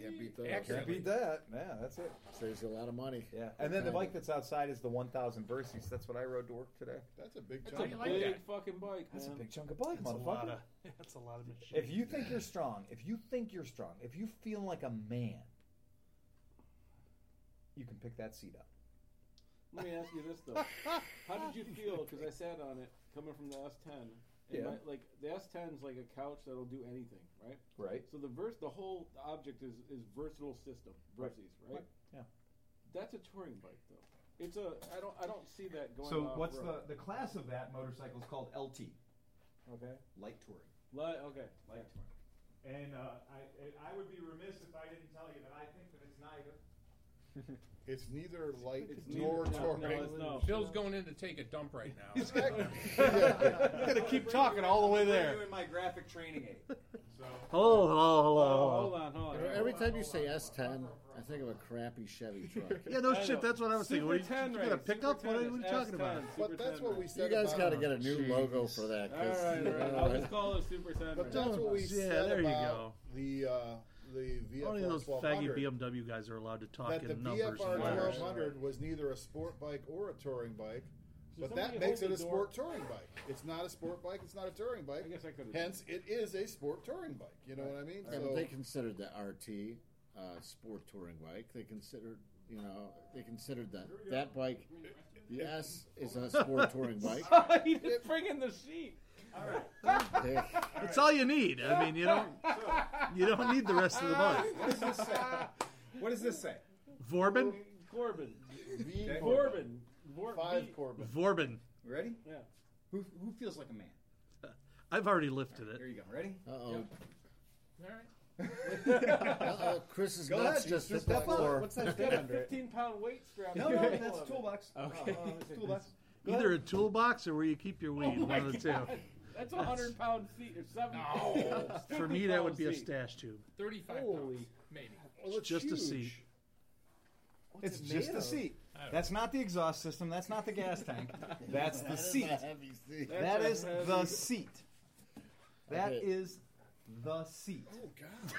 S6: can't beat those.
S1: Can't beat that. Yeah, that's it.
S6: Saves you a lot of money.
S1: Yeah. And then the bike that's outside is the 1000 Versys. That's what I rode to work today.
S3: That's a big
S2: That's
S3: chunk.
S2: a
S3: of
S2: big-
S3: boogie.
S5: Big
S2: that.
S5: fucking bike,
S1: That's a
S5: man.
S1: big chunk of bike,
S7: That's a lot
S1: motherfucker.
S7: of. That's a lot of machine.
S1: If you think you're strong, if you think you're strong, if you feel like a man, you can pick that seat up.
S5: Let me ask you this though: How did you feel? Because I sat on it coming from the S10. And
S1: Yeah.
S5: my- like the S10 is like a couch that'll do anything, right?
S1: Right.
S5: So the verse, the whole object is is versatile system.
S1: Right.
S5: Verses, right?
S1: Right. Yeah.
S5: That's a touring bike though. It's a. I don't. I don't see that going. off road.
S1: the class of that motorcycle is called LT,
S5: Okay.
S1: light touring.
S5: Li- okay. Like touring.
S9: And uh, I, I would be remiss if I didn't tell you that I think that it's neither.
S3: It's neither light
S5: It's
S3: nor
S5: neither- no,
S3: touring.
S5: no, it's no.
S2: Bill's going in to take a dump right now.
S7: I'm gonna keep talking all the way there.
S1: in my graphic training aid.
S7: Hello, hello,
S5: Oh, hold on, hold on.
S6: Every time you say S10, I think of a crappy Chevy truck.
S8: Yeah, no
S5: I
S8: shit.
S5: know.
S8: That's what I was thinking.
S5: Super
S8: What, you,
S5: 10
S8: you got a
S5: race,
S8: pickup?
S5: Super
S8: What are
S5: 10
S8: you
S5: is
S8: talking about?
S5: S10, Super
S3: But that's
S5: 10
S3: what we
S5: race.
S3: said.
S6: You guys
S3: about
S6: got to
S3: our-
S6: get a new
S3: Jeez.
S6: logo for that.
S5: All
S6: 'cause-
S5: right, all right. I'll just call it Super 10
S3: But
S5: race.
S3: that's what we
S8: Yeah,
S3: said
S8: there you
S3: about the uh, the VFR
S8: Only those faggy
S3: 1200.
S8: BMW guys are allowed to talk
S3: that the
S8: in numbers
S3: VFR
S8: and letters.
S3: 1200 was neither a sport bike or a touring bike,
S5: So
S3: but
S5: somebody
S3: that makes
S5: hold
S3: it
S5: the
S3: a sport touring bike. It's not a sport bike. It's not a touring bike.
S5: I guess I could've-
S3: Hence, it is a sport touring bike. You know what I mean?
S6: Yeah, but they considered the RT uh, sport touring bike. They considered, you know, they considered that that bike. The S is a sport touring bike.
S5: Oh, he just bring in the sheet.
S6: They-
S8: It's all you need. I mean, you don't you don't need the rest of the bike.
S1: What does this say?
S8: Vorbin,
S5: Corbin.
S3: V
S5: Corbin. Vor-
S3: five
S5: V-
S3: Corbin.
S8: Vorbin.
S1: You ready?
S5: Yeah.
S1: Who, who feels like a man?
S8: I've already lifted
S1: Here
S8: it.
S1: you go. Ready?
S6: Uh-oh.
S2: All right.
S6: Uh-oh. Chris is
S1: Go
S6: nuts
S1: ahead. Just
S6: just hit the
S1: step up.
S6: floor.
S1: What's that
S5: Got
S1: thing
S5: a
S1: under it?
S5: 15 pound weight strap.
S1: No,
S5: to Oh,
S1: no,
S5: the middle
S1: that's
S5: of it.
S1: toolbox. Okay. toolbox. Go
S8: Either a
S1: ahead.
S8: toolbox or where you keep your weed.
S5: Oh
S8: One
S5: my
S8: of the two.
S5: God. That's a 100 pound seat or seven.
S8: For me, that would be a stash tube.
S2: 35 pounds,
S5: Holy.
S2: maybe.
S8: It's just a seat.
S1: It's just the seat. That's not the exhaust system. That's not the gas tank. That's the seat.
S6: Heavy seat.
S1: That
S5: a
S1: is the
S5: heavy-
S1: seat. That
S6: Okay.
S1: is the seat.
S3: Oh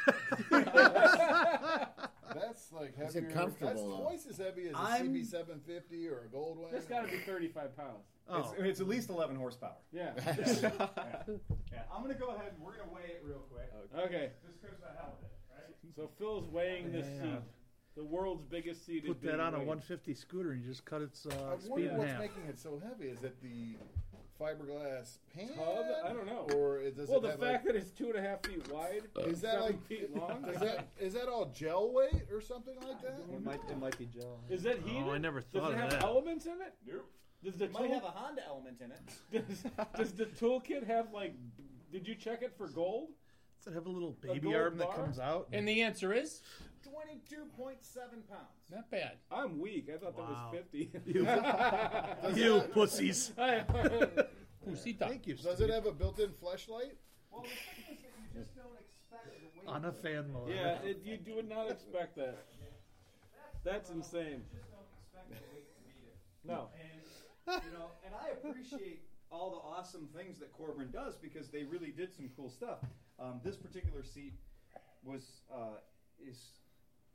S3: God. that's like
S6: Is
S3: heavier.
S6: it comfortable,
S3: That's
S6: though?
S3: twice as heavy as a
S1: I'm-
S3: CB750 or a Goldwing.
S5: That's got to be 35 pounds.
S8: Oh,
S1: It's, it's at least 11 horsepower.
S5: Yeah.
S9: Yeah, I'm gonna go ahead and we're gonna weigh it real quick.
S5: Okay.
S9: Just because I have it, right?
S5: So Phil's weighing this seat. The world's biggest seat is
S7: Put that
S5: being
S7: on a
S5: weighed.
S7: 150 scooter and just cut its
S3: I
S7: uh, speed
S3: wonder
S7: in
S3: what's
S7: half.
S3: making it so heavy. Is it the fiberglass pan?
S5: I don't know.
S3: Or is, does
S5: well,
S3: it
S5: the
S3: have
S5: fact
S3: like,
S5: that it's two and a half feet wide,
S3: is that
S5: seven
S3: like
S5: feet long?
S3: Is that is that all gel weight or something like that?
S4: It might, it might be gel.
S5: Is that heated?
S7: Oh, I never
S5: Does
S7: thought
S5: it
S7: of
S5: have
S7: that.
S5: elements in it?
S9: Nope.
S5: Does the
S10: It might have a
S5: tool,
S10: Honda element in it.
S5: does, does the toolkit have like? Did you check it for gold?
S7: Does it have a little baby
S5: gold
S7: arm that
S5: bar?
S7: comes out?
S2: And the answer is
S10: Twenty-two point seven pounds.
S2: not bad.
S5: I'm weak. I thought
S7: Wow.
S5: that was fifty.
S7: you pussies.
S2: Pusita.
S7: Thank you.
S3: Does it have a built-in flashlight?
S10: Well, the thing is that you just don't expect the weight.
S7: On a fan motor.
S5: yeah, it, you do not expect that. That's insane.
S10: You just don't expect the weight to be there.
S5: No.
S10: And you know, and I appreciate
S4: all the awesome things that Corbin does because they really did some cool stuff. Um, this particular seat was uh, is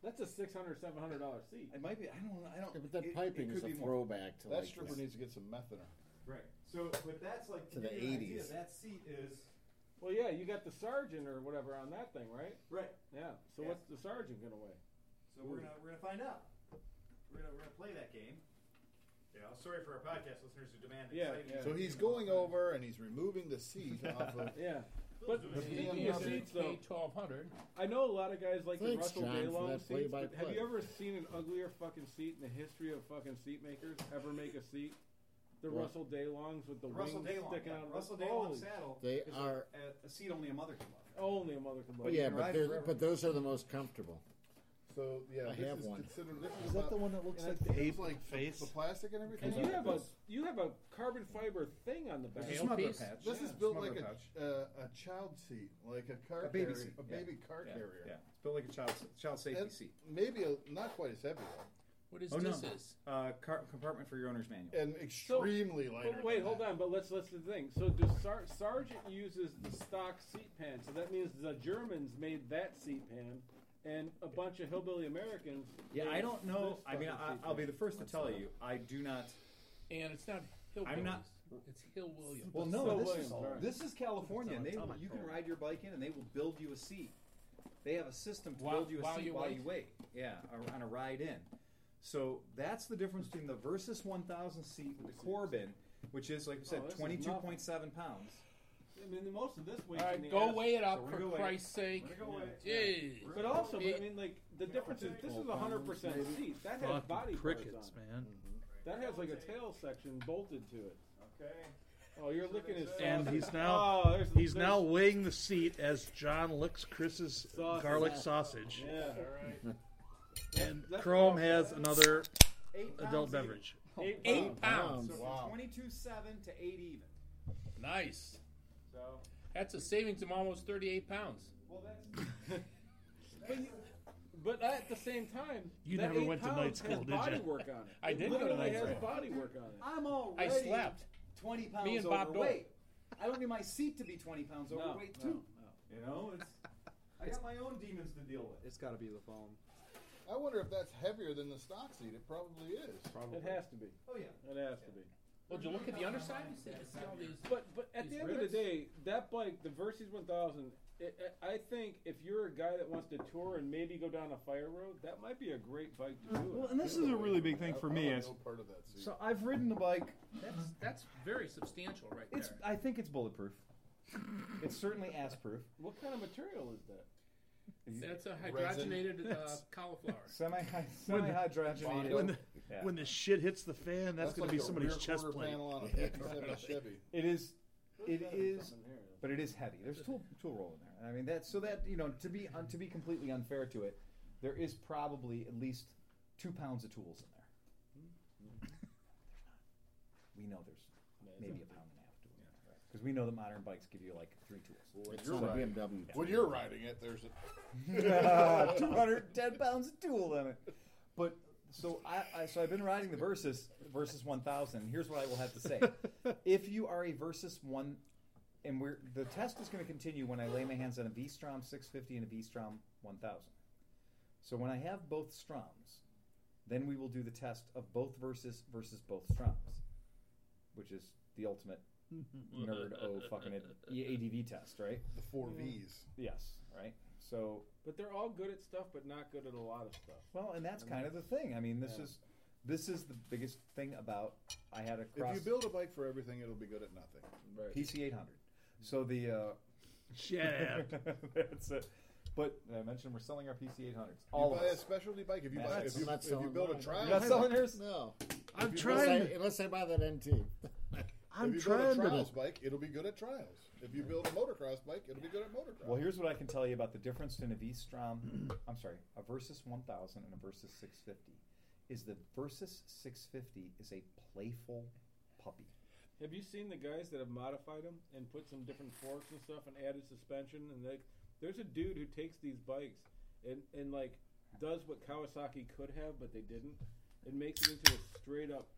S5: That's a six hundred, seven hundred dollar seat.
S4: it might be I don't know I don't.
S6: Yeah, but that
S4: it- it
S6: piping
S4: could
S6: is a
S4: be more.
S6: throwback to
S3: That
S6: like
S3: stripper needs
S6: this-
S3: to get some meth in her.
S4: Right. So, but that's like
S6: To the
S4: give you an idea,
S6: 80s.
S4: That seat is
S5: Well, yeah, you got the sergeant or whatever on that thing, right?
S4: right.
S5: Yeah. So
S4: Yeah.
S5: what's the sergeant gonna weigh?
S4: So we're gonna we're gonna find out. We're gonna we're gonna play that game.
S9: Yeah, sorry for our podcast listeners who demand
S5: Yeah,
S9: exciting.
S5: yeah.
S3: So he's going over and he's removing the seat off of.
S5: Yeah. But
S3: The
S2: Speaking of
S3: BMW.
S5: seats, though,
S2: twelve hundred.
S5: I know a lot of guys like
S6: Thanks,
S5: the Russell
S6: John, for
S5: Daylong
S6: that
S5: seats.
S6: play-by-play.
S5: but Have you ever seen an uglier fucking seat in the history of fucking seat makers ever make a seat? The
S6: What?
S5: Russell Daylongs with the
S4: Russell
S5: wings
S4: Daylong.
S5: sticking
S4: yeah.
S5: out. of the-
S4: Russell Daylong
S5: Holy
S4: saddle
S6: They
S4: is
S6: are.
S4: like a, a seat only a mother can love.
S5: Only a mother can buy.
S6: But Oh, yeah,
S4: can
S6: but
S4: ride
S6: they're,
S4: forever.
S6: but those are the most comfortable.
S3: So yeah,
S6: I
S3: this
S6: have
S3: is
S6: one.
S3: considered. This
S7: Is that
S3: about-
S7: the one that looks
S3: and
S7: like
S3: it
S7: the
S3: feels
S7: ape
S3: like the-
S7: face?
S3: The plastic and everything.
S5: And you
S6: Because
S5: have a
S6: this-
S5: you have a carbon fiber thing on the back.
S2: Hail
S1: Smuggler
S2: piece.
S1: patch.
S3: This
S1: Yeah,
S3: is built
S1: smuggler
S3: like a,
S1: patch.
S3: uh, a child seat, like a car
S1: A baby
S3: carrier,
S1: seat,
S3: a
S1: yeah.
S3: baby car
S1: Yeah,
S3: carrier.
S1: yeah. It's built like a child child safety
S3: And
S1: seat.
S3: maybe a, not quite as heavy though,
S2: What is
S1: Oh, no.
S2: this? Is
S1: Uh, car, compartment for your owner's manual.
S3: and extremely lighter.
S5: But wait,
S3: than
S5: hold
S3: that.
S5: on. But let's let's the thing. So does Sar- Sargent uses the stock seat pan? So that means the Germans made that seat pan, and a bunch of hillbilly Americans.
S1: Yeah,
S5: made
S1: I don't know.
S5: this
S1: I mean,
S5: fucking
S1: I,
S5: seat
S1: I'll be
S5: pan.
S1: the first to tell you, I do not.
S2: and it's not Hill.
S1: I'm not-
S2: Williams. It's Hill Williams.
S1: Well,
S5: So
S1: no, this
S5: Williams,
S1: is
S5: all right.
S4: This is California, and they
S7: It's on
S4: will,
S7: my
S4: you can
S7: phone.
S4: ride your bike in, and they will build you a seat. They have a system to
S2: While-
S4: build you a
S2: while
S4: seat
S2: you
S4: while
S2: wait?
S4: you wait.
S1: Yeah, a- on a ride in. So that's the difference between the Versus 1000 seat with the Corbin, which is, like we said,
S5: Oh, this is
S1: 22.7 pounds.
S5: I mean, the most of this weight.
S2: All right, go weigh it up
S1: we're
S2: for
S1: gonna go weigh it.
S2: Christ's sake. Jeez.
S5: But also, but I mean, like the difference is this is a hundred percent seat. That has body
S7: Fucking
S5: parts
S7: crickets,
S5: on. it.
S7: man.
S5: That has like a tail section bolted to it.
S9: Okay.
S5: Oh, you're licking his.
S7: And
S5: sausage.
S7: he's now-
S5: Oh, there's,
S7: He's
S5: there's-
S7: now weighing the seat as John licks Chris's
S5: Sausage.
S7: garlic sausage.
S5: Yeah.
S7: And
S5: That's
S7: Chrome
S5: what I
S7: has another
S4: Eight
S7: adult
S4: pounds
S7: beverage.
S5: Eight
S2: Eight pounds.
S4: Even. So
S3: Wow.
S4: from twenty-two seven to eight even.
S2: Nice.
S9: So
S2: That's a savings of almost thirty-eight pounds.
S9: well, that's
S5: But, you, but at the same time,
S7: You
S5: that
S7: never
S5: eight
S7: went to
S5: pounds
S7: night
S5: has
S7: school, did
S5: body
S7: ya?
S5: work on it.
S2: I
S5: It
S2: did go to
S5: literally
S2: night
S5: has
S2: school.
S5: body work on it.
S4: I'm
S2: I
S4: already
S2: slept.
S4: twenty pounds
S2: and Bob
S4: overweight. I don't need my seat to be twenty pounds
S5: No,
S4: overweight
S5: no,
S4: too. You know, it's I got my own demons to deal with.
S10: It's got to be the phone.
S3: I wonder if that's heavier than the stock seat. It probably is. Probably.
S5: It has to be.
S4: Oh yeah.
S5: It has to be.
S2: Well, did you look at the underside? You see- you see all these-
S5: But but at the
S2: These
S5: end of
S2: rivets?
S5: the day, that bike, the Versys 1000. It, I I think if you're a guy that wants to tour and maybe go down a fire road, that might be a great bike to do.
S1: Well,
S5: it.
S1: and this is a really big thing for me.
S3: Is
S1: Is,
S3: no part of that seat.
S1: so I've ridden the bike.
S2: That's that's very substantial right
S1: It's.
S2: there.
S1: I think it's bulletproof. It's certainly ass proof.
S5: What kind of material is that?
S2: That's a hydrogenated uh, cauliflower.
S1: Semi semi
S7: When
S1: hydrogenated.
S7: the, when the shit hits the fan, that's, going
S3: like
S7: to be
S3: a
S7: somebody's
S3: rear
S7: chest
S3: quarter
S7: plate.
S3: panel on a 57 Chevy.
S1: It is. It is.
S5: Something here.
S1: But it is heavy. There's tool tool roll in there. I mean that. So that you know to be un, to be completely unfair to it, there is probably at least two pounds of tools in there.
S7: Hmm.
S1: we know there's maybe a pound and a half of tools in there because we know that modern bikes give you like three tools.
S6: It's
S3: you're
S6: not a
S3: right.
S6: BMW.
S3: When you're riding it, there's a,
S1: two hundred and ten pounds of tool in it. But so I, I so I've been riding the Versus Versus one thousand. Here's what I will have to say: if you are a Versus one, and we're the test is going to continue when I lay my hands on a V Strom six fifty and a V Strom one thousand. So when I have both Stroms, then we will do the test of both Versus versus both Stroms, which is the ultimate nerd oh fucking ADV test, right?
S3: the four V's.
S1: Yes, right. So
S5: But they're all good at stuff, but not good at a lot of stuff.
S1: well, and that's kind of the thing. I mean, this is this is the biggest thing about I had a
S3: If
S1: cross
S3: you build a bike for everything, it'll be good at nothing.
S5: Right.
S1: PC 800. So the uh,
S8: Shit.
S1: that's it. But I mentioned we're selling our PC 800s.
S3: You
S1: All of
S3: buy a
S1: us.
S3: specialty bike. If you
S1: Man,
S3: buy,
S1: that's-
S3: if you,
S6: Not
S3: if you
S6: selling
S3: build a
S6: mine.
S3: trial,
S1: You're not selling yours.
S6: No.
S8: I'm
S6: Unless I,
S8: trying.
S6: unless I buy that NT.
S8: I'm
S3: if you build a
S8: trying
S3: trials
S8: to.
S3: bike, it'll be good at trials. If you build a motocross bike, it'll be good at motocross.
S1: Well, here's what I can tell you about the difference between a V-Strom, I'm sorry, a Versus 1000 and a Versus 650 is the Versus 650 is a playful puppy.
S3: Mm-hmm.
S5: Have you seen the guys that have modified them and put some different forks and stuff and added suspension? And like, there's a dude who takes these bikes and and like does what Kawasaki could have, but they didn't, and makes it into a straight up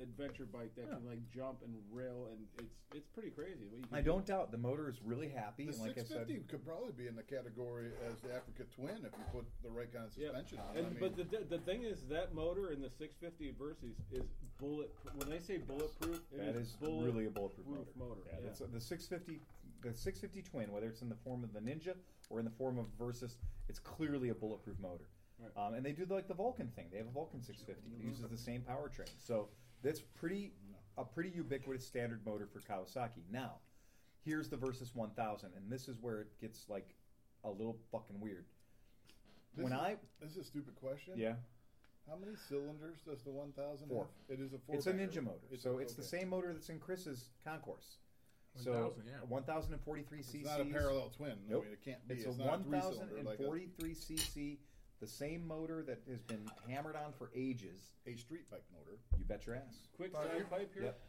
S5: adventure bike that can like jump and rail, and it's it's pretty crazy. What you can
S1: I don't doubt the motor is really happy.
S3: the
S1: and like I said,
S3: 650 could probably be in the category as the Africa Twin if you put the right kind of
S5: Yeah,
S3: suspension on. it.
S5: and,
S3: I mean,
S5: but the, the thing is that motor in the 650 Versys is bullet. When they say bulletproof, it
S1: that is
S5: bullet
S1: really a bulletproof
S5: proof
S1: motor.
S5: motor,
S1: Yeah,
S5: yeah.
S1: that's- the 650, the 650 twin, whether it's in the form of the Ninja or in the form of Versus, it's clearly a bulletproof motor.
S5: Right.
S1: Um, and they do like the Vulcan thing. They have a Vulcan 650. It uses the same powertrain. So that's pretty a pretty ubiquitous standard motor for Kawasaki. Now, here's the Versus 1000, and this is where it gets like a little fucking weird.
S3: This
S1: when
S3: is-
S1: I
S3: this is a stupid question.
S1: yeah,
S3: How many cylinders does the 1000
S1: Four.
S3: have? It is a four.
S1: it's a
S3: banger.
S1: Ninja motor,
S3: It's-
S1: so it's the
S3: okay.
S1: same motor that's in Chris's Concourse. So
S11: 1000, yeah.
S1: 1043 cc.
S3: It's not a parallel twin.
S1: Nope.
S3: I mean, it can't be.
S1: It's
S3: It's,
S1: a
S3: not a three cylinder like a,
S1: 1043 cc, the same motor that has been hammered on for ages.
S3: a street bike motor.
S1: You bet your ass.
S5: Quick side pipe here.
S1: Yep.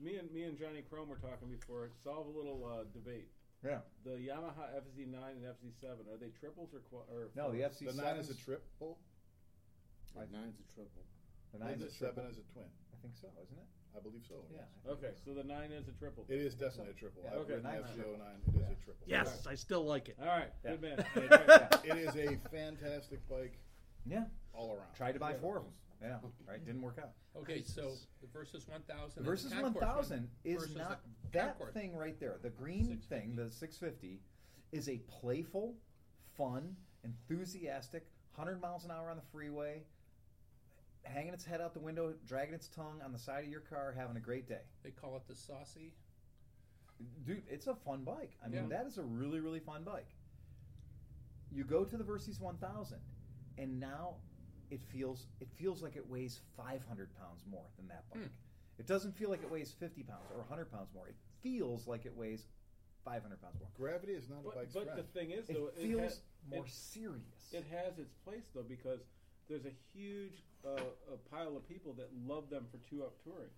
S5: Me and me and Johnny Chrome were talking before. Solve a little uh, debate.
S1: Yeah.
S5: The Yamaha FZ9 and FZ7 are they triples or qu- or
S1: No, the
S3: The
S1: FC7
S3: nine is a triple.
S6: Nine's a triple.
S1: The
S3: And
S1: nine's
S3: the
S1: a triple.
S3: seven is a twin.
S1: I think so, isn't it?
S3: I believe so.
S1: Yeah.
S3: yes.
S1: I think
S5: Okay,
S1: so.
S5: so the nine is a triple.
S3: It is definitely a triple.
S1: Yeah,
S3: I've
S5: okay.
S3: ridden
S1: Nine's
S3: the
S1: a triple.
S3: FZ09. It is
S1: Yeah.
S3: a triple.
S8: Yes, I still like it.
S5: All right,
S1: Yeah.
S5: good man.
S3: It is a fantastic bike
S1: Yeah.
S3: all around.
S1: Tried to buy four of them. Yeah. Right. Didn't work out.
S2: Okay, so the Versus 1000. and the
S1: Versus
S2: Concourse
S1: 1000
S2: one
S1: is
S2: versus
S1: not
S2: the
S1: that
S2: Concourse.
S1: thing right there. The green thing, the 650, is a playful, fun, enthusiastic, 100 miles an hour on the freeway, hanging its head out the window, dragging its tongue on the side of your car, having a great day.
S2: They call it the Saucy.
S1: Dude, it's a fun bike. I mean,
S2: Yeah.
S1: that is a really, really fun bike. You go to the Versys 1000, and now it feels it feels like it weighs 500 pounds more than that
S5: Hmm.
S1: bike. It doesn't feel like it weighs 50 pounds or 100 pounds more. It feels like it weighs 500 pounds more.
S3: Gravity is not a
S5: But,
S3: bike's
S5: but
S3: friend.
S5: the thing is,
S1: It
S5: though,
S1: feels
S5: has-
S1: more
S5: it-
S1: serious.
S5: It has its place though because there's a huge uh, a pile of people that love them for two up touring,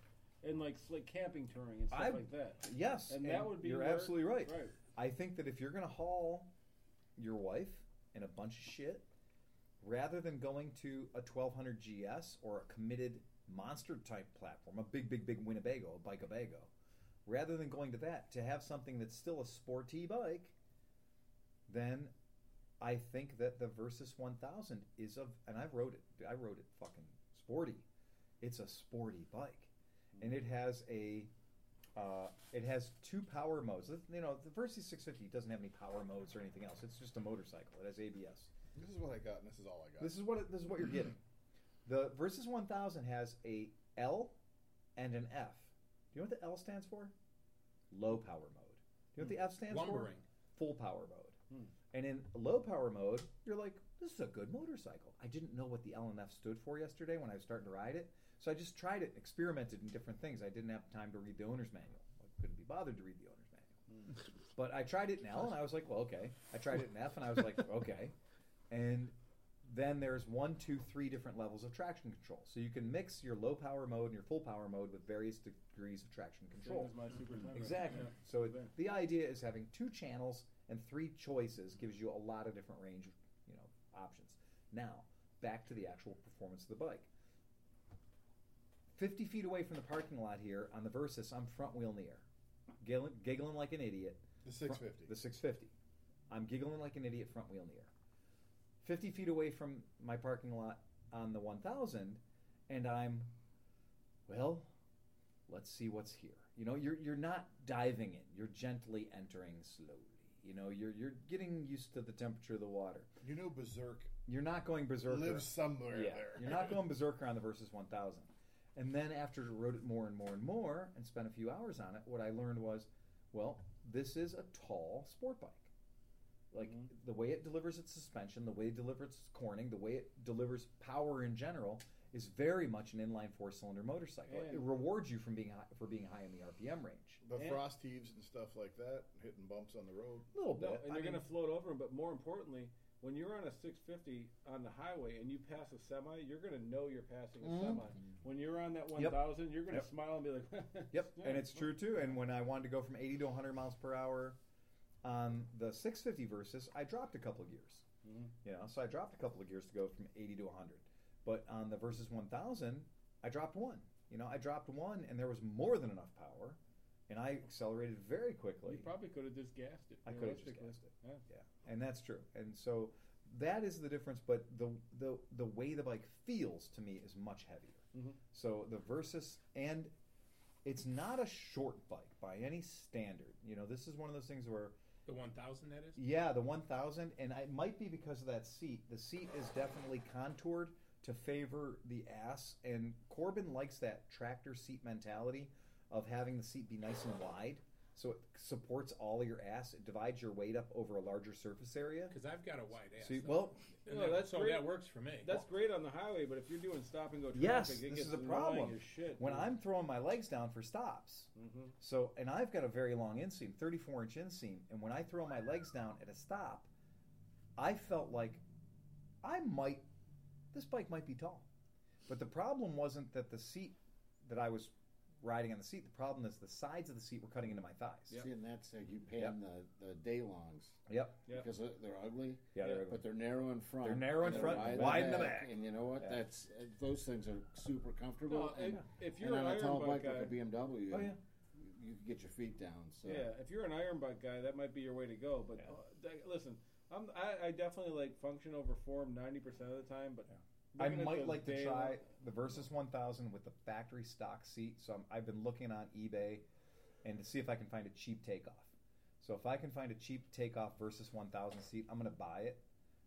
S5: and like slick camping touring and stuff
S1: I-
S5: like that.
S1: yes,
S5: and that would be
S1: you're
S5: where-
S1: absolutely right.
S5: right.
S1: I think that if you're going to haul your wife and a bunch of shit, rather than going to a 1200 GS or a committed monster type platform, a big, big, big Winnebago, a Bikeabago, rather than going to that, to have something that's still a sporty bike, then I think that the Versus 1000 is of, and I wrote it, I wrote it fucking sporty. It's a sporty bike, and it has a, uh, it has two power modes. You know, the Versus 650 doesn't have any power modes or anything else. It's just a motorcycle. It has ABS.
S3: this is what I got, and this is all I got.
S1: This is what this is what you're getting. The Versus 1000 has a L and an F. Do you know what the L stands for? Low power mode. Do you know what the
S3: Hmm.
S1: F stands
S2: Lumbering.
S1: for? Full power mode. And in low power mode, you're like, this is a good motorcycle. I didn't know what the L and F stood for yesterday when I was starting to ride it, so I just tried it, experimented in different things. I didn't have time to read the owner's manual. I couldn't be bothered to read the owner's manual. But I tried it in L, and I was like, well, okay. I tried it in F, and I was like, okay. And then there's one, two, three different levels of traction control. So you can mix your low power mode and your full power mode with various degrees of traction
S5: Same
S1: control.
S5: as my super time.
S1: Exactly.
S5: Yeah.
S1: So it, the idea is having two channels and three choices gives you a lot of different range, of, you know, options. Now back to the actual performance of the bike. 50 feet away from the parking lot here on the Versus, I'm front wheel in the air, giggling, giggling like an idiot.
S3: The 650.
S1: The 650. I'm giggling like an idiot, front wheel in the air. 50 feet away from my parking lot on the 1000, and I'm, well, let's see what's here. You know, you're, you're not diving in, you're gently entering slowly. You know, you're you're getting used to the temperature of the water.
S3: You know, Berserk
S1: You're not going berserker.
S3: lives somewhere
S1: yeah.
S3: there.
S1: You're not going berserker on the versus 1000. And then after I wrote it more and more and more and spent a few hours on it, what I learned was, well, this is a tall sport bike. Like the way it delivers its suspension, the way it delivers its corning, the way it delivers power in general is very much an inline four-cylinder motorcycle. it
S5: And-
S1: rewards you from being high, for being high in the RPM range.
S3: The
S5: And-
S3: frost heaves and stuff like that, hitting bumps on the road.
S1: A little
S5: No,
S1: bit.
S5: and
S1: I
S5: you're
S1: mean,
S5: going to float over them. But more importantly, when you're on a 650 on the highway and you pass a semi, you're going to know you're passing a semi. When you're on that 1,000, you're going to
S1: Mm-hmm. Yep.
S5: smile and be like,
S1: Yep, and it's true too. And when I wanted to go from 80 to 100 miles per hour on the 650 versus, I dropped a couple of gears. You know, so I dropped a couple of gears to go from 80 to 100. But on the versus 1000, I dropped one. You know, I dropped one, and there was more than enough power, and I accelerated very quickly.
S5: You probably could have just gassed it.
S1: I could have just
S5: realistically.
S1: guessed it.
S5: Yeah.
S1: Yeah, and that's true. And so that is the difference. But the the the way the bike feels to me is much heavier.
S5: Mm-hmm.
S1: So the Versus and it's not a short bike by any standard. You know, this is one of those things where
S2: The 1,000 that is.
S1: yeah, the 1000 and it might be because of that seat. The seat is definitely contoured to favor the ass and Corbin likes that tractor seat mentality of having the seat be nice and wide. So it supports all of your ass. It divides your weight up over a larger surface area.
S2: Because I've got a wide ass.
S1: See,
S2: though.
S1: well,
S2: And
S5: No,
S2: that-
S5: that's
S2: so
S5: great.
S2: that works for me.
S5: That's great on the highway, but if you're doing stop and go traffic,
S1: yes, this
S5: it gets
S1: is a
S5: annoying
S1: problem.
S5: As shit.
S1: When I'm throwing my legs down for stops,
S5: Mhm.
S1: so and I've got a very long inseam, 34 inch inseam, and when I throw my legs down at a stop, I felt like I might this bike might be tall. But the problem wasn't that the seat that I was riding on the seat. The problem is the sides of the seat were cutting into my thighs.
S6: See, and that's uh, you pan the, the day longs
S1: Yep.
S5: Yep.
S6: because uh, they're ugly.
S1: Yeah, they're ugly.
S6: but they're narrow in front.
S1: They're narrow in
S6: and
S1: front, wide in the back.
S6: And you know what?
S1: Yeah.
S6: That's uh, those things are super comfortable.
S5: No,
S6: and,
S5: and if
S6: and
S5: you're an
S6: on a tall
S5: iron bike
S6: bike
S5: guy,
S6: like a BMW,
S1: Oh, yeah.
S6: you can get your feet down. So
S5: Yeah, if you're an iron butt guy, that might be your way to go. But uh, th- listen, I'm, I, I definitely like function over form 90% of the time. But
S1: I
S5: looking at
S1: might
S5: the
S1: like to
S5: day-
S1: try the Versus 1000 with the factory stock seat. So I'm, I've been looking on eBay and to see if I can find a cheap takeoff. So if I can find a cheap takeoff Versus 1000 seat, I'm going to buy it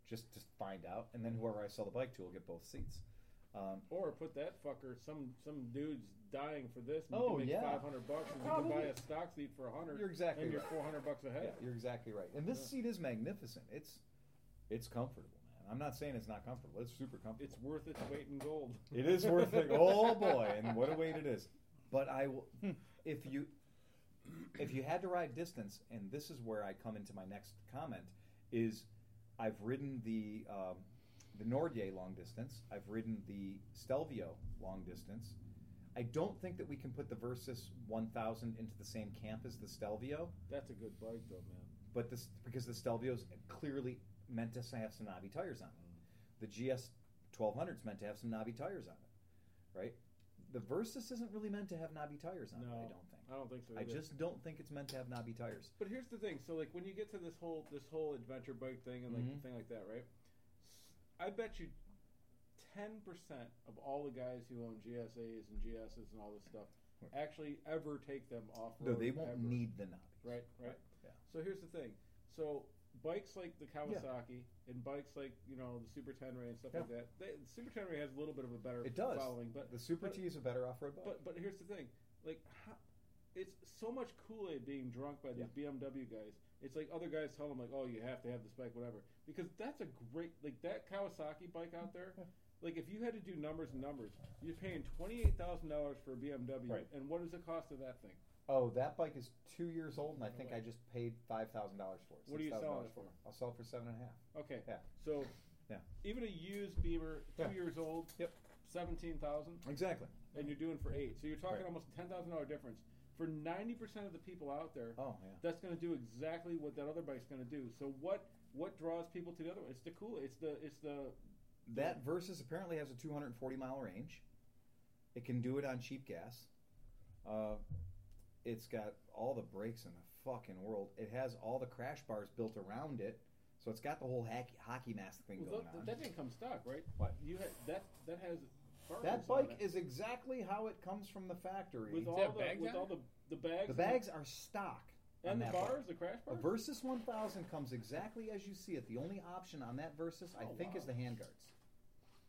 S1: just to find out. And then whoever I sell the bike to will get both seats. Um,
S5: Or put that fucker. Some some dude's dying for this. And
S1: Oh,
S5: you can make
S1: yeah.
S5: 500 bucks, and you can buy
S1: Probably.
S5: a stock seat for 100.
S1: You're exactly
S5: And you're
S1: right.
S5: 400 bucks
S1: yeah,
S5: ahead.
S1: you're exactly right. And this seat is magnificent. It's it's comfortable, man. I'm not saying it's not comfortable. It's super comfortable.
S5: It's worth its weight in gold.
S1: It is worth it. Oh boy, and what a weight it is. But I will, if you, if you had to ride distance, and this is where I come into my next comment, is I've ridden the um, the Nordier long distance. I've ridden the Stelvio long distance. I don't think that we can put the Versus 1000 into the same camp as the Stelvio,
S5: That's a good bike, though, man.
S1: but this because the Stelvio is clearly meant to have some knobby tires on it. The GS 1200 is meant to have some knobby tires on it, right? The Versus isn't really meant to have knobby tires on it. I
S5: No.
S1: don't think.
S5: I don't think so.
S1: I
S5: either.
S1: just don't think it's meant to have knobby tires.
S5: But here's the thing. So like when you get to this whole this whole adventure bike thing and like
S1: Mhm.
S5: thing like that, right? I bet you ten percent of all the guys who own GSAs and GSs and all this stuff actually ever take them off road.
S1: No, they won't need the knobby.
S5: Right, right.
S1: Yeah.
S5: So here's the thing. So bikes like the Kawasaki and bikes like you know the Super Tenere and stuff like that. They, Super Tenere has a little bit of a better
S1: It does.
S5: following, but
S1: The Super
S5: but-
S1: T is a better off-road bike.
S5: but but here's the thing, like how, it's so much Kool Aid being drunk by these BMW guys. It's like other guys tell them like, oh, you have to have this bike, whatever, because that's a great like that Kawasaki bike out there. Like if you had to do numbers and numbers, you're paying twenty eight thousand dollars for a BMW,
S1: Right.
S5: and what is the cost of that thing?
S1: oh, that bike is two years old, and I think I just paid five thousand dollars for it.
S5: What are you selling
S1: $6,000
S5: it for?
S1: I'll sell it for seven and a half.
S5: Okay,
S1: Yeah.
S5: so
S1: Yeah.
S5: even a used Beamer, two
S1: Yeah.
S5: years old,
S1: Yep.
S5: seventeen thousand,
S1: Exactly.
S5: and you're doing for eight, so you're talking
S1: Right.
S5: almost a ten thousand dollar difference for ninety percent of the people out there.
S1: Oh yeah.
S5: that's going to do exactly what that other bike's going to do. So what what draws people to the other one? It's the cool. It's the it's the
S1: That Versus apparently has a 240 mile range. It can do it on cheap gas. Uh, it's got all the brakes in the fucking world. It has all the crash bars built around it, so it's got the whole hack- hockey mask thing
S5: well,
S1: going
S5: that,
S1: on.
S5: that didn't come stock, right?
S1: What?
S5: you had that that has bars
S1: that
S5: on
S1: bike
S5: it.
S1: is exactly how it comes from the factory.
S5: with all
S2: that
S5: the
S2: bags
S5: with
S2: on
S5: all
S2: it?
S5: the the bags.
S1: the bags are stock.
S5: And the
S1: that
S5: bars, the crash
S1: A
S5: bars.
S1: Versus 1000 comes exactly as you see it. The only option on that Versus,
S5: Oh,
S1: I think, is the handguards.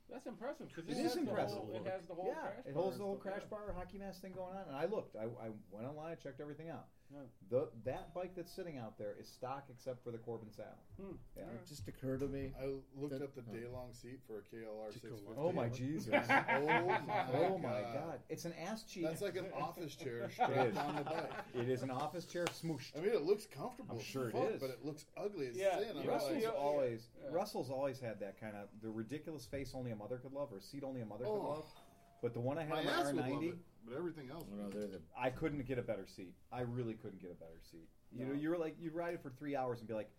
S5: That's impressive. 'cause
S1: It
S5: has
S1: is
S5: the
S1: impressive.
S5: Whole, it has the whole
S1: yeah,
S5: crash
S1: it holds the
S5: bars,
S1: whole
S5: but
S1: crash
S5: yeah.
S1: bar hockey mask thing going on. And I looked. I, I went online. I checked everything out.
S5: Yeah.
S1: The, that bike that's sitting out there is stock except for the Corbin saddle.
S5: Hmm.
S1: Yeah.
S6: It just occurred to me.
S3: I looked
S6: That-
S3: up the
S6: oh.
S3: day long seat for a KLR 650.
S1: Oh my Jesus!
S3: oh my,
S1: oh my God! It's an ass cheek.
S3: That's like an office chair
S1: It
S3: strapped
S1: is.
S3: on the bike.
S1: it is an office chair smooshed.
S3: I mean, it looks comfortable.
S1: I'm
S3: as
S1: sure it
S3: fuck,
S1: is.
S3: but it looks ugly as
S5: Yeah,
S3: sin. I'm
S1: Russell's
S3: like,
S5: yeah.
S1: always
S5: Yeah.
S1: Russell's always had that kind of the ridiculous face only a mother could love or a seat only a mother could
S3: Oh.
S1: love. But the one I had
S3: my
S1: on my
S3: ass would love
S1: R90,
S3: it, but everything else.
S6: You know, they're the
S1: I couldn't get a better seat. I really couldn't get a better seat. You know,
S5: No.
S1: you were like you'd ride it for three hours and be like,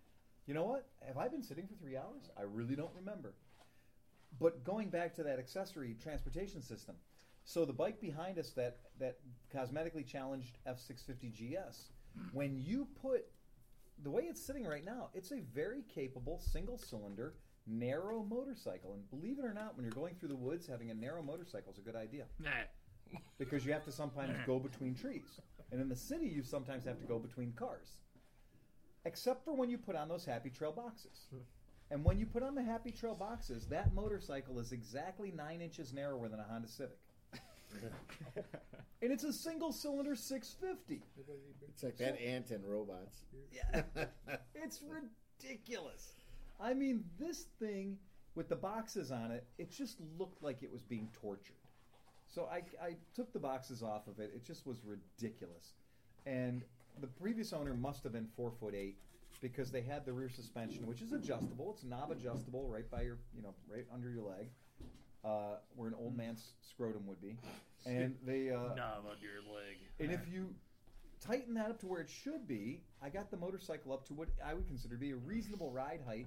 S1: you know what? Have I been sitting for three hours? I really don't remember. But going back to that accessory transportation system, so the bike behind us that that cosmetically challenged F650 GS, when you put the way it's sitting right now, it's a very capable single cylinder narrow motorcycle and believe it or not when you're going through the woods having a narrow motorcycle is a good idea because you have to sometimes go between trees. And in the city, you sometimes have to go between cars. Except for when you put on those Happy Trail boxes. And when you put on the Happy Trail boxes, that motorcycle is exactly nine inches narrower than a Honda Civic. and it's a single cylinder 650.
S6: It's like that ant and robots.
S1: Yeah. It's ridiculous. I mean, this thing with the boxes on it, it just looked like it was being tortured. So I, I took the boxes off of it. It just was ridiculous. And the previous owner must have been four foot eight because they had the rear suspension, which is adjustable. It's knob adjustable right by your, you know, right under your leg, uh, where an old man's scrotum would be. And they uh,
S11: knob on your leg.
S1: and if you tighten that up to where it should be, I got the motorcycle up to what I would consider to be a reasonable ride height.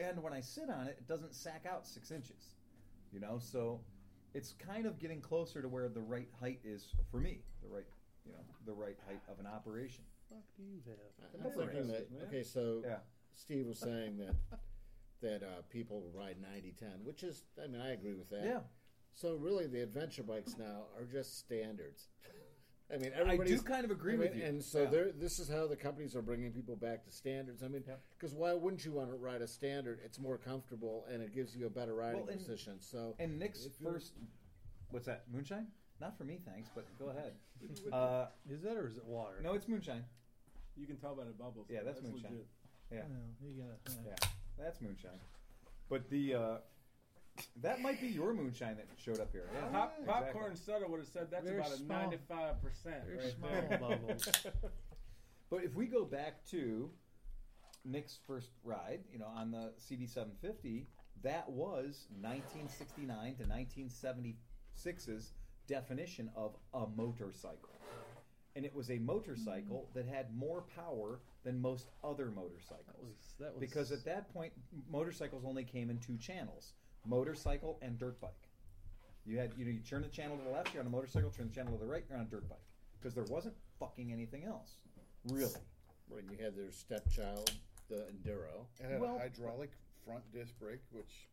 S1: And when I sit on it, it doesn't sack out six inches. You know, so it's kind of getting closer to where the right height is for me. The right, you know, the right height of an operation.
S7: fuck do you have?
S6: I'm thinking that, okay, so
S1: Yeah.
S6: Steve was saying that that uh, people ride 90-10, which is, I mean, I agree with that.
S1: Yeah.
S6: So really, the adventure bikes now are just standards. I mean,
S1: I
S6: everybody's.
S1: do kind of agree
S6: I mean,
S1: with you.
S6: And so
S1: Yeah.
S6: they're, this is how the companies are bringing people back to standards. I mean, because why wouldn't you want to ride a standard? It's more comfortable and it gives you a better riding
S1: Well, and-
S6: position. So
S1: And Nick's
S6: If you're-
S1: first, what's that? Moonshine? Not for me, thanks. But go ahead. Uh,
S7: Is that or is it water?
S1: no, it's moonshine.
S5: You can tell by the bubbles.
S1: Yeah, that's moonshine.
S5: legit.
S1: Yeah.
S7: Oh, you gotta-
S1: Yeah, that's moonshine. But the uh, that might be your moonshine that showed up here. Yeah,
S5: Pop,
S1: exactly.
S5: popcorn soda would have said that's
S7: Very
S5: about a
S7: small.
S5: ninety-five percent.
S7: Very
S5: right
S7: small
S5: there.
S7: bubbles.
S1: But if we go back to Nick's first ride, you know, on the CB750, that was 1969 to 1976's definition of a motorcycle. And it was a motorcycle that had more power than most other
S7: That
S1: motorcycles.
S7: was, that was
S1: because at that point motorcycles only came in two channels motorcycle and dirt bike you had you know you turn the channel to the left you're on a motorcycle turn the channel to the right you're on a dirt bike because there wasn't fucking anything else really
S6: when you had their stepchild, the Enduro,
S3: It had
S1: Well-
S3: a hydraulic front disc brake, which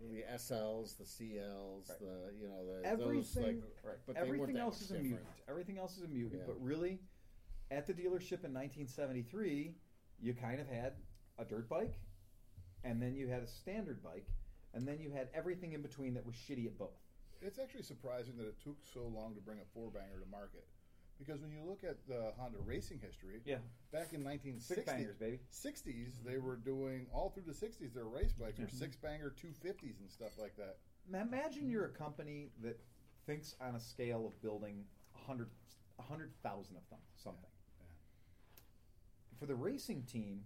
S6: the SLs, the CLs,
S1: Right.
S6: the, you know, the, those
S1: everything
S6: like
S1: right
S6: but they weren't
S1: everything
S6: that
S1: else
S6: much
S1: is a
S6: different.
S1: mutant everything else is a mutant
S6: Yeah.
S1: but really at the dealership in 1973 you kind of had a dirt bike and then you had a standard bike and then you had everything in between that was shitty at both
S3: It's actually surprising that it took so long to bring a four banger to market. Because when you look at the Honda racing history,
S1: yeah
S3: back in 1960s,
S1: six bangers baby
S3: 60s, they were doing all through the 60s, their race bikes
S1: Mm-hmm.
S3: were six banger 250s and stuff like that.
S1: Ma- Imagine you're a company that thinks on a scale of building 100 100,000 of them, something. For the racing team,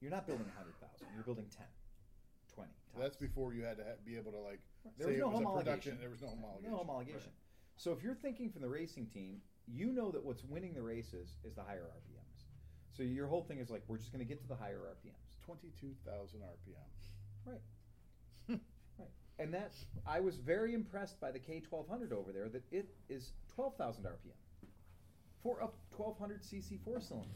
S1: you're not building 100,000, you're building 10, 20. Tops.
S3: That's before you had to ha- be able to like
S1: There was
S3: say
S1: no
S3: it was
S1: homologation.
S3: a production. There was no homologation.
S1: No homologation. So if you're thinking from the racing team, you know that what's winning the races is the higher RPMs. So your whole thing is like, we're just going to get to the higher RPMs.
S3: 22,000 RPM.
S1: And that, I was very impressed by the K1200 over there, that it is 12,000 RPM for a 1200cc four cylinder.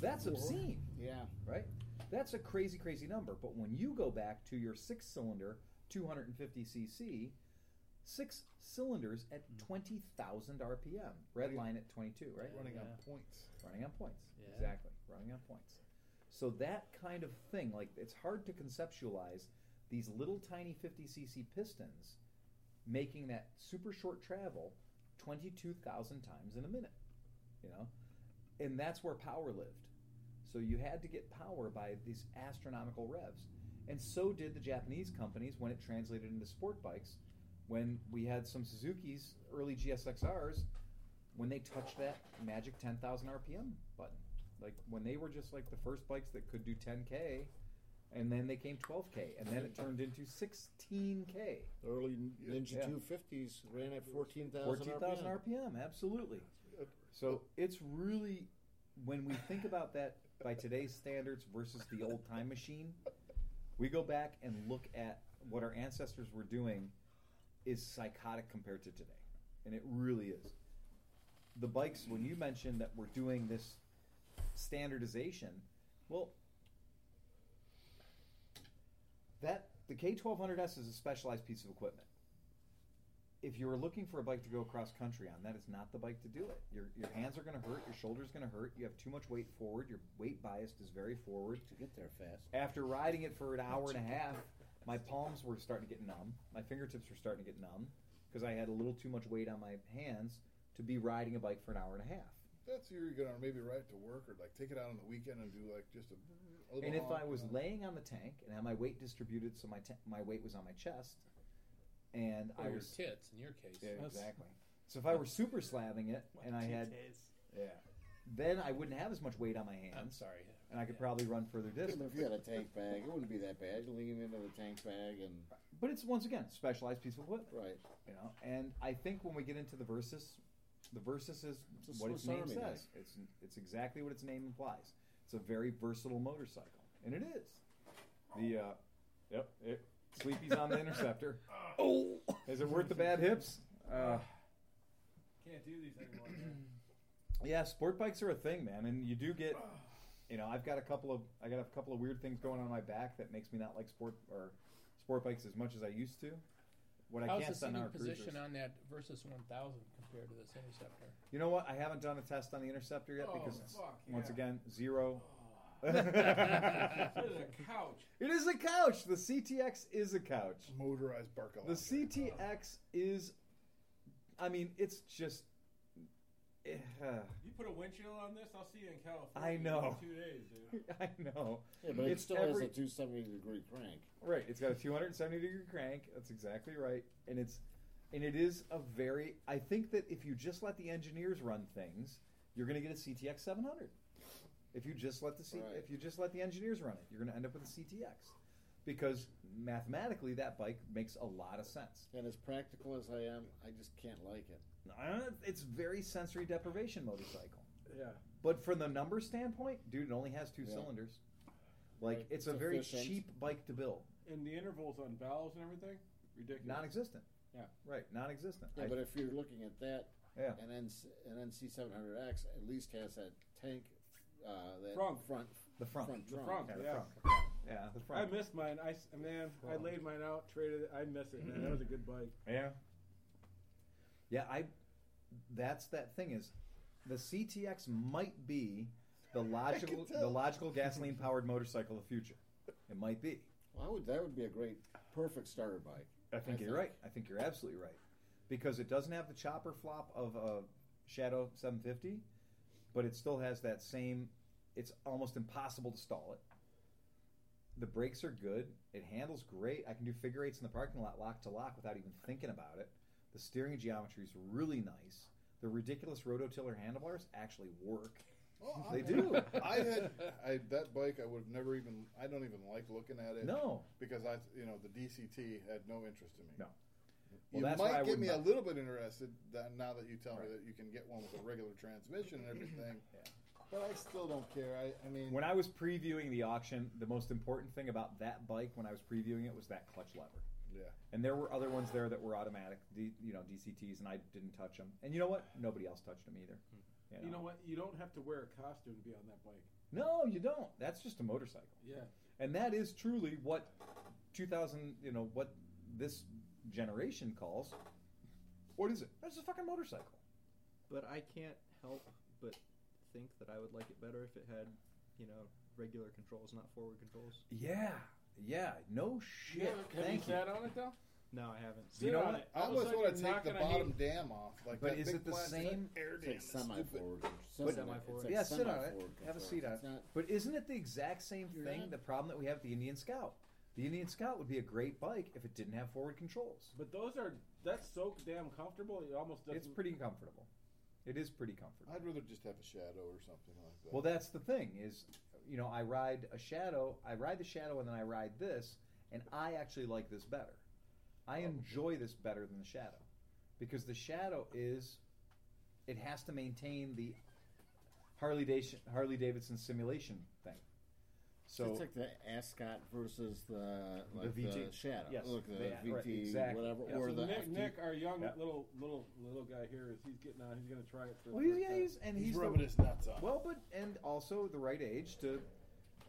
S1: That's obscene,
S6: Yeah.
S1: right? That's a crazy, crazy number. But when you go back to your six cylinder, 250cc, six cylinders at 20,000 RPM. Red line at 22, right?
S3: Running on
S7: Yeah.
S3: points.
S1: Running on points.
S7: Yeah.
S1: Exactly. Running on points. So that kind of thing, like it's hard to conceptualize these little tiny 50cc pistons making that super short travel 22,000 times in a minute, you know? And that's where power lived. So you had to get power by these astronomical revs. And so did the Japanese companies when it translated into sport bikes. When we had some Suzuki's early GSXRs, when they touched that magic 10,000 RPM button. Like when they were just like the first bikes that could do 10K, and then they came 12K, and then it turned into 16K.
S6: Early Ninja
S1: Yeah.
S6: 250s ran at 14,000
S1: 14,000
S6: RPM.
S1: RPM, absolutely. So it's really, when we think about that by today's standards versus the old time machine, we go back and look at what our ancestors were doing is psychotic compared to today. And it really is. The bikes, when you mentioned that we're doing this standardization, well, that the K1200S is a specialized piece of equipment if you're looking for a bike to go cross country on, that is not the bike to do it. Your, your hands are going to hurt, your shoulders going to hurt, you have too much weight forward, your weight bias is very forward.
S11: to get there fast.
S1: After riding it for an hour and a half, my palms were starting to get numb, my fingertips were starting to get numb because I had a little too much weight on my hands to be riding a bike for an hour and a half.
S3: That's you're gonna maybe ride it to work or like take it out on the weekend and do like just a, a little.
S1: And if
S3: honk,
S1: I was
S3: you know.
S1: laying on the tank and had my weight distributed so my, t- my weight was on my chest, and
S2: Or
S1: I
S2: your
S1: was.
S2: tits, in your case.
S1: Yeah, exactly. So if I were super slamming it and I had Yeah. Then I wouldn't have as much weight on my
S2: I'm
S1: hands,
S2: sorry.
S1: and I could probably run further
S6: Even
S1: distance.
S6: if you had a tank bag, it wouldn't be that bad. You lean into the tank bag and
S1: But it's once again specialized piece of equipment,
S6: right.
S1: you know. And I think when we get into the versus, the versus is
S6: It's a
S1: what its
S6: Swiss
S1: name
S6: Army
S1: says.
S6: knife.
S1: It's it's exactly what its name implies. It's a very versatile motorcycle, and it is. The uh, yep, it, Sleepy's on the interceptor. oh, is it worth the bad hips? Uh,
S5: Can't do these anymore.
S1: Yeah, sport bikes are a thing, man, and you do get. You know, I've got a couple of I got a couple of weird things going on in my back that makes me not like sport or sport bikes as much as I used to. What I
S2: How's the
S1: can't send
S2: sitting
S1: out
S2: position
S1: cruisers.
S2: on that versus 1,000 compared to this interceptor?
S1: You know what? I haven't done a test on the interceptor yet because it's,
S5: Oh, fuck,
S1: once again zero.
S5: This is
S1: it
S5: a couch.
S1: is a couch. The CTX is a couch.
S5: Oh,
S3: motorized bark
S1: The CTX is, I mean, it's just. eh,
S5: You put a windshield on this, I'll see you in California.
S1: I know.
S5: In two days, dude.
S1: I know.
S6: Yeah, but it
S1: It's
S6: still
S1: every-
S6: has a 270 degree crank.
S1: Right. It's got a 270 degree crank. That's exactly right. And it's and it is a very I think that if you just let the engineers run things, you're going to get a CTX 700. If you just let the C,
S6: Right.
S1: if you just let the engineers run it, you're going to end up with a CTX because mathematically that bike makes a lot of sense.
S6: And as practical as I am, I just can't like it.
S1: Uh, It's very sensory deprivation motorcycle.
S5: Yeah.
S1: But from the number standpoint, dude, it only has two
S6: Yeah.
S1: cylinders. Like
S6: Right.
S1: it's
S6: It's
S1: a very
S6: efficient.
S1: cheap bike to build,
S5: And the intervals on valves and everything, ridiculous.
S1: non-existent.
S5: Yeah.
S1: Right, non-existent.
S6: Yeah,
S1: I-
S6: but if you're looking at that,
S1: Yeah.
S6: and then an NC700X at least has that tank, uh, that
S5: Front.
S6: front,
S1: the front.
S6: front
S5: The
S6: trunk.
S5: front,
S1: Yeah, the
S5: yeah.
S1: front. Yeah, the
S5: I
S1: front.
S5: missed mine. I s- man, I laid mine out, traded it. I miss it, man. That was a good bike.
S1: yeah. Yeah, I. That's that thing is, the CTX might be the logical the logical gasoline powered motorcycle of the future. It might be.
S6: Well, I would, that would be a great, perfect starter bike.
S1: I think
S6: I
S1: you're
S6: think-
S1: right. I think you're absolutely right because it doesn't have the chopper flop of a Shadow 750, but it still has that same. It's almost impossible to stall it. The brakes are good. It handles great. I can do figure eights in the parking lot, lock to lock, without even thinking about it. The steering geometry is really nice. The ridiculous rototiller handlebars actually work.
S3: Oh,
S1: They
S3: I-
S1: do.
S3: I had I, that bike. I would have never even. I don't even like looking at it.
S1: No,
S3: because I, you know, the DCT had no interest in me.
S1: No.
S3: You
S1: Well, that's why I
S3: might get
S1: wouldn't
S3: me a
S1: buy-
S3: little bit interested that now that you tell
S1: Right.
S3: me that you can get one with a regular transmission and everything. But I still don't care. I, I mean,
S1: When I was previewing the auction, the most important thing about that bike when I was previewing it was that clutch lever.
S3: yeah.
S1: And there were other ones there that were automatic, D, you know, DCTs, and I didn't touch them. And you know what? Nobody else touched them either. You know?
S5: Hmm. You know what? You don't have to wear a costume to be on that bike.
S1: No, you don't. That's just a motorcycle,
S5: Yeah.
S1: and that is truly what 2000, you know, what this generation calls What is it?
S7: That's a fucking motorcycle.
S4: But I can't help but think that I would like it better if it had, you know, regular controls, not forward controls.
S1: Yeah, yeah, no shit.
S5: Have
S1: Thank
S5: you sat on it though?
S4: No, I haven't.
S5: Sit
S1: know
S5: on
S1: what?
S5: it.
S3: I
S5: All of a
S3: almost
S5: sudden,
S3: want to
S5: you're
S3: take
S5: not
S3: the
S5: gonna
S3: bottom
S5: need-
S3: dam off. Like
S1: But
S3: that
S1: is
S3: big
S1: it the
S3: plastic
S1: same-
S3: air
S6: It's
S3: dam
S6: like
S3: is
S6: semi
S3: stupid.
S6: forward.
S4: Semi-forward.
S1: Yeah, sit on it. Have a seat on it. But isn't it the exact same
S6: You're
S1: thing?
S6: not-
S1: The problem that we have with the Indian Scout. The Indian Scout would be a great bike if it didn't have forward controls.
S5: But those are that's so damn comfortable. It almost doesn't.
S1: It's pretty comfortable. It is pretty comfortable.
S3: I'd rather just have a shadow or something like that.
S1: Well, that's the thing is, you know, I ride a shadow. I ride the shadow, and then I ride this, and I actually like this better. I enjoy this better than the shadow, because the shadow is, it has to maintain the Harley Davidson Harley Davidson simulation thing. So
S6: it's like the Ascot versus the like the,
S1: VT.
S6: Shadow.
S1: Yes.
S6: Look, the
S1: Yeah,
S6: VT,
S1: right, exactly.
S6: whatever,
S1: Yeah.
S6: or
S5: So
S6: the
S5: Nick,
S6: FT.
S5: Nick, our young
S1: Yeah.
S5: little little little guy here is he's getting on. He's gonna try it for. the
S1: well, he's,
S5: first
S1: yeah,
S5: time.
S1: he's and
S3: he's,
S1: he's,
S3: rubbing
S1: the-
S3: his nuts off.
S1: Well, but and also the right age to,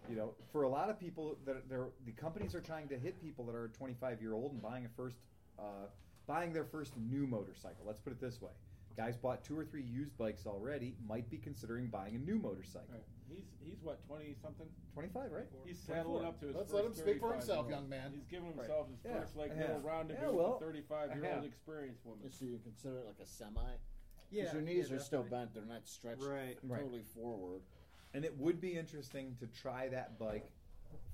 S1: you know, for a lot of people that they're the companies are trying to hit people that are 25 year old and buying a first, uh, buying their first new motorcycle. Let's put it this way: guys bought two or three used bikes already, might be considering buying a new motorcycle.
S5: Right. He's he's what twenty something.
S1: 25, right?
S5: He's
S1: 24.
S5: saddling up to his.
S3: Let's
S5: first
S3: let him speak for
S5: 35
S3: himself,
S5: year old.
S3: young man.
S5: He's giving
S1: Right.
S5: himself his
S1: Yeah,
S5: first like
S1: I
S5: little
S1: have.
S5: roundabout
S1: Yeah, well,
S5: with a thirty-five year
S1: I
S5: old
S1: have.
S5: experienced woman.
S6: So you consider it like a semi?
S4: Yeah,
S6: Because your
S4: yeah,
S6: knees are still
S4: definitely.
S6: bent; they're not stretched
S4: Right.
S1: Right.
S6: totally forward.
S1: And it would be interesting to try that bike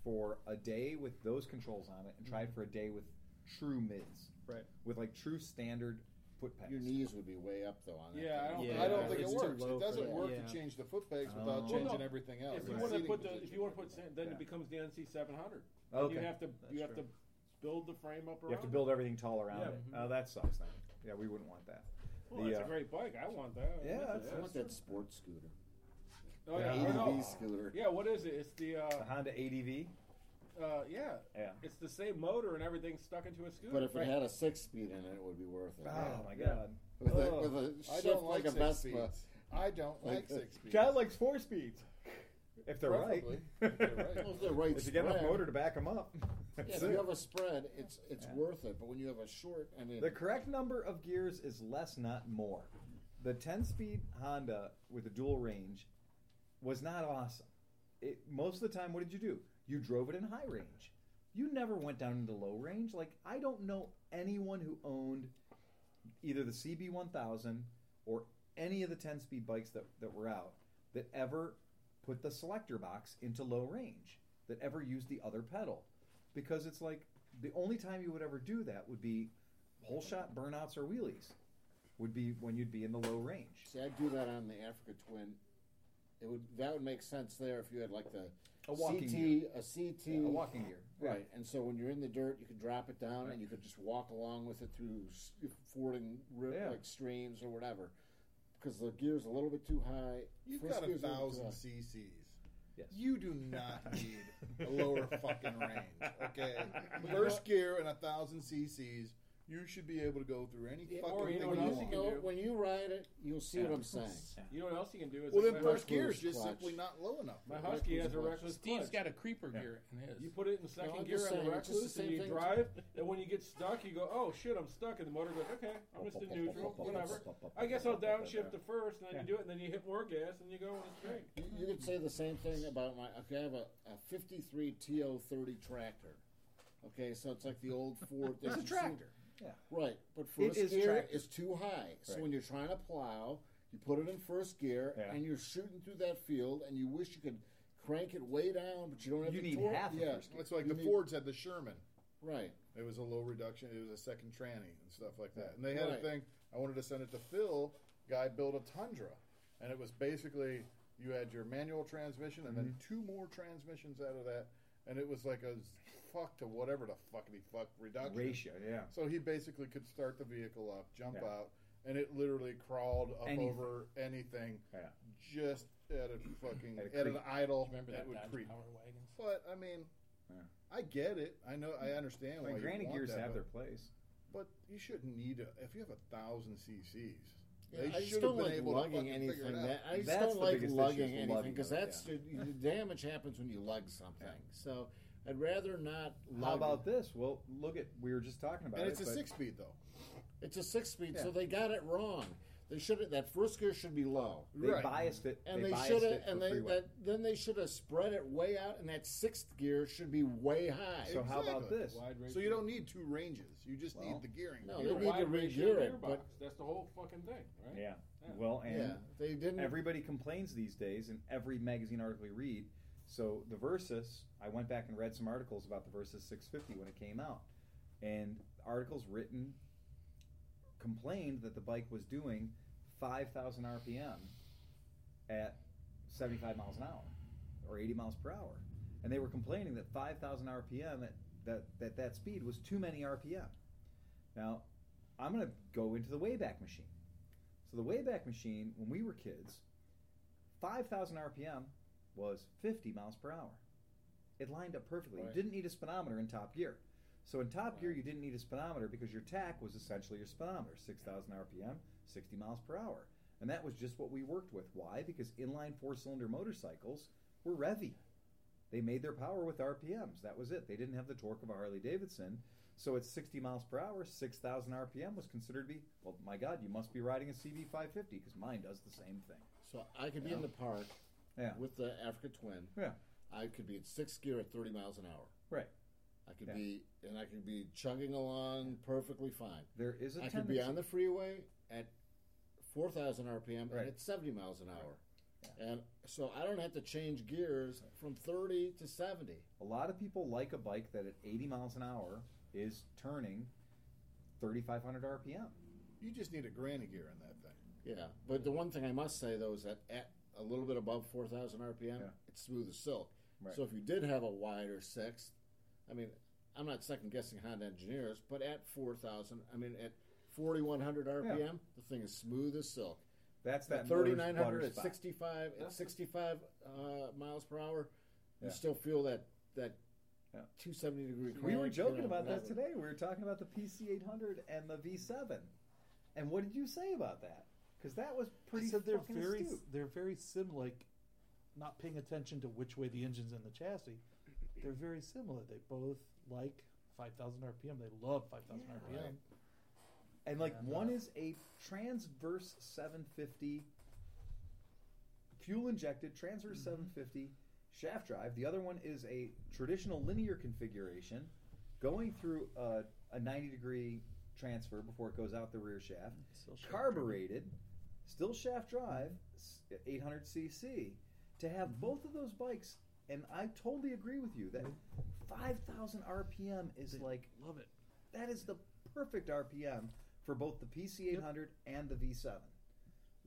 S1: for a day with those controls on it, and try it for a day with true mids,
S4: Right.
S1: with like true standard foot pegs.
S6: Your knees would be way up though on that.
S5: Yeah, I
S6: thing.
S5: don't-
S4: Yeah,
S3: I don't think it
S4: it's too
S3: works.
S4: low
S3: It
S4: for
S3: doesn't
S4: that.
S3: work
S4: Yeah.
S3: to change the foot pegs
S1: Oh.
S3: without
S1: Well,
S3: changing
S5: no.
S3: everything else.
S5: If you
S3: Right.
S5: want to
S3: Seating
S5: put the if
S3: position.
S5: you want to put sand, then it becomes the NC seven hundred.
S1: Okay.
S5: You have to you have
S4: true.
S5: to build the frame up around.
S1: You have to build everything tall around
S5: Yeah.
S1: it. Oh, that sucks. Then. Yeah, we wouldn't want that.
S5: It. Well,
S1: the,
S5: that's
S1: uh,
S5: a great bike. I want that.
S1: Yeah,
S5: That's-
S1: that's-
S6: I want
S5: that's-
S6: that sports scooter.
S5: Oh
S1: Yeah.
S5: yeah,
S1: Either
S5: or no.
S6: ADV scooter.
S5: yeah. What is it? It's the
S1: The
S5: uh,
S1: Honda ADV.
S5: uh, yeah.
S1: Yeah.
S5: It's the same motor and everything stuck into a scooter.
S6: But if
S5: Right.
S6: it had a six speed in it, it would be worth it.
S1: Oh my
S5: Yeah.
S1: god.
S6: With a,
S1: Ugh.
S6: with a
S3: I
S6: shift
S3: don't like,
S6: like, a
S3: six
S6: Vespa.
S3: speeds. I don't like,
S6: Like a-
S1: uh,
S3: six speeds.
S1: likes four speeds. If they're
S3: Preferably,
S1: right.
S3: if they're right.
S6: Well, if they're right
S1: if you get enough
S6: spread-
S1: motor to back them up.
S6: Yeah,
S1: that's
S6: if you
S1: it.
S6: have a spread, it's it's worth it. But when you have a short, I mean,
S1: The correct number of gears is less, not more. The 10 speed Honda with a dual range was not awesome. It, most of the time, what did you do? You drove it in high range. You never went down into low range. Like, I don't know anyone who owned either the CB1000 or any of the 10 speed bikes that, that were out that ever put the selector box into low range, that ever used the other pedal. Because it's like the only time you would ever do that would be whole shot burnouts or wheelies, would be when you'd be in the low range.
S6: see, I'd do that on the Africa Twin. It would that would make sense there if you had like the
S1: A walking
S6: CT,
S1: gear.
S6: a CT,
S1: Yeah, a walking gear.
S6: right? And so when you're in the dirt, you could drop it down and you could just walk along with it through s- fording ri
S1: Yeah.
S6: like streams or whatever. Because the gear's a little bit too high.
S3: You've
S6: First
S3: got a
S6: gear's little too
S3: thousand
S6: high.
S3: cc's.
S1: Yes.
S3: You do not need a lower fucking range, okay? First gear and a thousand cc's, you should be able to go through any
S6: Yeah,
S3: fucking
S5: or you
S3: thing
S5: know
S3: you
S5: what else you
S3: want.
S5: can
S6: Well,
S5: do?
S6: When you ride it, you'll see what I'm saying.
S5: You know what else you can do is
S3: Well,
S5: like
S3: then
S5: my,
S3: first gear is
S6: clutch.
S3: just simply not low enough.
S5: my
S6: Reckless
S5: husky has a
S6: clutch.
S5: reckless
S2: Steve's
S5: clutch.
S2: got a creeper gear in his.
S5: You put it in second
S6: No, I'm
S5: gear
S6: just
S5: on the
S6: saying, it's just
S5: reckless,
S6: the
S5: and
S6: same
S5: you
S6: thing.
S5: drive. And when you get stuck, you go, "Oh shit, I'm stuck," and the motor goes, "Okay, I'm just in neutral, whatever." I guess I'll downshift to first, and then you do it, and then you hit more gas, and you go on a straight.
S6: You, you could say the same thing about my. Okay, I have a, a 53 TO30 tractor. Okay, so it's like the old Ford. that
S1: It's a
S6: you see-
S1: tractor. Yeah.
S6: right, but
S1: It
S6: first
S1: is
S6: gear
S1: tractor.
S6: is too high. So
S1: Right.
S6: when you're trying to plow, you put it in first gear,
S1: Yeah.
S6: and you're shooting through that field, and you wish you could crank it way down, but you don't have
S1: You
S6: the
S1: need
S6: torque.
S1: half of
S6: yeah,
S1: first
S3: It's like
S6: You
S3: the
S6: need-
S3: Fords had the Sherman.
S6: Right.
S3: It was a low reduction. It was a second tranny and stuff like that. And they had
S6: Right.
S3: a thing. I wanted to send it to Phil. Guy built a Tundra, and it was basically you had your manual transmission and then
S1: Mm-hmm.
S3: two more transmissions out of that, and it was like a fuck to whatever the fuckity fuck reduction
S1: Ratio, yeah.
S3: So he basically could start the vehicle up, jump
S1: Yeah.
S3: out, and it literally crawled up
S1: Anything.
S3: over anything,
S1: Yeah.
S3: just at a fucking
S1: At a
S3: at an
S1: creep.
S3: idle.
S2: Remember
S3: it
S2: that
S3: would
S2: Dodge
S3: creep.
S2: Power Wagon?
S3: But I mean,
S1: Yeah.
S3: I get it. I know. I understand why
S1: Like, granny
S3: you want
S1: gears
S3: that,
S1: have
S3: but-
S1: their place.
S3: but you shouldn't need a, if you have a thousand CCs.
S6: Yeah, I just
S3: should have
S6: don't
S3: been
S6: like
S3: able to
S6: lugging
S3: fucking figure
S6: anything.
S3: it out.
S6: That, I just
S1: That's
S6: don't
S1: the
S6: like
S1: biggest issue
S6: lugging
S1: is
S6: anything
S1: lugging
S6: because
S1: it,
S6: that's the damage happens when you lug something. So I'd rather not. Lug
S1: How about this? Well, look at we were just talking about
S3: And
S1: it.
S3: it's a
S1: but
S3: six speed though.
S6: It's a six speed, so they got it wrong. They should that first gear should be low.
S1: They
S3: Right.
S1: biased it.
S6: And
S1: they,
S6: they,
S1: biased
S6: should have,
S1: it for
S6: and they
S1: freeway.
S6: that, then they should have spread it way out, and that sixth gear should be way high.
S1: So how about
S3: Exactly.
S1: this?
S5: Wide
S3: So
S5: ratio.
S3: you don't need two ranges. You just
S1: Well,
S3: need the gearing.
S6: no,
S3: You
S6: they
S3: don't
S6: need
S3: want-
S5: Wide
S6: to
S5: ratio
S6: regear it,
S5: gearbox.
S6: but-
S5: that's the whole fucking thing, right?
S1: Yeah.
S5: Yeah.
S1: Well, and
S6: yeah, they didn't.
S1: everybody complains these days in every magazine article you read. So the Versus, I went back and read some articles about the Versus 650 when it came out, and articles written complained that the bike was doing 5,000 RPM at 75 miles an hour or 80 miles per hour, and they were complaining that 5,000 RPM at that that that speed was too many RPM. Now, I'm going to go into the Wayback Machine. So the Wayback Machine, when we were kids, 5,000 RPM was 50 miles per hour. It lined up perfectly. You
S6: Right.
S1: didn't need a speedometer in Top Gear. So in Top Gear, you didn't need a speedometer because your tack was essentially your speedometer, 6,000 RPM, 60 miles per hour. And that was just what we worked with. Why? Because inline four-cylinder motorcycles were revvy. They made their power with RPMs. That was it. They didn't have the torque of a Harley Davidson. So at 60 miles per hour, 6,000 RPM was considered to be, well, my God, you must be riding a CB550 because mine does the same thing.
S6: So I could be in the park
S1: Yeah.
S6: with the Africa Twin.
S1: Yeah.
S6: I could be in sixth gear at thirty miles an hour.
S1: Right.
S6: I could
S1: Yeah.
S6: be and I could be chugging along perfectly fine.
S1: There is a
S6: I could
S1: tendency.
S6: be on the freeway at four thousand RPM
S1: Right.
S6: and at seventy miles an hour. And so I don't have to change gears from thirty to seventy.
S1: a lot of people like a bike that at 80 miles an hour is turning 3,500 RPM.
S3: You just need a granny gear in that thing.
S6: Yeah, but the one thing I must say though is that at a little bit above 4,000 RPM,
S1: Yeah.
S6: it's smooth as silk.
S1: Right.
S6: So if you did have a wider sixth, I mean, I'm not second guessing Honda engineers, but at 4,000, I mean, at 4,100 RPM, the thing is smooth as silk.
S1: That's that
S6: At
S1: motor's butter
S6: 3,900 at
S1: spot.
S6: 65 at 65 uh, miles per hour,
S1: Yeah.
S6: you still feel that that
S1: Yeah.
S6: 270 degree.
S1: We
S6: crank,
S1: were
S6: you
S1: joking
S6: know,
S1: about that
S6: whatever.
S1: today. We were talking about the PC800 and the V7. And what did you say about that? Because that was pretty
S7: I said they're
S1: fucking
S7: very
S1: astute.
S7: they're very sim like not paying attention to which way the engine's in the chassis. They're very similar. They both like 5,000 RPM. They love 5,000 RPM.
S1: And like one is a transverse 750 fuel injected transverse
S7: Mm-hmm.
S1: 750 shaft drive. The other one is a traditional linear configuration going through a, a 90 degree transfer before it goes out the rear shaft.
S7: Mm, Still shaft drive.
S1: carbureted, still shaft drive, s- 800 cc. To have
S7: Mm-hmm.
S1: both of those bikes, and I totally agree with you that
S7: Mm-hmm.
S1: 5,000 RPM is like
S7: Love it.
S1: that is the perfect RPM for both the PC800 and the V7.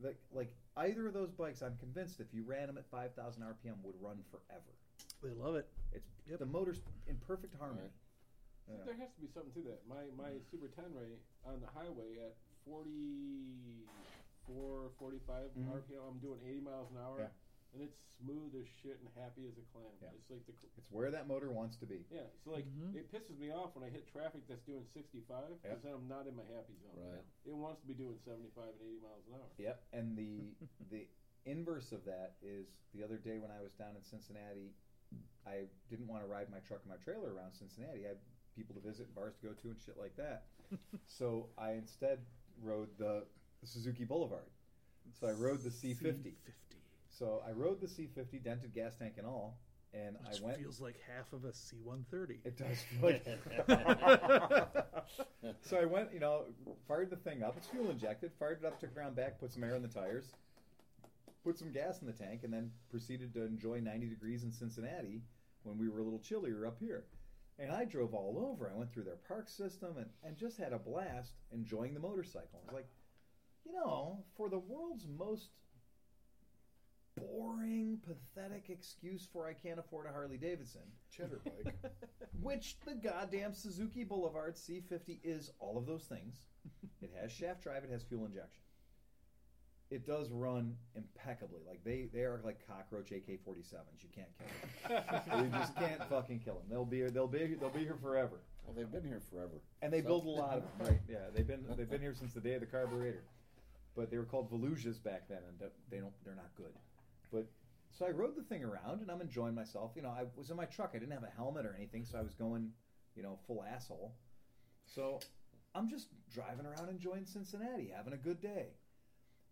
S1: Like, like either of those bikes, I'm convinced if you ran them at 5,000 RPM would run forever.
S7: They love it.
S1: It's
S7: Yep.
S1: the motor's in perfect harmony.
S6: Right.
S1: Yeah. Mm.
S5: There has to be something to that. My my Super Tenere on the highway at 44, 45
S1: Mhm.
S5: RPM, I'm doing 80 miles an hour,
S1: Yeah.
S5: and it's smooth as shit and happy as a clam.
S1: Yeah.
S5: It's like the cl-
S1: It's where that motor wants to be.
S5: yeah. So like
S7: Mhm.
S5: it pisses me off when I hit traffic that's doing 65 because
S1: Yep.
S5: then I'm not in my happy zone.
S6: Right.
S5: It wants to be doing 75 and 80 miles an hour.
S1: Yep. And the the inverse of that is the other day when I was down in Cincinnati, I didn't want to ride my truck and my trailer around Cincinnati. I had people to visit, bars to go to, and shit like that. so I instead rode the Suzuki Boulevard. So I rode the C50. So I rode the C50, dented gas tank and all, and
S7: Which
S1: I went.
S7: feels like half of a C130.
S1: It does feel like. so I went, you know, fired the thing up. It's fuel injected. Fired it up, took it around back, put some air in the tires, put some gas in the tank, and then proceeded to enjoy 90 degrees in Cincinnati when we were a little chillier up here. And I drove all over. I went through their park system and, and just had a blast enjoying the motorcycle. I was like, you know, for the world's most boring, pathetic excuse for I can't afford a Harley Davidson,
S3: Cheddar bike.
S1: which the goddamn Suzuki Boulevard C50 is all of those things. It has shaft drive, it has fuel injection. It does run impeccably. Like they, they are like cockroach AK-47s. You can't kill them. you just can't fucking kill them. They'll be they'll be they'll be here forever.
S6: Well, they've been here forever.
S1: And they
S6: So-
S1: build a lot of them, right? Yeah, they've been they've been here since the day of the carburetor. But they were called Volusias back then, and don't- they don't they're not good. But so I rode the thing around, and I'm enjoying myself. You know, I was in my truck. I didn't have a helmet or anything, so I was going, you know, full asshole. So I'm just driving around enjoying Cincinnati, having a good day.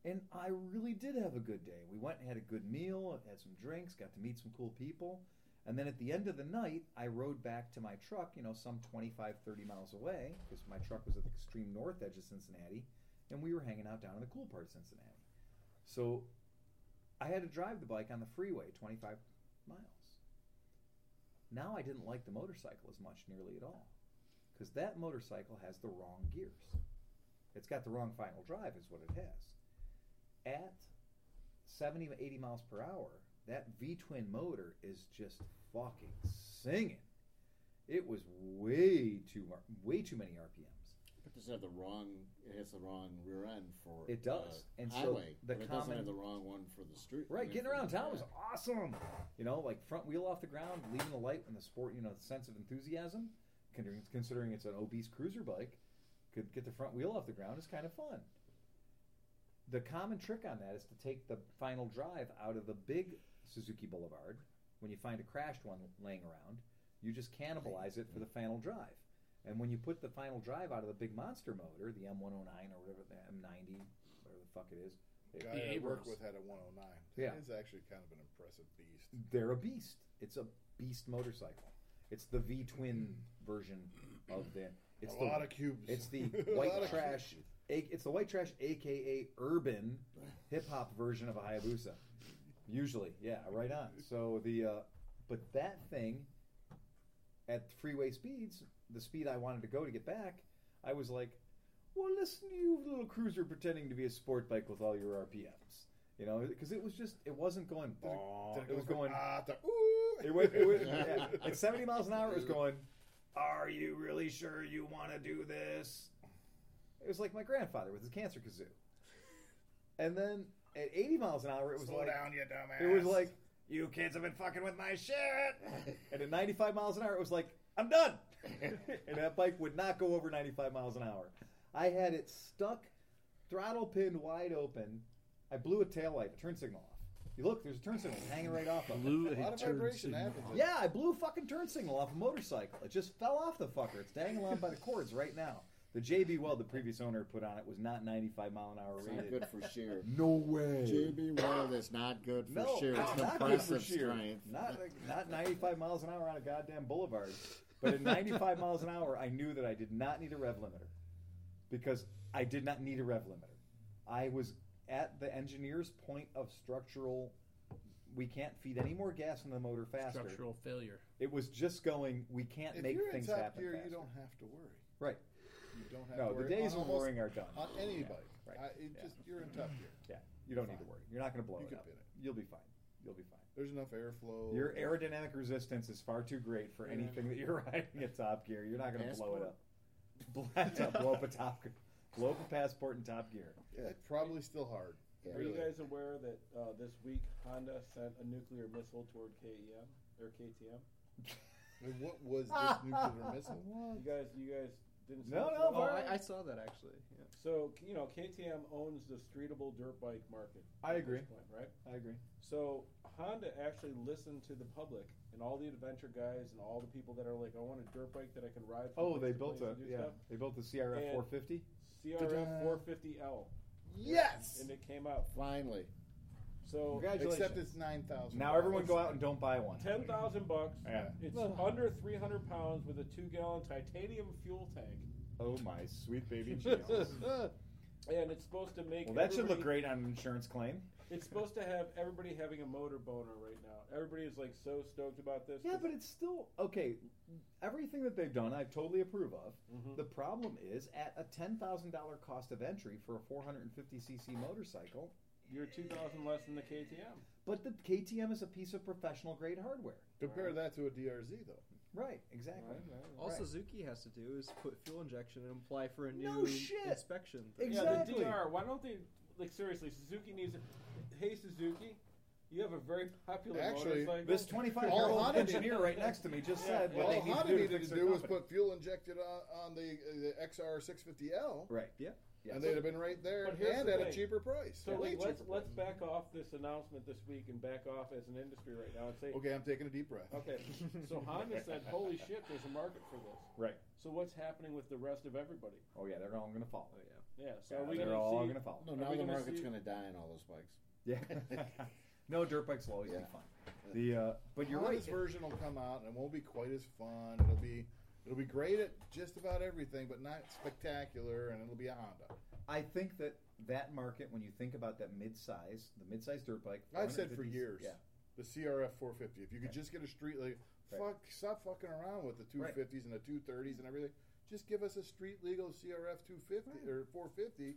S1: And I really did have a good day. We went and had a good meal, had some drinks, got to meet some cool people. And then at the end of the night, I rode back to my truck, you know, some 25, 30 miles away, because my truck was at the extreme north edge of Cincinnati, and we were hanging out down in the cool part of Cincinnati. So I had to drive the bike on the freeway 25 miles. Now I didn't like the motorcycle as much nearly at all, because that motorcycle has the wrong gears. It's got the wrong final drive, is what it has at 70, 80 miles per hour, that V twin motor is just fucking singing. It was way too mar- way too many RPMs.
S6: It doesn't have the wrong. It has the wrong rear end for
S1: It does.
S6: uh,
S1: And so
S6: highway,
S1: the
S6: but it doesn't
S1: common-
S6: have the wrong one for the street. I
S1: Right,
S6: mean,
S1: getting
S6: for
S1: around
S6: the
S1: town was
S6: track.
S1: awesome. You know, like front wheel off the ground, leaving the light when the sport, you know, the sense of enthusiasm, considering- considering it's an obese cruiser bike, could get the front wheel off the ground is kind of fun. The common trick on that is to take the final drive out of the big Suzuki Boulevard. When you find a crashed one laying around, you just cannibalize it for the final drive. And when you put the final drive out of the big monster motor, the M109 or whatever, the M90, whatever the fuck it is,
S3: The guy
S2: The
S3: I worked
S2: Abrams.
S3: with had a 109.
S1: Yeah.
S3: It's actually kind of an impressive beast.
S1: they're a beast. It's a beast motorcycle. It's the V twin version of the. It's
S3: a
S1: the,
S3: lot of cubes.
S1: It's the
S3: A lot
S1: white
S3: of
S1: trash.
S3: cubes.
S1: A, it's the white trash, aka urban hip hop version of a Hayabusa. Usually, yeah, right on. So the, uh, but that thing, at freeway speeds, the speed I wanted to go to get back, I was like, well, listen, you little cruiser pretending to be a sport bike with all your RPMs. You know, because it was just, it wasn't going,
S3: Did
S1: it was
S3: go from
S1: going,
S3: ah to ooh.
S1: it went, it went yeah, at 70 miles an hour, it was going, Are you really sure you want to do this? It was like my grandfather with his cancer kazoo. And then at 80 miles an hour, it was
S3: Slow
S1: like,
S3: down, you dumbass.
S1: It was like, You kids have been fucking with my shit. and at 95 miles an hour, it was like, I'm done. and that bike would not go over 95 miles an hour. I had it stuck, throttle pinned wide open. I blew a taillight, a turn signal off. You look, there's a turn signal hanging right off of it.
S8: Blew
S3: a lot of
S8: turn
S3: vibration
S8: signal.
S3: happens.
S1: Yeah, I blew a fucking turn signal off a motorcycle. It just fell off the fucker. It's dangling on by the cords right now. The JB Weld the previous owner put on it was not 95 mile an hour
S6: It's not
S1: rated.
S6: good for sheer.
S1: No way.
S6: JB Weld is not good for
S1: No,
S6: sheer. It's
S1: it's
S6: an
S1: not good for
S6: impressive
S1: sheer.
S6: strength.
S1: Not not 95 miles an hour on a goddamn boulevard. But at 95 miles an hour, I knew that I did not need a rev limiter because I did not need a rev limiter. I was at the engineer's point of structural. We can't feed any more gas in the motor faster.
S2: Structural failure.
S1: It was just going. We can't
S3: If
S1: make
S3: you're in
S1: things
S3: top
S1: happen.
S3: gear,
S1: faster.
S3: you don't have to worry.
S1: Right.
S3: You don't have
S1: No,
S3: to
S1: the
S3: worry.
S1: days
S3: on
S1: of
S3: almost-
S1: roaring are done.
S3: on any
S1: Yeah,
S3: bike.
S1: right.
S3: Uh, I, it
S1: Yeah.
S3: just you're in top gear.
S1: Yeah. You don't need to
S3: Fine.
S1: worry. You're not going to blow
S3: You
S1: it
S3: can
S1: up.
S3: pin it.
S1: You'll be fine. You'll be fine.
S3: There's enough airflow.
S1: Your aerodynamic resistance is far too great for anything that you're riding at Top Gear. You're not going to blow it up. Blow, it up, blow up a Top Gear. Blow up a passport in Top Gear.
S3: yeah, it's probably still hard.
S6: Yeah.
S5: Are you guys aware that uh, this week Honda sent a nuclear missile toward KEM or KTM?
S3: I mean, what was this nuclear missile?
S5: You guys, you guys didn't. see
S1: No,
S5: this?
S1: no,
S4: Oh, I, I saw that actually. Yeah.
S5: So you know, KTM owns the streetable dirt bike market.
S1: I
S5: at this
S1: agree.
S5: point, right?
S1: I agree.
S5: So Honda actually listened to the public and all the adventure guys and all the people that are like, I want a dirt bike that I can ride. From
S1: Oh,
S5: place
S1: they
S5: to
S1: built
S5: place
S1: a
S5: and do
S1: yeah.
S5: stuff.
S1: They built the CRF
S5: And-
S1: 450.
S5: CRF 450L,
S6: Yes.
S5: and it came out.
S6: Finally,
S5: So
S1: Congratulations.
S3: Except it's nine thousand.
S1: now everyone go out and don't buy one.
S5: ten thousand bucks.
S1: Yeah.
S5: It's under 300 pounds with a two-gallon titanium fuel tank,
S1: Oh my sweet baby Jesus.
S5: and it's supposed to make.
S1: Well, that should look
S5: everybody-
S1: great on an insurance claim.
S5: It's supposed to have everybody having a motor boner right now. Everybody is like so stoked about this.
S1: Yeah, but it's still okay. Everything that they've done, I totally approve of.
S5: Mhm.
S1: The problem is, at a ten thousand dollar cost of entry for a four hundred and fifty cc motorcycle,
S5: you're 2,000 less than the KTM.
S1: but the KTM is a piece of professional grade hardware.
S3: compare that to a DRZ though.
S1: Right, exactly.
S4: All
S1: Right.
S4: Suzuki has to do is put fuel injection and apply for a new
S1: No shit.
S4: inspection. thing.
S1: Exact- Exactly.
S5: Yeah, the DR. Why don't they like seriously? Suzuki needs. A, hey Suzuki, you have a very popular
S3: Actually,
S5: motorcycle.
S1: This twenty five year
S3: All
S1: old
S3: Honda did-
S1: engineer right next to me just
S5: Yeah.
S1: said what
S3: All
S1: they need
S3: Honda
S1: to do,
S3: needed
S1: fix
S3: to
S1: their
S3: do was
S1: company.
S3: put fuel injected on, on the, uh, the XR650L.
S1: right.
S4: Yeah.
S1: Yes.
S3: and they'd have been right there
S5: But here's
S3: and
S5: the
S3: at a
S5: thing.
S3: cheaper price.
S5: So
S3: Way
S5: let's,
S3: cheaper
S5: let's
S3: price.
S5: back off this announcement this week and back off as an industry right now and say,
S3: Okay, I'm taking a deep breath.
S5: okay, so Honda said, holy shit, there's a market for this.
S1: Right.
S5: So what's happening with the rest of everybody?
S1: Oh yeah, they're all going to follow.
S5: Yeah, so
S1: Yeah,
S5: are we
S1: they're
S5: gonna
S1: all
S5: see,
S1: going to follow.
S6: No,
S5: Are
S6: now
S5: we
S6: the
S5: gonna
S6: market's
S5: see-
S6: going to die on all those bikes.
S1: Yeah. no, dirt bikes will always be
S6: Yeah.
S1: fun. The uh, but you're right.
S3: This version will come out and it won't be quite as fun. It'll be it'll be great at just about everything, but not spectacular. And it'll be a Honda.
S1: I think that that market, when you think about that mid-size, the mid-size dirt bike,
S3: I've said for
S1: 450s
S3: years,
S1: Yeah,
S3: the CRF 450. If you could just get a street legal,
S1: Right.
S3: fuck, stop fucking around with the
S1: Right.
S3: 250s and the 230s and everything. Just give us a street legal CRF 250 or 450.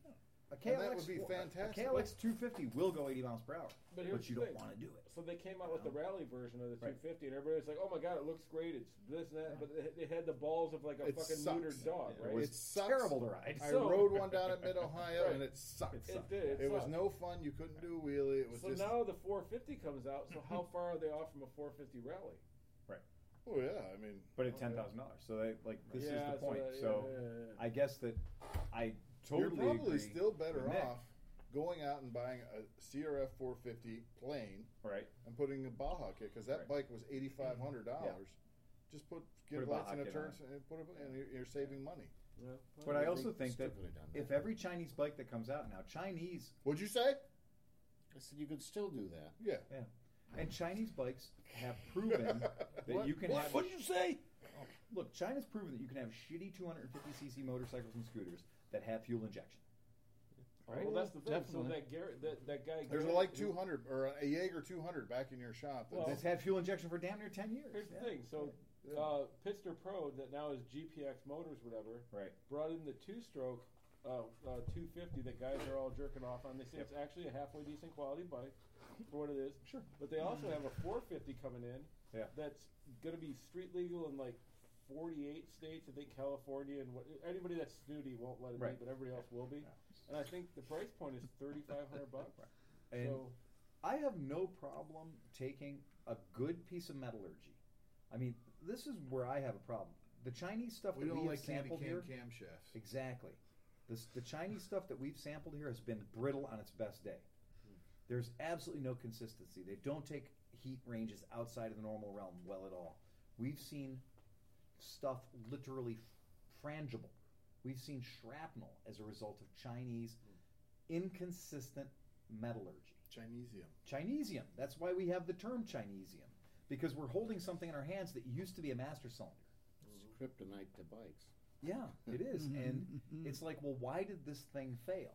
S1: a KLX,
S3: And that would be
S1: well,
S3: fantastic.
S1: A KLX 250 will go 80 miles per hour,
S5: but
S1: but,
S5: here's
S1: you
S5: the
S1: don't
S5: thing.
S1: want to do it.
S5: So they came out with the rally version of the
S1: Oh. Right.
S5: 250, and everybody's like, "Oh my god, it looks great! It's this and that." But they, they had the balls of like a
S3: It
S5: fucking
S3: sucks.
S5: neutered dog,
S1: It
S5: right?
S1: was
S3: It sucks.
S1: terrible to ride.
S3: I
S5: So-
S3: rode one down at Mid Ohio
S5: Right.
S3: and it sucked.
S1: It
S5: it
S1: sucked.
S5: did. It,
S3: It was
S5: sucked.
S3: no fun. You couldn't do a wheelie. It was
S5: So
S3: just
S5: now the 450 comes out. So how far are they off from a 450 rally?
S3: oh yeah. I mean,
S1: But at ten thousand dollars, so they, like this
S5: Yeah,
S1: is the point.
S5: that- yeah,
S1: so
S5: yeah, yeah, yeah.
S1: I guess that I
S3: you're
S1: totally
S3: probably
S1: agree
S3: still better
S1: with Nick,
S3: off going out and buying a CRF 450 plane
S1: right?
S3: and putting a Baja kit because that
S1: Right.
S3: bike was eighty five hundred dollars. Just put get
S1: Put a
S3: lights
S1: Baja
S3: and a
S1: kit
S3: turn and put a, and you're, you're saving money.
S1: But I also think that
S6: Stupidly done
S1: if
S6: that.
S1: every Chinese bike that comes out now, Chinese
S3: What'd you say?
S6: I said you could still do that.
S3: Yeah.
S1: Yeah. And Chinese bikes have proven that you can have.
S7: did you say?
S1: Look, China's proven that you can have shitty 250cc motorcycles and scooters that have fuel injection.
S5: Right? Well, that's the thing. So
S7: Definitely.
S5: that Garrett, that, that guy.
S3: There's a
S5: Garrett-
S3: like 200 or a Jaeger 200 back in your shop.
S6: Oh.
S5: Well-
S1: It's had fuel injection for damn near 10 years.
S5: Here's the
S1: Yeah.
S5: thing. So uh, Pitster Pro, that now is GPX Motors, whatever,
S1: Right.
S5: brought in the two-stroke uh, uh, 250 that guys are all jerking off on. They say it's actually a halfway decent quality bike for what it is. Sure. But they also have a 450 coming in.
S1: Yeah.
S5: That's going to be street legal in like 48 states. I think California and what, anybody that's snooty won't let it
S1: Right.
S5: be, but everybody else will be. And I think the price point is 3,500 bucks.
S1: And
S5: So
S1: I have no problem taking a good piece of metallurgy. I mean, this is where I have a problem. The Chinese stuff
S3: we
S1: that
S3: don't
S1: we
S3: like
S1: have
S3: candy
S1: sampled
S3: cane
S1: here.
S3: camshafts.
S1: Exactly. This, the Chinese stuff that we've sampled here has been brittle on its best day.
S3: Hmm.
S1: There's absolutely no consistency. They don't take heat ranges outside of the normal realm well at all. We've seen stuff literally frangible. We've seen shrapnel as a result of Chinese
S3: Hmm.
S1: inconsistent metallurgy.
S3: Chinesium.
S1: Chinesium. That's why we have the term Chinesium, because we're holding something in our hands that used to be a master cylinder.
S6: It's kryptonite to bikes.
S1: Yeah, it is.
S7: Mm-hmm.
S1: and it's like, well, why did this thing fail?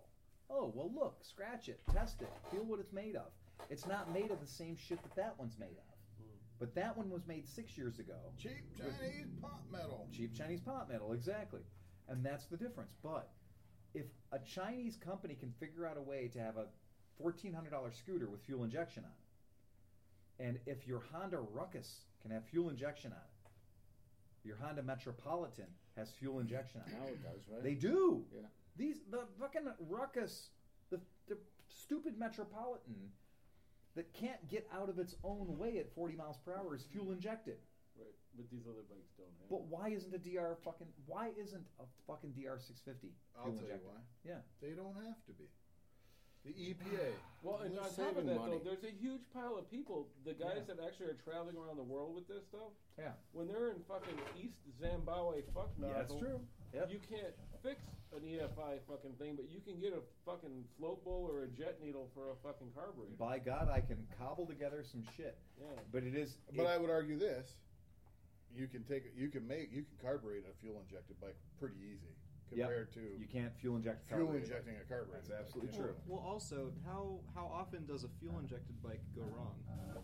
S1: Oh, well, look, scratch it, test it, feel what it's made of. It's not made of the same shit that that one's made of. But that one was made six years ago.
S3: Cheap Chinese pot metal.
S1: Cheap Chinese pot metal, exactly. And that's the difference. But if a Chinese company can figure out a way to have a $1,400 scooter with fuel injection on it, and if your Honda Ruckus can have fuel injection on it, your Honda Metropolitan has fuel injection on it.
S6: Now it does, right?
S1: They do.
S6: Yeah.
S1: These the fucking ruckus, the, the stupid metropolitan that can't get out of its own way at 40 miles per hour is fuel injected.
S5: right, but these other bikes don't have.
S1: But why isn't a DR fucking? Why isn't a fucking DR 650
S3: I'll
S1: fuel
S3: tell
S1: injected?
S3: you why.
S1: Yeah.
S3: They don't have to be. The E EPA.
S5: Well, and
S6: We're
S5: on top of
S6: saving
S5: that,
S6: money.
S5: though, there's a huge pile of people, the guys that actually are traveling around the world with this stuff.
S1: Yeah.
S5: When they're in fucking East Zimbabwe, fuck nozzle,
S1: Yep.
S5: You can't fix an EFI fucking thing, but you can get a fucking float bowl or a jet needle for a fucking carburetor.
S1: By God, I can cobble together some shit.
S5: Yeah.
S1: But it is.
S3: But
S1: it-
S3: I would argue this: you can take, you can make, you can carburate a fuel injected bike pretty easy
S1: Yep.
S3: compared to
S1: you can't fuel inject. a
S3: fuel
S1: carburetor.
S3: injecting a carburetor.
S1: That's
S3: bike,
S1: absolutely
S3: you know.
S1: true.
S4: Well, also, how how often does a fuel injected bike go wrong?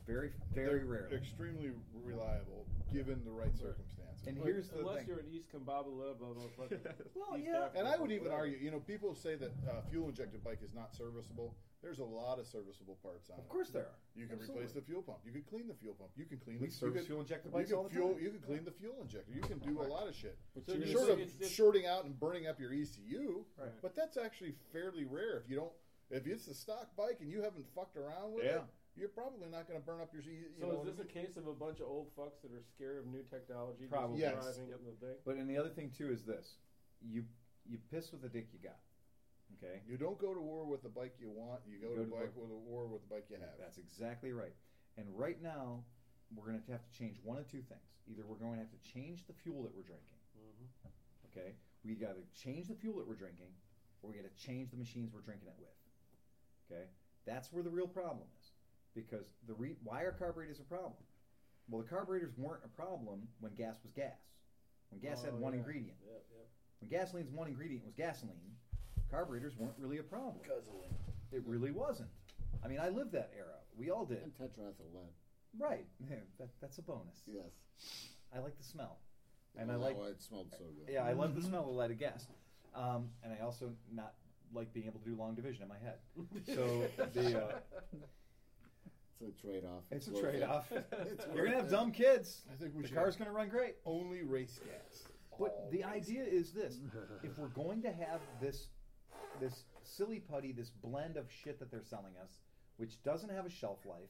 S1: Very, very
S3: They're
S1: rarely.
S3: Extremely reliable given the right circumstances.
S1: And
S3: But-
S1: here's the
S5: Unless
S1: thing.
S5: you're in East Kambabla, blah, blah, fucking
S1: Well,
S5: East
S1: yeah.
S5: Africa,
S3: And I would even
S5: whatever.
S3: argue, you know, people say that uh, fuel injected bike is not serviceable. There's a lot of serviceable parts on it.
S1: Of course there are.
S3: You can replace the fuel pump. You can clean the fuel pump. You can clean
S1: We
S3: the
S1: service
S3: you can-
S1: fuel injected bikes
S3: You can
S1: all the
S3: fuel.
S1: time.
S3: You can clean the fuel injector. You can do a lot of shit.
S5: So
S3: You're
S5: you
S3: short
S5: say
S3: of
S5: it's just-
S3: shorting out and burning up your ECU,
S1: Right.
S3: but that's actually fairly rare. If you don't, if it's a stock bike and you haven't fucked around with it,
S1: Yeah.
S3: you're probably not going to burn up your. E- You
S5: So
S3: know,
S5: is this a case of a bunch of old fucks that are scared of new technology? just
S1: Probably.
S3: Yes.
S5: Driving in the thing?
S1: But and the other thing too is this: you you piss with the dick you got. Okay,
S3: You don't go to war with the bike you want. You go,
S1: You
S3: to, bike with a war with the bike you have.
S1: that's exactly right. And right now, we're going to have to change one of two things. Either we're going to have to change the fuel that we're drinking.
S5: Mm-hmm.
S1: Okay, we got to change the fuel that we're drinking, or we got to change the machines we're drinking it with. Okay, that's where the real problem is, because the re- why are carburetors a problem? Well, the carburetors weren't a problem when gas was gas. When gas had
S5: Oh,
S1: one
S5: yeah.
S1: ingredient.
S5: Yep, yep.
S1: When gasoline's one ingredient was gasoline, carburetors weren't really a problem. Guzzling. It really wasn't. I mean, I lived that era. We all did.
S6: And tetraethyl lead.
S1: Right. Yeah, that, that's a bonus.
S6: Yes.
S1: I like the smell. And
S6: Oh,
S1: I like
S6: why it smelled so good.
S1: yeah, I love
S6: Mm-hmm.
S1: the smell of lighted gas. Um, and I also not like being able to do long division in my head. So the uh,
S6: It's a trade off.
S1: it's a trade off.
S6: It's
S1: You're
S6: worth
S1: gonna have
S6: it.
S1: dumb kids.
S3: I think we
S1: The
S3: should
S1: car's gonna run great.
S3: only race gas.
S6: Oh,
S1: But the idea is this: if we're going to have this this silly putty, this blend of shit that they're selling us, which doesn't have a shelf life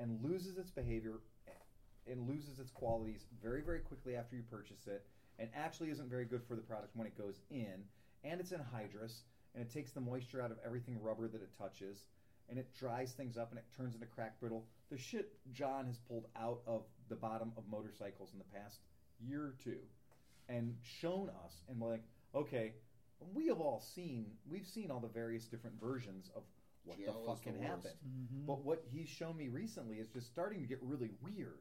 S1: and loses its behavior eh, and loses its qualities very very quickly after you purchase it, and actually isn't very good for the product when it goes in, and it's anhydrous and it takes the moisture out of everything rubber that it touches, and it dries things up and it turns into crack brittle. The shit John has pulled out of the bottom of motorcycles in the past year or two and shown us and like okay we have all seen we've seen all the various different versions of what
S6: Gel
S1: the
S6: is
S1: fuck
S6: the
S1: can happen
S6: worst.
S7: Mm-hmm.
S1: but what he's shown me recently is just starting to get really weird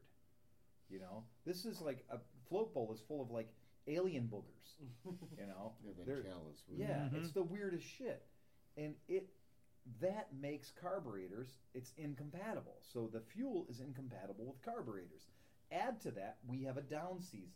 S1: you know this is like a float bowl is full of like alien boogers you know
S6: Yeah, the
S1: They're-
S6: gel is really-
S1: yeah it's the weirdest shit and it that makes carburetors it's incompatible so the fuel is incompatible with carburetors add to that we have a down season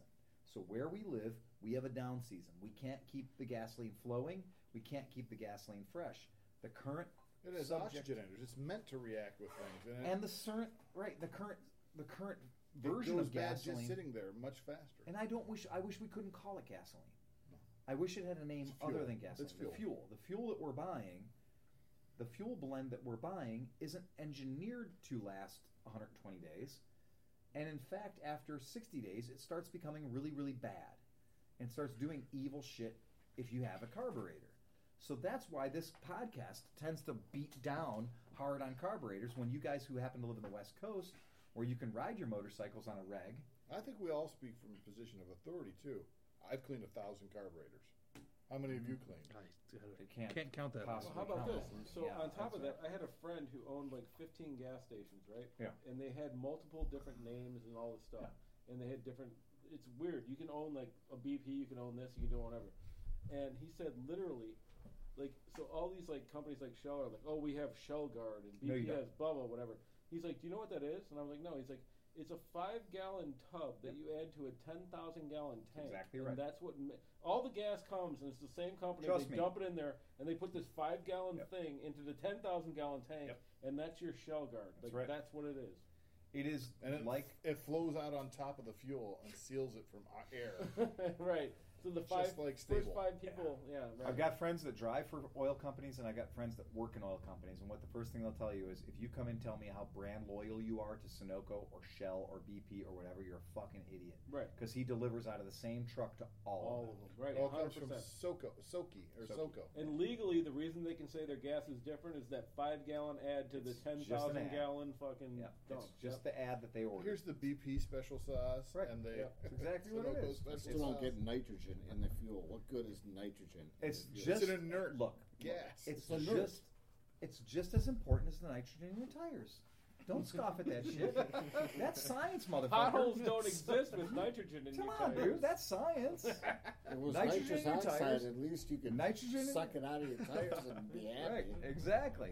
S1: so where we live we have a down season we can't keep the gasoline flowing we can't keep the gasoline fresh the current
S3: It has
S1: subject-
S3: oxygenators. It's meant to react with things, and, it,
S1: and the current right the current the current
S3: Uh, it
S1: version
S3: goes
S1: of
S3: bad
S1: gasoline
S3: just sitting there much faster.
S1: and I don't wish. I wish we couldn't call it gasoline. I wish it had a name
S3: It's fuel.
S1: other than gasoline.
S3: It's fuel.
S1: The fuel. The fuel that we're buying, the fuel blend that we're buying, isn't engineered to last 120 days, and in fact, after 60 days, it starts becoming really, really bad, and starts doing evil shit if you have a carburetor. So that's why this podcast tends to beat down hard on carburetors. When you guys who happen to live in the West Coast, where you can ride your motorcycles on a reg,
S3: I think we all speak from a position of authority too. I've cleaned a thousand carburetors. How many have you cleaned?
S1: it can't
S7: Can't count that.
S1: possibly
S5: Well, how about
S1: count
S5: this?
S1: that.
S5: So
S1: Yeah,
S5: on top
S1: that's
S5: of that, I had a friend who owned like 15 gas stations, right?
S1: Yeah.
S5: And they had multiple different names and all this stuff, and they had different. It's weird. You can own like a BP, you can own this, you can do whatever. And he said literally, like, so all these like companies like Shell are like, oh, we have Shell Guard and
S1: No, you
S5: BP
S1: don't.
S5: has Bubba, whatever. He's like, do you know what that is? And I'm like, no. He's like, it's a five gallon tub that you add to a 10,000 gallon tank.
S1: exactly
S5: and
S1: right.
S5: That's what ma- all the gas comes, and it's the same company.
S1: Trust
S5: they
S1: me.
S5: dump it in there, and they put this five gallon
S1: Yep.
S5: thing into the ten thousand gallon tank,
S1: Yep.
S5: and that's your shell guard.
S1: That's
S5: like,
S1: right.
S5: That's what it is.
S1: It is
S3: And it,
S1: like
S3: it flows out on top of the fuel and seals it from o- air.
S5: right. So the five
S3: Just like
S5: first
S3: stable.
S5: five people. Yeah. right.
S1: I've got friends that drive for oil companies, and I've got friends that work in oil companies. And what the first thing they'll tell you is, if you come and tell me how brand loyal you are to Sunoco or Shell or BP or whatever, you're a fucking idiot.
S5: Right.
S1: Because he delivers out of the same truck to all,
S5: all
S1: of
S5: of
S1: them.
S5: them. Right.
S3: It all
S5: hundred
S3: comes from
S5: percent.
S3: Soco, Soki, or
S1: Soki.
S3: Soco.
S5: And legally, the reason they can say their gas is different is that five gallon add to the
S1: It's
S5: ten
S1: just an
S5: thousand
S1: ad.
S5: gallon fucking
S1: Yeah,
S5: dump.
S1: it's just the ad that they ordered.
S3: Here's the BP special sauce,
S1: Right.
S3: and the
S5: Yep.
S1: That's exactly what it
S3: Sunoco
S1: is.
S3: special
S6: I still
S3: sauce.
S6: don't get nitrogen in the fuel. What good is nitrogen? in
S1: it's
S6: the fuel?
S1: just
S3: It's an inert
S1: look.
S3: gas.
S1: It's
S6: It's inert.
S1: just it's just as important as the nitrogen in your tires. Don't scoff at that shit. That's science, motherfucker.
S5: Potholes don't exist with nitrogen in
S1: Come
S5: your
S1: on,
S5: tires.
S1: dude. That's science.
S6: It was
S1: Nitrogen
S6: nitrogen
S1: in your
S6: oxide.
S1: tires.
S6: At least you could
S1: Nitrogen in-
S6: suck it out of your tires and be happy.
S1: Right, exactly.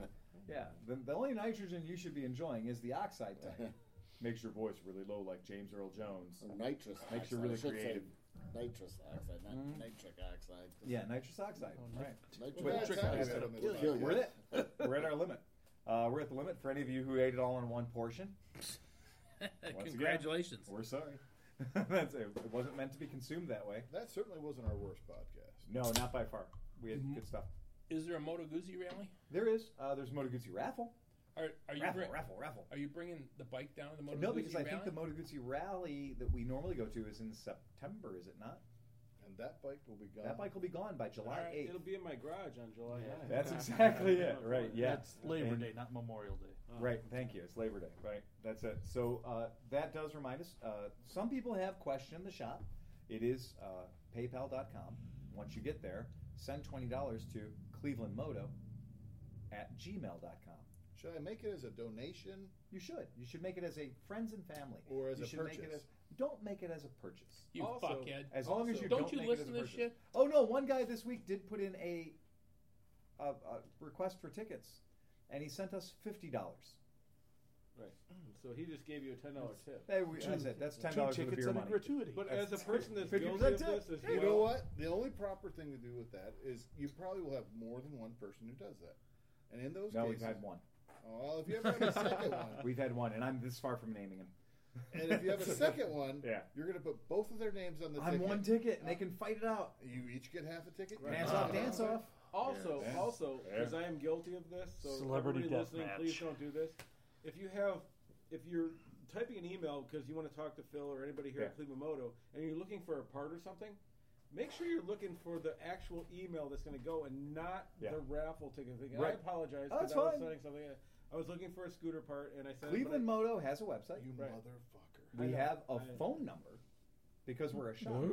S1: Yeah, the, the only nitrogen you should be enjoying is the oxide type. Makes your voice really low, like James Earl Jones.
S6: Or nitrous oxide.
S1: Makes you really
S6: I should say
S1: creative. Mm-hmm.
S6: Nitrous oxide, not nitric oxide.
S1: Yeah, nitrous oxide. Right.
S6: Nitric
S3: Well,
S6: oxide.
S3: that's how you
S6: is
S3: get
S6: gonna
S3: them to
S6: kill
S3: die.
S6: you.
S1: We're at it. We're at our limit. Uh, we're at the limit for any of you who ate it all in one portion. again.
S2: Congratulations.
S1: We're sorry. That's it. It wasn't meant to be consumed that way.
S3: That certainly wasn't our worst podcast.
S1: No, not by far. We had good stuff.
S2: Is there a Moto Guzzi rally?
S1: There is. Uh, there's Moto Guzzi raffle.
S2: Are, are you
S1: Raffle,
S2: bring,
S1: raffle, raffle.
S2: are you bringing the bike down to the Moto
S1: No,
S2: Guzzi
S1: because I
S2: rally?
S1: think the Moto Guzzi rally that we normally go to is in September, is it not?
S3: and that bike will be gone.
S1: That bike will be gone by
S5: All
S1: July
S5: right, It'll
S1: eighth.
S5: be in my garage on July 9th.
S1: That's exactly it, right? Yeah,
S7: That's Labor
S1: And-
S7: Day, not Memorial Day.
S5: Uh,
S1: Right. Thank you. It's Labor Day. Right. That's it. So uh, that does remind us. Uh, some people have questioned the shop. It is uh, PayPal.com. Once you get there, send twenty dollars to ClevelandMoto at gmail.com.
S3: Should I make it as a donation?
S1: You should. You should make it as a friends and family,
S3: Or as
S1: you
S3: a
S1: should Make it
S3: purchase.
S1: as, don't make it as a purchase.
S2: You
S3: Also-
S2: fuckhead.
S1: As long as
S3: Also-
S1: you
S2: Don't
S1: don't,
S2: you
S1: make
S2: listen
S1: it
S2: to
S1: as a
S2: this
S1: purchase.
S2: shit?
S1: Oh no! One guy this week did put in a, a, a request for tickets, and he sent us fifty dollars.
S5: Right. So he just gave you a ten dollar tip.
S1: That's it. That's ten dollars
S7: Two
S1: for the
S7: tickets
S1: beer
S7: and a
S1: money.
S7: gratuity.
S5: But as a person that's
S1: 50%
S5: guilty of
S1: tip.
S5: this as well,
S3: You know what? The only proper thing to do with that is you probably will have more than one person who does that. And in those
S1: No,
S3: cases,
S1: we've had one.
S3: Oh, well, if you ever have a second one,
S1: We've had one, and I'm this far from naming him.
S3: and if you have a second one,
S1: Yeah.
S3: you're going to put both of their names on the
S1: I'm
S3: ticket.
S1: one ticket,
S3: uh,
S1: and they can fight it out.
S3: You each get half a ticket. You
S1: Dance
S3: get
S1: off,
S3: it.
S1: dance off.
S5: Also,
S3: Yeah.
S5: also,
S1: Yeah.
S5: because I am guilty of this, so
S7: Celebrity
S5: everybody
S7: death
S5: listening,
S7: match.
S5: please don't do this. If you have, if you're typing an email because you want to talk to Phil or anybody here at Cleveland Moto, and you're looking for a part or something, make sure you're looking for the actual email that's going to go and not
S1: Yeah.
S5: the raffle ticket thing.
S1: Right.
S5: I apologize
S1: Oh,
S5: because
S1: that's
S5: I was
S1: fine.
S5: sending something. I was looking for a scooter part, and I said
S1: Cleveland Moto has a website.
S3: You
S5: Right.
S3: motherfucker.
S5: I
S1: We
S5: know,
S1: have a
S5: I know.
S1: phone number because we're a shop.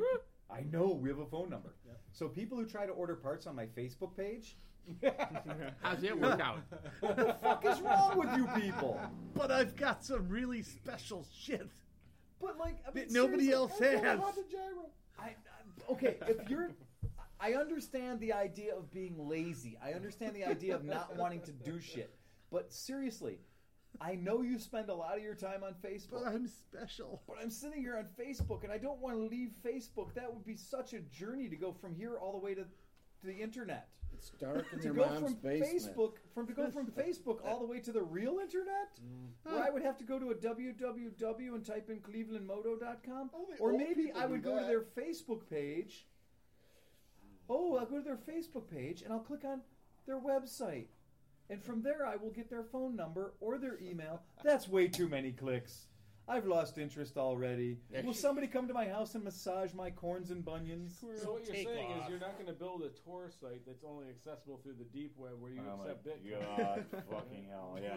S1: I know we have a phone number. So people who try to order parts on my Facebook page,
S11: How's that work out?
S1: what the fuck is wrong with you people?
S8: But I've got some really special shit.
S1: But like, I mean,
S8: That nobody
S1: seriously,
S8: else
S1: I don't know
S8: has.
S1: how to gyro. I, I- okay, if you're, I understand the idea of being lazy. I understand the idea of not wanting to do shit. But seriously, I know you spend a lot of your time on Facebook.
S8: But I'm special.
S1: But I'm sitting here on Facebook and I don't want to leave Facebook. That would be such a journey to go from here all the way to, to the internet.
S6: It's dark in
S1: To
S6: your
S1: go
S6: mom's
S1: from
S6: basement.
S1: Facebook from to go from Facebook all the way to the real internet?
S6: Mm.
S1: Where I would have to go to a www and type in clevelandmoto.com
S3: Only
S1: or
S3: old
S1: maybe
S3: people
S1: I
S3: do
S1: would go to
S3: that.
S1: their Facebook page. Oh, I'll go to their Facebook page and I'll click on their website. And from there, I will get their phone number or their email. That's way too many clicks. I've lost interest already. Will somebody come to my house and massage my corns and bunions?
S5: So what you're
S2: Take
S5: saying is
S2: off.
S5: you're not going to build a tour site that's only accessible through the deep web where you accept Bitcoin.
S1: Oh fucking hell, yeah.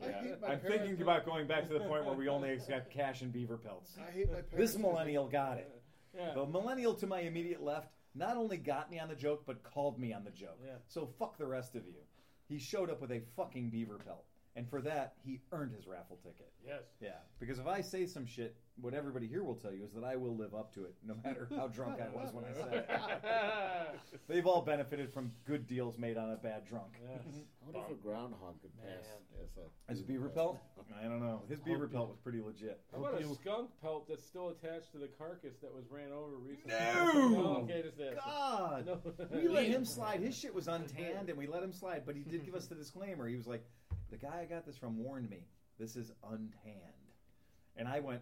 S3: I hate my
S1: I'm
S3: parents
S1: thinking
S3: are-
S1: about going back to the point where we only accept cash and beaver pelts.
S3: I hate my parents.
S1: This millennial got it.
S5: Yeah.
S1: The millennial to my immediate left not only got me on the joke, but called me on the joke.
S5: Yeah.
S1: So fuck the rest of you. He showed up with a fucking beaver pelt. And for that, he earned his raffle ticket.
S5: Yes.
S1: Yeah. Because if I say some shit, what everybody here will tell you is that I will live up to it, no matter how drunk I was when I said it. They've all benefited from good deals made on a bad drunk.
S5: Yes.
S6: I wonder if a groundhog could pass as a
S1: His beaver pelt? I don't know. His beaver pelt was pretty legit.
S5: How about a skunk pelt that's still attached to the carcass that was ran over recently? Oh,
S1: No!
S5: okay, just that.
S1: God!
S5: No.
S1: We let him slide. His shit was untanned, and we let him slide. But he did give us the disclaimer. He was like, "The guy I got this from warned me. This is untanned." And I went,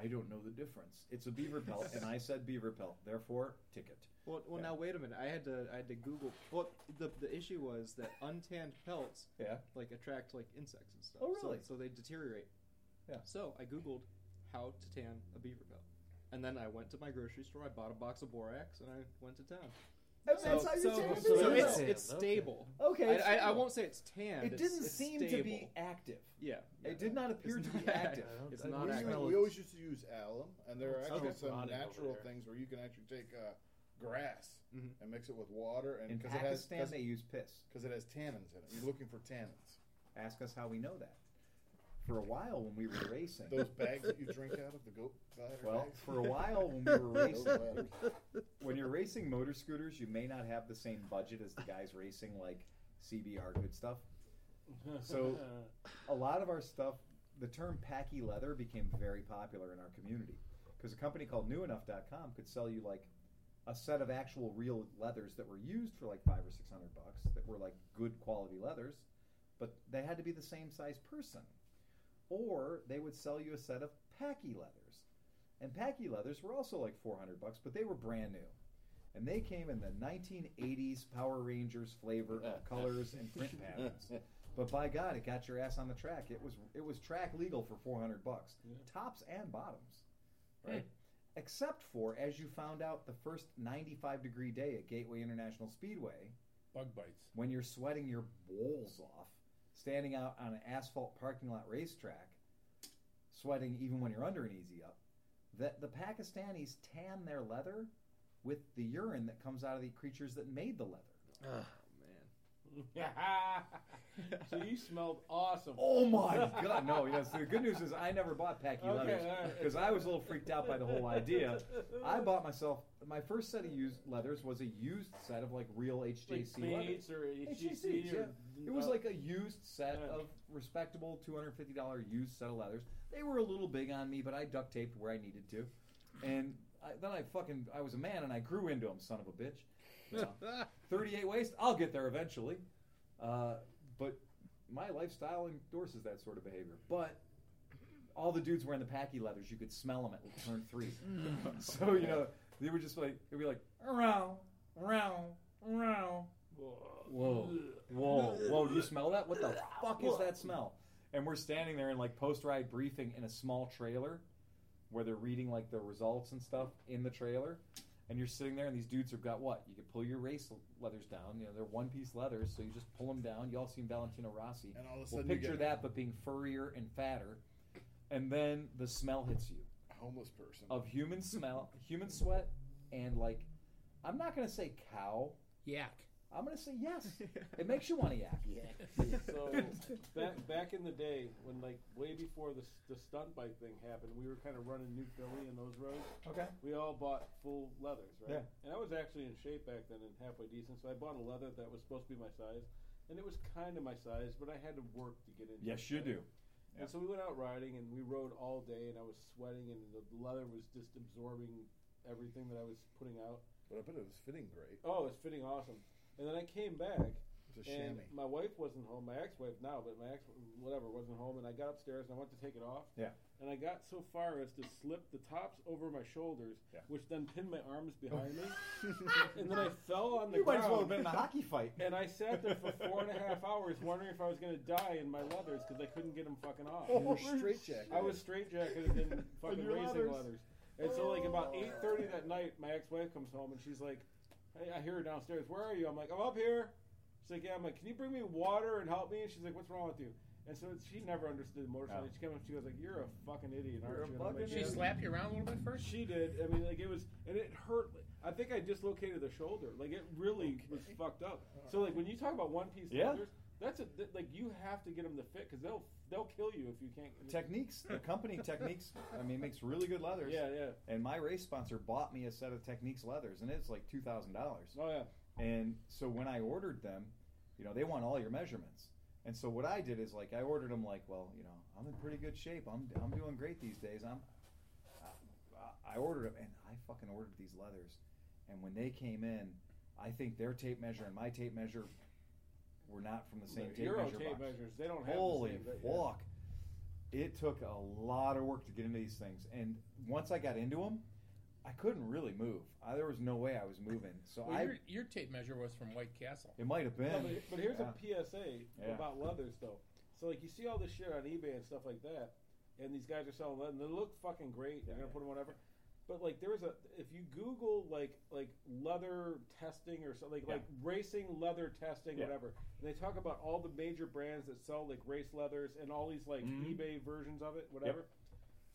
S1: "I don't know the difference. It's a beaver pelt." and I said, "Beaver pelt." Therefore, ticket.
S4: Well, well,
S1: Yeah.
S4: now wait a minute. I had to, I had to Google. Well, the, the issue was that untanned pelts
S1: Yeah.
S4: like attract like insects and stuff.
S1: Oh,
S4: So-
S1: really?
S4: So, they deteriorate.
S1: Yeah.
S4: So I Googled how to tan a beaver pelt, and then I went to my grocery store. I bought a box of borax, and I went to town.
S1: And
S4: So,
S1: that's how you
S4: so,
S1: tan a
S4: so
S1: beaver
S4: it's,
S1: pelt.
S4: it's
S7: Okay.
S4: stable.
S1: Okay, it's
S4: I, I, I
S1: stable.
S4: won't say it's tan.
S1: It didn't seem to be active.
S4: Yeah.
S1: It did not appear
S4: It's
S1: to be
S4: not-
S1: active.
S4: It's
S7: I
S4: not
S3: We,
S7: don't
S4: active.
S3: used-
S7: smell
S3: we
S7: it.
S3: always used to use alum, and there are
S7: It
S3: actually
S7: smells
S3: some
S7: rotting over
S3: natural
S7: there.
S3: things where you can actually take uh, grass
S4: Mhm.
S3: and mix it with water, and
S1: Mm-hmm. In
S3: because it has
S1: Pakistan, they use piss.
S3: because it has tannins in it. You're looking for tannins.
S1: Ask us how we know that. For a while, when we were racing,
S3: Those bags that you drink out of the goat bladder
S1: Well,
S3: bags.
S1: for a while when we were
S3: Goat
S1: racing,
S3: bladders.
S1: when you're racing motor scooters, you may not have the same budget as the guys racing like CBR good stuff. So a lot of our stuff, the term packy leather became very popular in our community because a company called newenough.com could sell you like a set of actual real leathers that were used for like five or six hundred bucks that were like good quality leathers, but they had to be the same size person. Or they would sell you a set of packy leathers. And packy leathers were also like 400 bucks, but they were brand new. And they came in the 1980s Power Rangers flavor of uh, colors and print patterns. But by God, it got your ass on the
S2: Hmm.
S1: track. It was it was track legal for 400 bucks, tops and bottoms, right? except for, as you found out the first 95 degree day at Gateway International Speedway,
S2: bug bites.
S1: when you're sweating your balls off, standing out on an asphalt parking lot racetrack, sweating even when you're under an easy up, that the Pakistanis tan their leather with the urine that comes out of the creatures that made the leather.
S5: so you smelled awesome.
S1: Oh my god! No, yes. The good news is I never bought Packy
S5: Okay,
S1: leathers
S5: all right.
S1: because I was a little freaked out by the whole idea. I bought myself my first set of used leathers was a used set of like real HJC leathers.
S5: Bates or
S1: HJCs,
S5: HGC
S1: yeah.
S5: or
S1: It was like a used set of respectable two hundred fifty dollar used set of leathers. They were a little big on me, but I duct taped where I needed to, and I, then I fucking I was a man and I grew into them, son of a bitch. Yeah. Thirty eight waist, I'll get there eventually, uh, but my lifestyle endorses that sort of behavior. But all the dudes wearing the packy leathers, you could smell them at turn three. so you know they were just like they'd be like around, around, around. Whoa, whoa, whoa! Do you smell that? What the fuck is that smell? And we're standing there in like post ride briefing in a small trailer, where they're reading like the results and stuff in the trailer. And you're sitting there, and these dudes have got what? You could pull your race leathers down. You know, they're one piece leathers, so you just pull them down. You all seen Valentino Rossi.
S3: And all of a
S1: well,
S3: sudden you
S1: picture
S3: get-
S1: that, but being furrier and fatter. And then the smell hits you
S3: A homeless person.
S1: of human smell, human sweat, and like, I'm not gonna say cow.
S2: Yak.
S1: I'm gonna say yes. It makes you want to yak.
S5: so back back in the day when like way before the the stunt bike thing happened, we were kind of running New Philly and those roads.
S1: Okay.
S5: We all bought full leathers, right?
S1: Yeah.
S5: And I was actually in shape back then and halfway decent, so I bought a leather that was supposed to be my size, and it was kind of my size, but I had to work to get into.
S1: Yes,
S5: it,
S1: you do.
S5: right? And so we went out riding and we rode all day, and I was sweating, and the leather was just absorbing everything that I was putting out.
S3: But I bet it was fitting great.
S5: Oh, it's fitting awesome. And then I came back,
S3: It's a
S5: and
S3: chamois.
S5: my wife wasn't home. My ex-wife now, but my ex, whatever, wasn't home. And I got upstairs and I went to take it off.
S1: Yeah.
S5: And I got so far as to slip the tops over my shoulders,
S1: Yeah.
S5: which then pinned my arms behind me, and then I fell on the
S1: You might
S5: ground.
S1: as well have been in a hockey fight.
S5: And I sat there for four and a half hours, wondering if I was going to die in my leathers because I couldn't get them fucking off.
S3: You were straitjacketed.
S5: I was straitjacketed in fucking
S3: your
S5: racing
S3: leathers. Oh.
S5: leathers. And so, like about eight thirty that night, my ex-wife comes home and she's like, "Hey, I hear her downstairs. Where are you?" I'm like, "I'm up here." She's like, "Yeah." I'm like, "Can you bring me water and help me?" And she's like, "What's wrong with you?" And so she never understood motorcycling.
S1: No.
S5: She came up, she goes like, "You're a fucking idiot, aren't
S1: You're a
S5: you?" And I'm like,
S1: fucking
S2: She
S5: "Yeah."
S1: idiot.
S2: slap you around a little bit first.
S5: She did. I mean, like it was, and it hurt. I think I dislocated the shoulder. Like it really was fucked up. So like when you talk about one piece
S1: Yeah.
S5: leathers, that's a th- like you have to get them to fit because they'll they'll kill you if you can't.
S1: Techniques. The company Techniques. I mean, makes really good leathers.
S5: Yeah, yeah.
S1: And my race sponsor bought me a set of Techniques leathers, and it's like two thousand dollars.
S5: Oh yeah.
S1: And so when I ordered them, you know, they want all your measurements. And so what I did is like I ordered them like, well, you know, I'm in pretty good shape. I'm I'm doing great these days. I'm I, I ordered them and I fucking ordered these leathers. And when they came in, I think their tape measure and my tape measure were not from the same tape
S5: Euro
S1: measure
S5: tape
S1: box.
S5: measures. They don't have
S1: Holy
S5: the same, but, yeah.
S1: fuck! It took a lot of work to get into these things, and once I got into them, I couldn't really move. I, there was no way I was moving, so
S2: Well,
S1: I
S2: your, your tape measure was from White Castle.
S1: it might have been.
S5: No, but, but here's
S1: yeah.
S5: a PSA
S1: Yeah.
S5: about leathers, though. So, like, you see all this shit on eBay and stuff like that, and these guys are selling leather, and they look fucking great. You're
S1: Yeah,
S5: gonna
S1: yeah.
S5: put them whatever. But like, there was a if you Google like like leather testing or something like,
S1: Yeah.
S5: like racing leather testing
S1: Yeah.
S5: whatever, and they talk about all the major brands that sell like race leathers and all these like
S1: Mhm.
S5: eBay versions of it, whatever.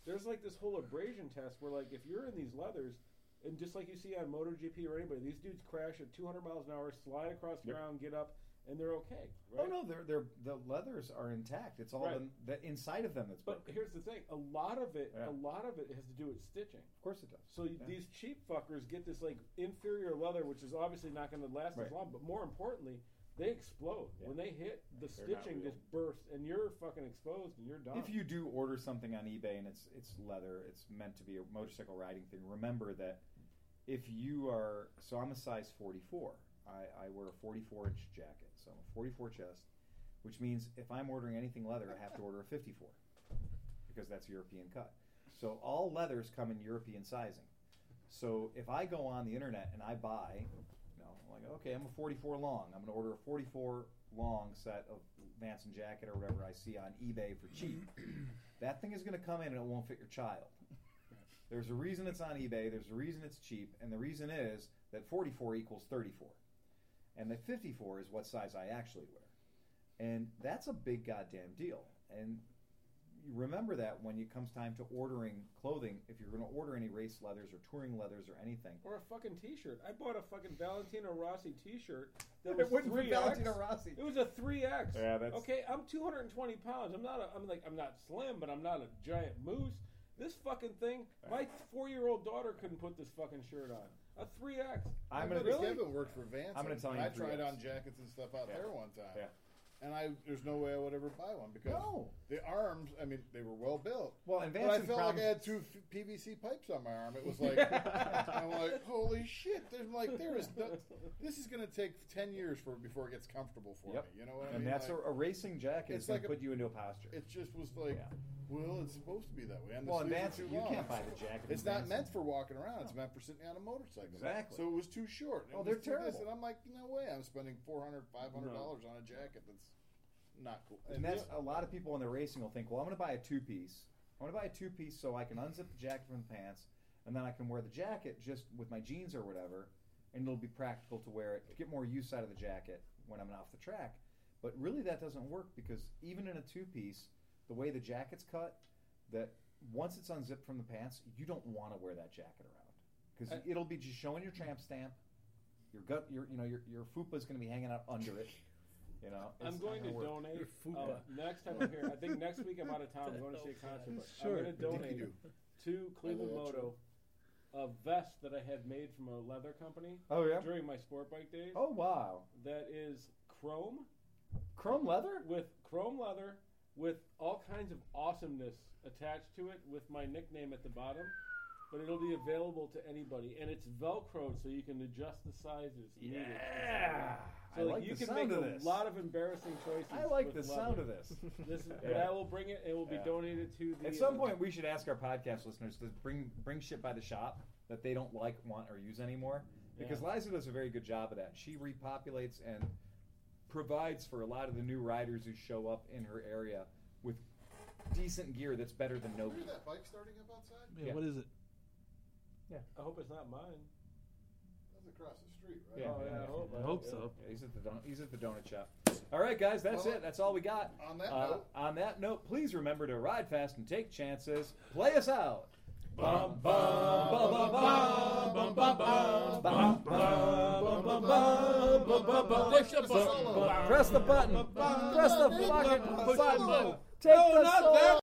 S5: There's like this whole abrasion test where like if you're in these leathers. And just like you see on MotoGP or anybody, these dudes crash at 200 miles an hour, slide across the
S1: Yep.
S5: ground, get up, and they're okay.
S1: Oh
S5: Right?
S1: no, they're, they're, the leathers are intact. It's all
S5: Right.
S1: the, the inside of them that's
S5: But
S1: broken.
S5: here's the thing: a lot of it,
S1: Yeah.
S5: a lot of it has to do with stitching.
S1: of course it does.
S5: So you
S1: Yeah.
S5: these cheap fuckers get this like inferior leather, which is obviously not going to last as
S1: Right.
S5: long. But more importantly, they explode
S1: Yeah.
S5: when they hit. The
S1: They're not
S5: stitching
S1: real.
S5: just bursts, and you're fucking exposed, and you're done.
S1: If you do order something on eBay and it's it's leather, it's meant to be a motorcycle riding thing. Remember that if you are so, I'm a size 44. I, I wear a 44 inch jacket, so I'm a 44 chest, which means if I'm ordering anything leather, I have to order a 54 because that's European cut. So all leathers come in European sizing. So if I go on the internet and I buy, you know, I'm like okay, I'm a 44 long. I'm going to order a 44 long set of Vance and jacket or whatever I see on eBay for cheap. that thing is going to come in and it won't fit your child. There's a reason it's on eBay. There's a reason it's cheap, and the reason is that 44 equals 34, and the 54 is what size I actually wear, and that's a big goddamn deal. And you remember that when it comes time to ordering clothing, if you're going to order any race leathers or touring leathers or anything,
S5: Or a fucking T-shirt. I bought a fucking Valentino Rossi T-shirt that
S1: It
S5: was
S1: wouldn't be
S5: three
S1: Valentino Rossi.
S5: It was a three X.
S1: Yeah, that's-
S5: okay. I'm 220 pounds. I'm not. A, I'm like. I'm not slim, but I'm not a giant moose. This fucking thing. My four-year-old daughter couldn't put this fucking shirt on. A three X.
S1: I'm
S6: gonna
S5: really.
S6: Kevin worked for Vance.
S1: I'm gonna
S6: and
S1: tell you
S6: I
S1: three
S6: tried
S1: X.
S6: on jackets and stuff out
S1: Yeah.
S6: there one time.
S1: Yeah.
S6: And I, there's no way I would ever buy one because
S1: No.
S6: the arms. I mean, they were well built.
S1: Well, and
S6: but I
S1: Vance
S6: felt
S1: promised-
S6: like I had two f- PVC pipes on my arm. It was like I'm like, holy shit! There's like there is. No, this is gonna take ten years for before it gets comfortable for
S1: Yep.
S6: me. You know what I
S1: and
S6: mean?
S1: that's
S6: Like,
S1: a, a racing jacket. It's
S6: It's
S1: going
S6: like
S1: to
S6: a-
S1: put you into a posture.
S6: It just was like,
S1: Yeah.
S6: well, it's supposed to be that way. And the
S1: Well, and
S6: sleeves are
S1: Vance-
S6: too
S1: you
S6: long.
S1: can't buy the jacket
S6: It's
S1: in Vance.
S6: not meant for walking around. It's meant for sitting on a motorcycle.
S1: Exactly.
S6: So it was too short. It
S1: Oh, they're
S6: was too
S1: terrible.
S6: this. And I'm like, no way. I'm spending 400 $500 dollars on a jacket that's not cool.
S1: And that's a lot of people in the racing will think, well, I'm going to buy a two piece. I'm going to buy a two piece so I can unzip the jacket from the pants, and then I can wear the jacket just with my jeans or whatever, and it'll be practical to wear it, get more use out of the jacket when I'm off the track. But really, that doesn't work because even in a two piece, the way the jacket's cut, that once it's unzipped from the pants, you don't want to wear that jacket around because
S5: I-
S1: it'll be just showing your tramp stamp. Your gut, your you know, your your fupa is going to be hanging out under it. You know,
S5: I'm
S1: It's not
S5: going to
S1: gonna work.
S5: donate.
S1: fupa.
S5: Uh, next time I'm here, I think next week I'm out of town. I'm going to see a concert. But I'm going to donate to Cleveland
S6: that's
S5: Moto a vest that I had made from a leather company.
S1: Oh, yeah?
S5: During my sport bike days.
S1: Oh wow.
S5: That is chrome
S1: Chrome leather?
S5: with chrome leather with all kinds of awesomeness attached to it with my nickname at the bottom. But it'll be available to anybody, and it's velcroed, so you can adjust the sizes. needed.
S1: Yeah.
S5: So
S1: I
S5: like,
S1: like
S5: you
S1: the
S5: can
S1: sound
S5: make
S1: of
S5: a
S1: this.
S5: lot of embarrassing choices.
S1: I like
S5: with
S1: the
S5: leather.
S1: sound of this.
S5: This is, but
S1: Yeah.
S5: I will bring it. It will be
S1: Yeah.
S5: donated to the.
S1: At some
S5: uh,
S1: point, we should ask our podcast listeners to bring bring shit by the shop that they don't like, want, or use anymore. Because Liza does a very good job of that. She repopulates and provides for a lot of the new riders who show up in her area with decent gear that's better than no
S6: Hear
S1: gear.
S6: that bike starting up outside?
S1: Yeah, Yeah.
S7: what is it?
S5: I hope it's not mine.
S6: That's across the street, right?
S1: Yeah,
S5: Oh, yeah, I hope- I hope so.
S1: Yeah, he's at the donut. He's at the donut shop. All right, guys, that's
S6: Well,
S1: it. That's all we got.
S6: on that
S1: Uh,
S6: note-
S1: on that note, please remember to ride fast and take chances. Play us out. Bum bum bum bum bum bum bum bum bum bum bum bum bum bum bum.
S2: Push the button.
S1: Press the button. Press the fucking
S2: Push the
S1: button.
S2: button.
S1: Take the
S2: not
S1: solo.
S2: that